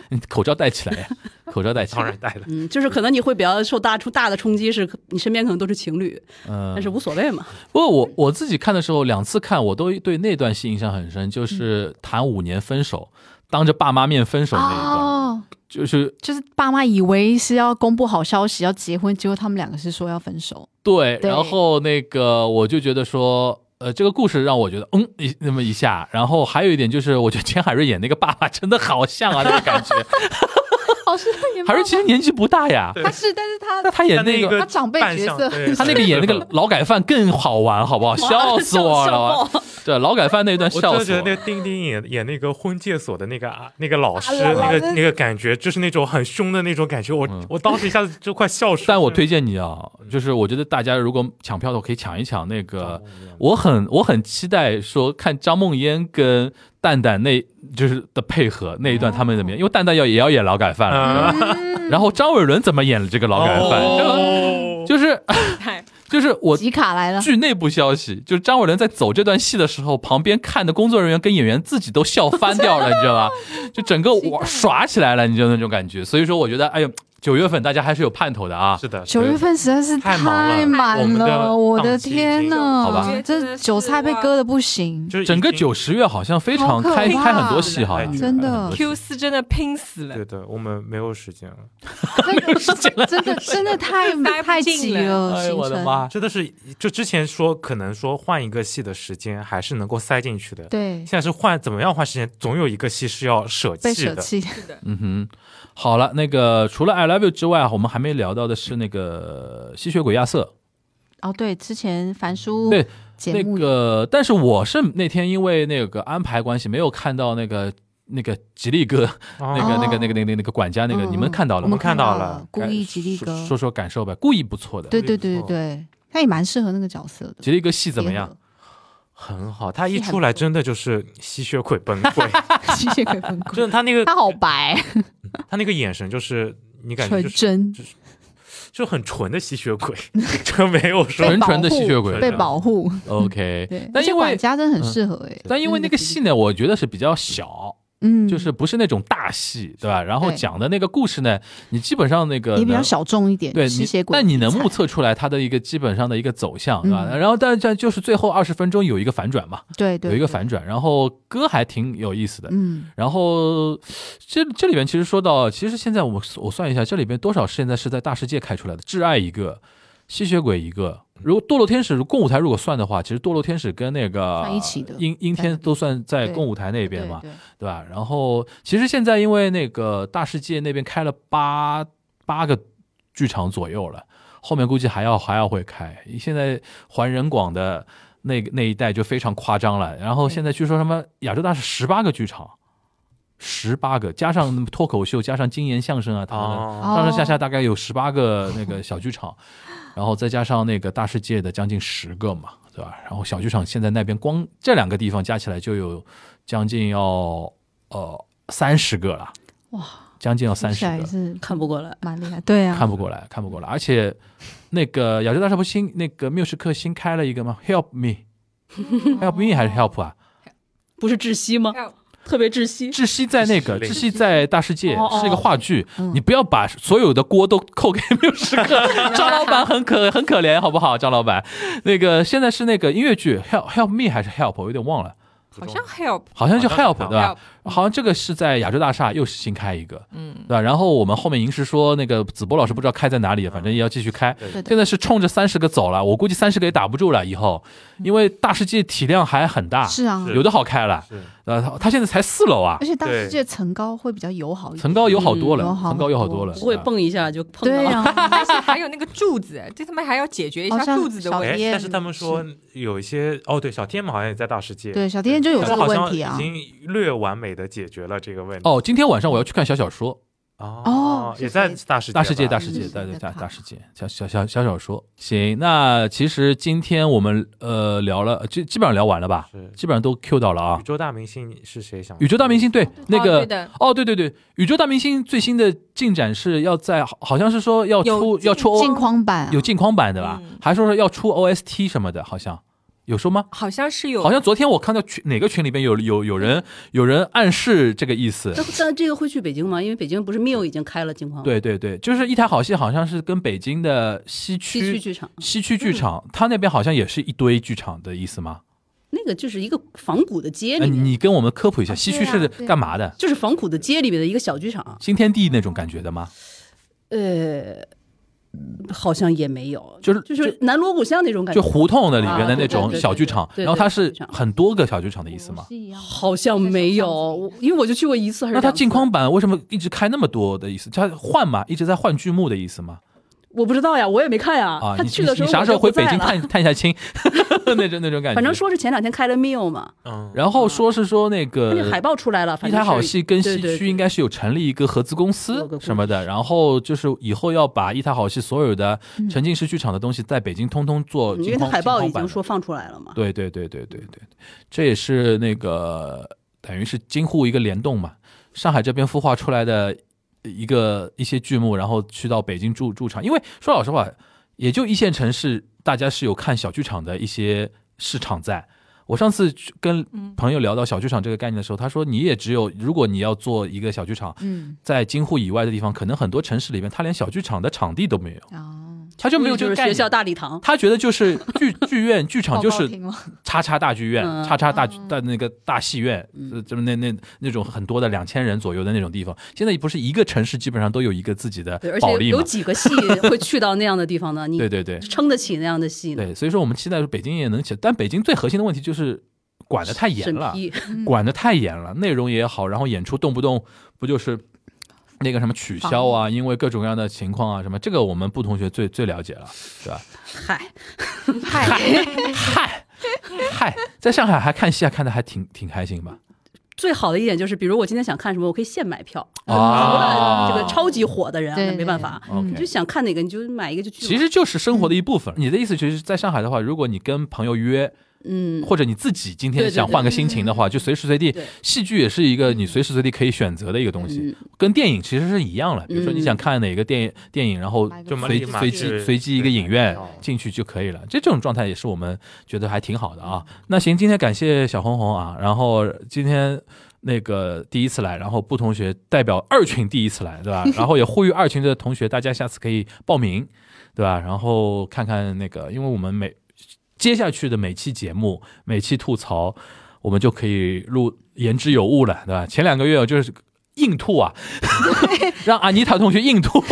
Speaker 1: 你口罩戴起来呀，啊口罩戴起
Speaker 2: 当然
Speaker 1: 来。
Speaker 2: 带 的。
Speaker 5: 嗯，就是可能你会比较受大出大的冲击，是你身边可能都是情侣，
Speaker 1: 嗯
Speaker 5: 但是，无所谓嘛。
Speaker 1: 不过我我自己看的时候，两次看我都对那段戏印象很深，就是谈五年分手，当着爸妈面分手那一段，
Speaker 3: 哦，
Speaker 1: 就是
Speaker 3: 就是爸妈以为是要公布好消息要结婚，结果他们两个是说要分手，
Speaker 1: 对。
Speaker 3: 对
Speaker 1: 然后那个我就觉得说。呃，这个故事让我觉得，嗯，一那么一下，然后还有一点就是，我觉得钱海瑞演那个爸爸真的好像啊，那个感 觉。
Speaker 3: 哦，是
Speaker 1: 海瑞其实年纪不大呀，
Speaker 2: 对
Speaker 3: 他是，但是他
Speaker 1: 那他演
Speaker 2: 但那
Speaker 1: 个
Speaker 3: 他长辈
Speaker 2: 扮
Speaker 3: 角
Speaker 2: 相
Speaker 3: 色
Speaker 2: 对
Speaker 1: 他那个演那个劳改犯更好玩，好不 好？ 笑死我 了！对，劳改犯那段
Speaker 2: 我
Speaker 1: 笑
Speaker 2: 真的
Speaker 1: 死
Speaker 2: 觉得
Speaker 1: 我
Speaker 2: 那
Speaker 1: 了。
Speaker 2: 个丁丁演演那个婚介所的那个啊那个老师，
Speaker 3: 啊老
Speaker 2: 那
Speaker 3: 老
Speaker 2: 个
Speaker 3: 师
Speaker 2: 那个感觉，就是那种很凶的那种感觉，我、
Speaker 1: 嗯
Speaker 2: 我当时一下子就快笑出来了。
Speaker 1: 但我推荐你啊，就是我觉得大家如果抢票的话，可以抢一抢那
Speaker 2: 哦
Speaker 1: 个。我很我很期待说看张梦嫣跟蛋蛋那就是的配合那一段他们
Speaker 2: 哦
Speaker 1: 怎么样，因为蛋蛋要也要演劳改犯了，对吧然后张伟伦怎么演了这个劳改犯，这个
Speaker 2: 嗯哦
Speaker 1: 就是
Speaker 4: 哎
Speaker 1: 就是我
Speaker 3: 吉卡来了，
Speaker 1: 据内部消息，就是张伟伦在走这段戏的时候，旁边看的工作人员跟演员自己都笑翻掉了，你知道吧？就整个玩耍起来了，你就那种感觉。所以说，我觉得，哎呦，九月份大家还是有盼头的啊。
Speaker 2: 是的，
Speaker 3: 九月份实在是
Speaker 2: 太忙了
Speaker 3: 太
Speaker 2: 我
Speaker 3: 满
Speaker 2: 们的
Speaker 3: 了，我
Speaker 2: 档
Speaker 3: 的
Speaker 2: 期已
Speaker 3: 天
Speaker 2: 经
Speaker 3: 呐！
Speaker 1: 好吧
Speaker 3: 这韭菜被割的不行，
Speaker 2: 就是已
Speaker 1: 整个
Speaker 2: 经
Speaker 1: 九十月好像非
Speaker 3: 好
Speaker 1: 常
Speaker 3: 可
Speaker 1: 开
Speaker 3: 怕
Speaker 1: 开很多戏，好
Speaker 2: 哎
Speaker 1: 像
Speaker 2: 对
Speaker 3: 真的
Speaker 1: 很多戏
Speaker 4: Q 四真的拼死了
Speaker 2: 对，的，我们没有时间了，
Speaker 3: 真的真的真的太
Speaker 4: 塞不
Speaker 3: 太
Speaker 4: 进
Speaker 3: 挤
Speaker 4: 了
Speaker 3: 了，
Speaker 1: 哎呦
Speaker 3: 行
Speaker 1: 我的
Speaker 3: 程。
Speaker 1: 妈！
Speaker 2: 真的是就之前说可能说换一个戏的时间还是能够塞进去的，
Speaker 3: 对，
Speaker 2: 现在是换怎么样换时间，总有一个戏是要舍
Speaker 3: 被
Speaker 2: 弃
Speaker 3: 舍
Speaker 2: 的。
Speaker 3: 弃。
Speaker 1: 嗯哼，好了，那个除了 I Love You 之外，我们还没聊到的是那个吸血鬼亚瑟。
Speaker 3: 哦，对，之前樊叔
Speaker 1: 对
Speaker 3: 节
Speaker 1: 那
Speaker 3: 目
Speaker 1: 个，但是我是那天因为那个安排关系，没有看到那个那个吉利哥
Speaker 2: 那
Speaker 1: 那个、那个那个那个那个管家那个，
Speaker 3: 哦嗯
Speaker 1: 你们看到了
Speaker 3: 我
Speaker 1: 吗
Speaker 3: 们？
Speaker 2: 看到了
Speaker 3: 了，故意吉利
Speaker 1: 哎说
Speaker 3: 哥，
Speaker 1: 说说感受呗，故意不错的。
Speaker 3: 对
Speaker 2: 故意
Speaker 3: 对
Speaker 2: 不
Speaker 3: 对
Speaker 2: 错
Speaker 3: 对，他也蛮适合那个角色的。
Speaker 1: 吉利哥戏怎么 样？
Speaker 2: 很好，他一
Speaker 3: 戏很
Speaker 2: 出来真的就是吸血鬼崩 溃，
Speaker 3: 结合？吸血鬼分
Speaker 2: 真
Speaker 3: 工，
Speaker 2: 的他那个
Speaker 3: 他好白，
Speaker 2: 他那个眼神就是你感觉
Speaker 3: 纯
Speaker 2: 就是
Speaker 3: 真，
Speaker 2: 就很纯的吸血鬼， 这没有说
Speaker 1: 纯
Speaker 3: 被保
Speaker 1: 纯的吸
Speaker 3: 护
Speaker 1: 血鬼。
Speaker 2: 对
Speaker 3: 被
Speaker 2: 的
Speaker 3: 保护。
Speaker 1: OK，
Speaker 3: 对，
Speaker 1: 啊但
Speaker 3: 而且
Speaker 1: 因为嗯
Speaker 3: 管家真的很适合哎。
Speaker 1: 但因为
Speaker 3: 嗯
Speaker 1: 那个戏呢，我觉得是比较小，
Speaker 3: 嗯，
Speaker 1: 就是不是那种大戏，对吧？然后
Speaker 3: 对
Speaker 1: 讲的那个故事呢，你基本呃上那个
Speaker 3: 也比较
Speaker 1: 能
Speaker 3: 小众一点，
Speaker 1: 对，
Speaker 3: 吸
Speaker 1: 你
Speaker 3: 血鬼
Speaker 1: 但你能
Speaker 3: 题材
Speaker 1: 目测出来它的一个基本上的一个走向，对吧？
Speaker 3: 嗯
Speaker 1: 然后，但但就是最后二十分钟有一个反转嘛，
Speaker 3: 对对
Speaker 1: 有一个
Speaker 3: 对
Speaker 1: 反转，然后歌还挺有意思的。
Speaker 3: 嗯
Speaker 1: 然后这这里边其实说到，其实现在我我算一下，这里边多少现在是在大世界开出来的？挚爱一个，吸血鬼一个。如果堕落天使如共舞台如果算的话，其实堕落天使跟那个
Speaker 3: 算一起的
Speaker 1: 阴阴天都算在
Speaker 3: 对
Speaker 1: 共舞台那边
Speaker 3: 对
Speaker 1: 嘛，
Speaker 3: 对
Speaker 1: 对吧？然后其实现在因为那个大世界那边开了八八个剧场左右了，后面估计还要还要会开。现在环人广的那个那一带就非常夸张了，然后现在据说什么亚洲大是十八个剧场，十八个加上脱口秀，加上金言相声啊，他们的
Speaker 2: 哦，
Speaker 1: 上上下下大概有十八个那个小剧场，然后再加上那个大世界的将近十个嘛，对吧？然后小剧场现在那边光这两个地方加起来就有将近要呃三十个了，
Speaker 3: 哇，
Speaker 1: 将近要
Speaker 3: 听
Speaker 1: 三
Speaker 3: 起
Speaker 1: 十
Speaker 3: 来
Speaker 1: 个，
Speaker 3: 是
Speaker 5: 看不过来。
Speaker 3: 蛮厉害，对啊，
Speaker 1: 看不过来，看不过来。而且那个亚洲大厦不新那个缪斯克新开了一个吗？Help me，Help me 还是 Help 啊？
Speaker 5: 不是窒息吗？
Speaker 4: 哦
Speaker 5: 特别窒息。
Speaker 1: 窒息在那个
Speaker 2: 窒息
Speaker 1: 窒息在大世界
Speaker 5: 哦哦
Speaker 1: 是一个话剧
Speaker 3: 嗯，
Speaker 1: 你不要把所有的锅都扣给 缪斯克。张 老板很可很可怜，好不好？张老板，那个现在是那个音乐剧 Help Help Me 还是 Help，我有点忘了，
Speaker 4: 好像 help
Speaker 1: 好像就
Speaker 2: 好像是
Speaker 1: Help 对吧
Speaker 4: help？
Speaker 1: 好像这个是在亚洲大厦又是新开一个，
Speaker 4: 嗯
Speaker 1: 对，吧？然后我们后面银石说那个子波老师不知道开在哪里，反正也要继续开。
Speaker 3: 对的
Speaker 1: 现在是冲着三十个走了，我估计三十个也打不住了，以后，因为大世界体量还很大，
Speaker 3: 是啊，
Speaker 2: 是
Speaker 1: 有的好开了。
Speaker 2: 是
Speaker 1: 呃，他他现在才四楼啊
Speaker 3: 而，且大世
Speaker 2: 对
Speaker 3: 界层高会比较友好一点，
Speaker 1: 层高有好多了
Speaker 3: 嗯有，好
Speaker 1: 层高有好
Speaker 3: 多
Speaker 1: 多了，
Speaker 5: 不会
Speaker 1: 啊
Speaker 5: 蹦一下就碰到
Speaker 3: 对
Speaker 5: 了。
Speaker 3: 啊，
Speaker 4: 但是还有那个柱子，这他妈还要解决一
Speaker 3: 好
Speaker 4: 下
Speaker 3: 像
Speaker 4: 柱子的
Speaker 3: 小
Speaker 4: 问
Speaker 2: 哎
Speaker 4: 题。，
Speaker 3: 燕
Speaker 2: 但是他们说有一些哦，对，小天嘛好像也在大世界，
Speaker 3: 对，小天就有
Speaker 2: 但
Speaker 3: 这个
Speaker 2: 好
Speaker 3: 问
Speaker 2: 像
Speaker 3: 题啊
Speaker 2: 已，经略完美的解决了这个问题。
Speaker 1: 哦，今天晚上我要去看小小说，
Speaker 3: 哦
Speaker 2: 也在大
Speaker 4: 嗯
Speaker 2: 世界吧，
Speaker 1: 大世界，大
Speaker 3: 是
Speaker 1: 世界，
Speaker 3: 是
Speaker 1: 大
Speaker 3: 在
Speaker 1: 大
Speaker 3: 看
Speaker 1: 大世界，小小小小小说。行，那其实今天我们呃聊了，基基本上聊完了吧
Speaker 2: 是？
Speaker 1: 基本上都 Q 到了啊
Speaker 2: 宇。宙大明星是谁想？
Speaker 1: 宇宙大明星对那
Speaker 4: 哦对
Speaker 1: 个
Speaker 4: 的
Speaker 1: 哦，对对对，宇宙大明星最新的进展是要在好好像是说要
Speaker 4: 有
Speaker 1: 出
Speaker 4: 镜
Speaker 1: 要出
Speaker 3: 镜
Speaker 1: O
Speaker 3: 框版啊
Speaker 1: 有镜框版的吧
Speaker 4: 嗯？
Speaker 1: 还说是要出 OST 什么的，好像有说吗？
Speaker 4: 好像是有，
Speaker 1: 好像昨天我看到群哪个群里边有有有人有人暗示这个意思，
Speaker 5: 但但这个会去北京吗？因为北京不是 Miu 已经开了金矿
Speaker 1: 对对对，就是一台好戏，好像是跟北京的西
Speaker 5: 西
Speaker 1: 区
Speaker 5: 区剧场，
Speaker 1: 西区
Speaker 5: 嗯
Speaker 1: 剧场，它那边好像也是一堆剧场的意思吗？
Speaker 5: 那个就是一个仿古的街
Speaker 1: 呃
Speaker 5: 里面，
Speaker 1: 你跟我们科普一下，
Speaker 3: 啊
Speaker 1: 西区
Speaker 3: 对啊
Speaker 1: 是
Speaker 3: 对啊
Speaker 1: 干嘛的？
Speaker 5: 就是仿古的街里面的一个小剧场。
Speaker 1: 新天地那种感觉的吗？
Speaker 5: 呃，好像也没有，
Speaker 1: 就是
Speaker 5: 就是南锣鼓巷那种感
Speaker 1: 就
Speaker 5: 觉，
Speaker 1: 胡同的里边的
Speaker 5: 啊
Speaker 1: 那种
Speaker 5: 对对对
Speaker 1: 小剧场，
Speaker 5: 对对
Speaker 1: 然后它
Speaker 5: 对
Speaker 1: 是
Speaker 5: 对对
Speaker 1: 很多个小剧场的意思吗？
Speaker 3: 是一样的
Speaker 5: 好像没有，我因为我就去过一哦次还是
Speaker 1: 那它
Speaker 5: 两次
Speaker 1: 镜框版为什么一直开那么多的意思？它换嘛，一直在换剧目的意思吗？
Speaker 5: 我不知道呀，我也没看呀。
Speaker 1: 啊，
Speaker 5: 他
Speaker 1: 你
Speaker 5: 去的
Speaker 1: 你
Speaker 5: 时候
Speaker 1: 啥
Speaker 5: 我
Speaker 1: 时候
Speaker 5: 就不
Speaker 1: 回北
Speaker 5: 在
Speaker 1: 京
Speaker 5: 了？
Speaker 1: 探探一下亲？ 那种那种感觉。
Speaker 5: 反正说是前两天开了 Miu 嘛，
Speaker 2: 嗯，
Speaker 1: 然后说是说那个
Speaker 5: 那个海报出来了，
Speaker 1: 一
Speaker 5: 反正
Speaker 1: 台
Speaker 5: 是
Speaker 1: 好戏跟
Speaker 5: 对
Speaker 1: 西
Speaker 5: 对
Speaker 1: 区
Speaker 5: 对
Speaker 1: 应该是有成立一个合资公
Speaker 5: 有
Speaker 1: 司
Speaker 5: 个公司
Speaker 1: 什么的，然后就是以后要把一台好戏所有的沉浸式剧场的东西在北京通通做
Speaker 5: 嗯因为
Speaker 1: 金
Speaker 5: 它
Speaker 1: 框
Speaker 5: 海报已
Speaker 1: 金框版
Speaker 5: 经
Speaker 1: 的
Speaker 5: 说放出来了嘛。
Speaker 1: 对对对对对对，这也是那个等于是京沪一个联动嘛，上海这边孵化出来的一个一些剧目，然后去到北京驻驻场，因为说老实话，也就一线城市大家是有看小剧场的一些市场在。我上次去跟
Speaker 4: 嗯
Speaker 1: 朋友聊到小剧场这个概念的时候，他说你也只有如果你要做一个小剧场，
Speaker 3: 嗯
Speaker 1: 在京沪以外的地方，可能很多城市里面他连小剧场的场地都没有，
Speaker 3: 啊，
Speaker 1: 他就没有
Speaker 5: 就
Speaker 1: 这个
Speaker 5: 是
Speaker 1: 概
Speaker 5: 学
Speaker 1: 念。
Speaker 5: 校大礼堂，
Speaker 1: 他觉得就是剧剧院剧场就
Speaker 3: 广告
Speaker 1: 是
Speaker 3: 厅了
Speaker 1: 叉叉大剧院、
Speaker 5: 嗯
Speaker 1: 叉叉大
Speaker 3: 嗯
Speaker 1: 大那个大戏院，呃，这么那那那种很多的两千人左右的那种地方，现在不是一个城市基本上都有一个自己的
Speaker 5: 对，而
Speaker 1: 保
Speaker 5: 且
Speaker 1: 利
Speaker 5: 有
Speaker 1: 嘛？
Speaker 5: 几个戏会去到那样的地方 呢？你
Speaker 1: 对对对
Speaker 5: 撑得起那样的戏呢？
Speaker 1: 对，所以说我们期待北京也能起，但北京最核心的问题就是管得太严
Speaker 5: 审
Speaker 1: 了，
Speaker 5: 批
Speaker 3: 嗯
Speaker 1: 管得太严了，内容也好，然后演出动不动不就是那个什么取消啊，因为各种各样的情况啊什么，这个我们布同学最最了解了，对吧？
Speaker 5: 嗨，
Speaker 3: 嗨，
Speaker 1: 嗨嗨，在上海还看戏啊，看的还挺挺开心吧？
Speaker 5: 最好的一点就是，比如我今天想看什么，我可以现买票。
Speaker 1: 啊
Speaker 5: 这个超级火的人啊，
Speaker 3: 对嗯
Speaker 5: 那没办法，
Speaker 1: OK
Speaker 5: 你就想看哪个你就买一个就去。
Speaker 1: 其实就是生活的一部分。你的意思就是，在上海的话，如果你跟朋友约，
Speaker 5: 嗯，
Speaker 1: 或者你自己今天
Speaker 5: 对对嗯
Speaker 1: 想换个心情的话，就随时随地
Speaker 5: 对。嗯
Speaker 1: 戏剧也是一个你随时随地可以选择的一个东西，跟电影其实是一样的。比如说你想看哪个电影，电影然后
Speaker 5: 嗯
Speaker 3: 买个
Speaker 2: 就门
Speaker 1: 随
Speaker 2: 里买
Speaker 1: 随
Speaker 2: 是
Speaker 1: 机啊随机一个影
Speaker 2: 对买哦
Speaker 1: 院
Speaker 2: 票
Speaker 1: 进去就可以了。这种状态也啊是我们觉得还挺好的啊。那行，今天感谢小红红啊，然后今天。那个第一次来，然后布同学代表二群第一次来，对吧？ 然后也呼吁二群的同学，大家下次可以报名，对吧？然后看看那个，因为我们每接下去的每期节目、每期吐槽，我们就可以录言之有物了，对吧？前两个月我就是硬吐啊， 让阿妮塔同学硬吐。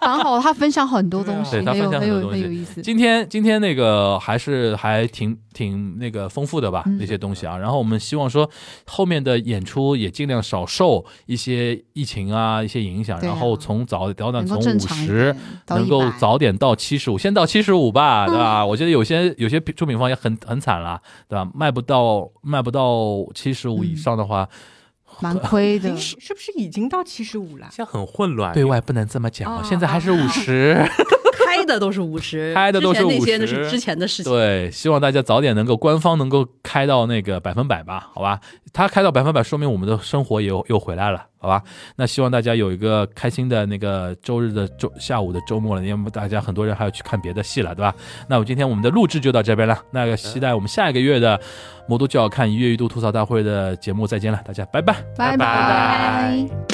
Speaker 3: 蛮好，他分享很多东西，
Speaker 1: 对啊
Speaker 3: 很有
Speaker 1: 对他分享
Speaker 3: 很
Speaker 1: 很多
Speaker 3: 有
Speaker 1: 东西
Speaker 3: 很有意思。
Speaker 1: 今天今天那个还是还挺挺那个丰富的吧，
Speaker 3: 嗯
Speaker 1: 那些东西啊。然后我们希望说后面的演出也尽量少受一些疫情啊一些影响，
Speaker 3: 对啊
Speaker 1: 然后从早早点
Speaker 3: 能
Speaker 1: 从
Speaker 3: 够正
Speaker 1: 五
Speaker 3: 常一嗯
Speaker 1: 十
Speaker 3: 点，到
Speaker 1: 能够
Speaker 3: 100
Speaker 1: 早点到七十五，先到七十五吧，对吧？我觉得有些有些出品方也很很惨了，对吧？卖不到卖不到七十五以上的话，
Speaker 3: 嗯蛮亏的
Speaker 4: 已经。是是不是已经到七十五了？
Speaker 2: 现在很混乱，
Speaker 1: 对外不能这么讲啊，
Speaker 4: 哦
Speaker 1: 现在还是五十。
Speaker 5: 开的都是五十，
Speaker 1: 开的都是
Speaker 5: 之前
Speaker 1: 50
Speaker 5: 那些那是之前的事情。
Speaker 1: 对，希望大家早点能够官方能够开到那个百分百吧，好吧？它开到百分百，说明我们的生活也又又回来了，好吧？那希望大家有一个开心的那个周日的周下午的周末了，要么大家很多人还要去看别的戏了，对吧？那我今天我们的录制就到这边了，那个期待我们下一个月的魔都就要看一月一度吐槽大会的节目再见了，大家拜拜。
Speaker 2: 拜拜
Speaker 3: 拜拜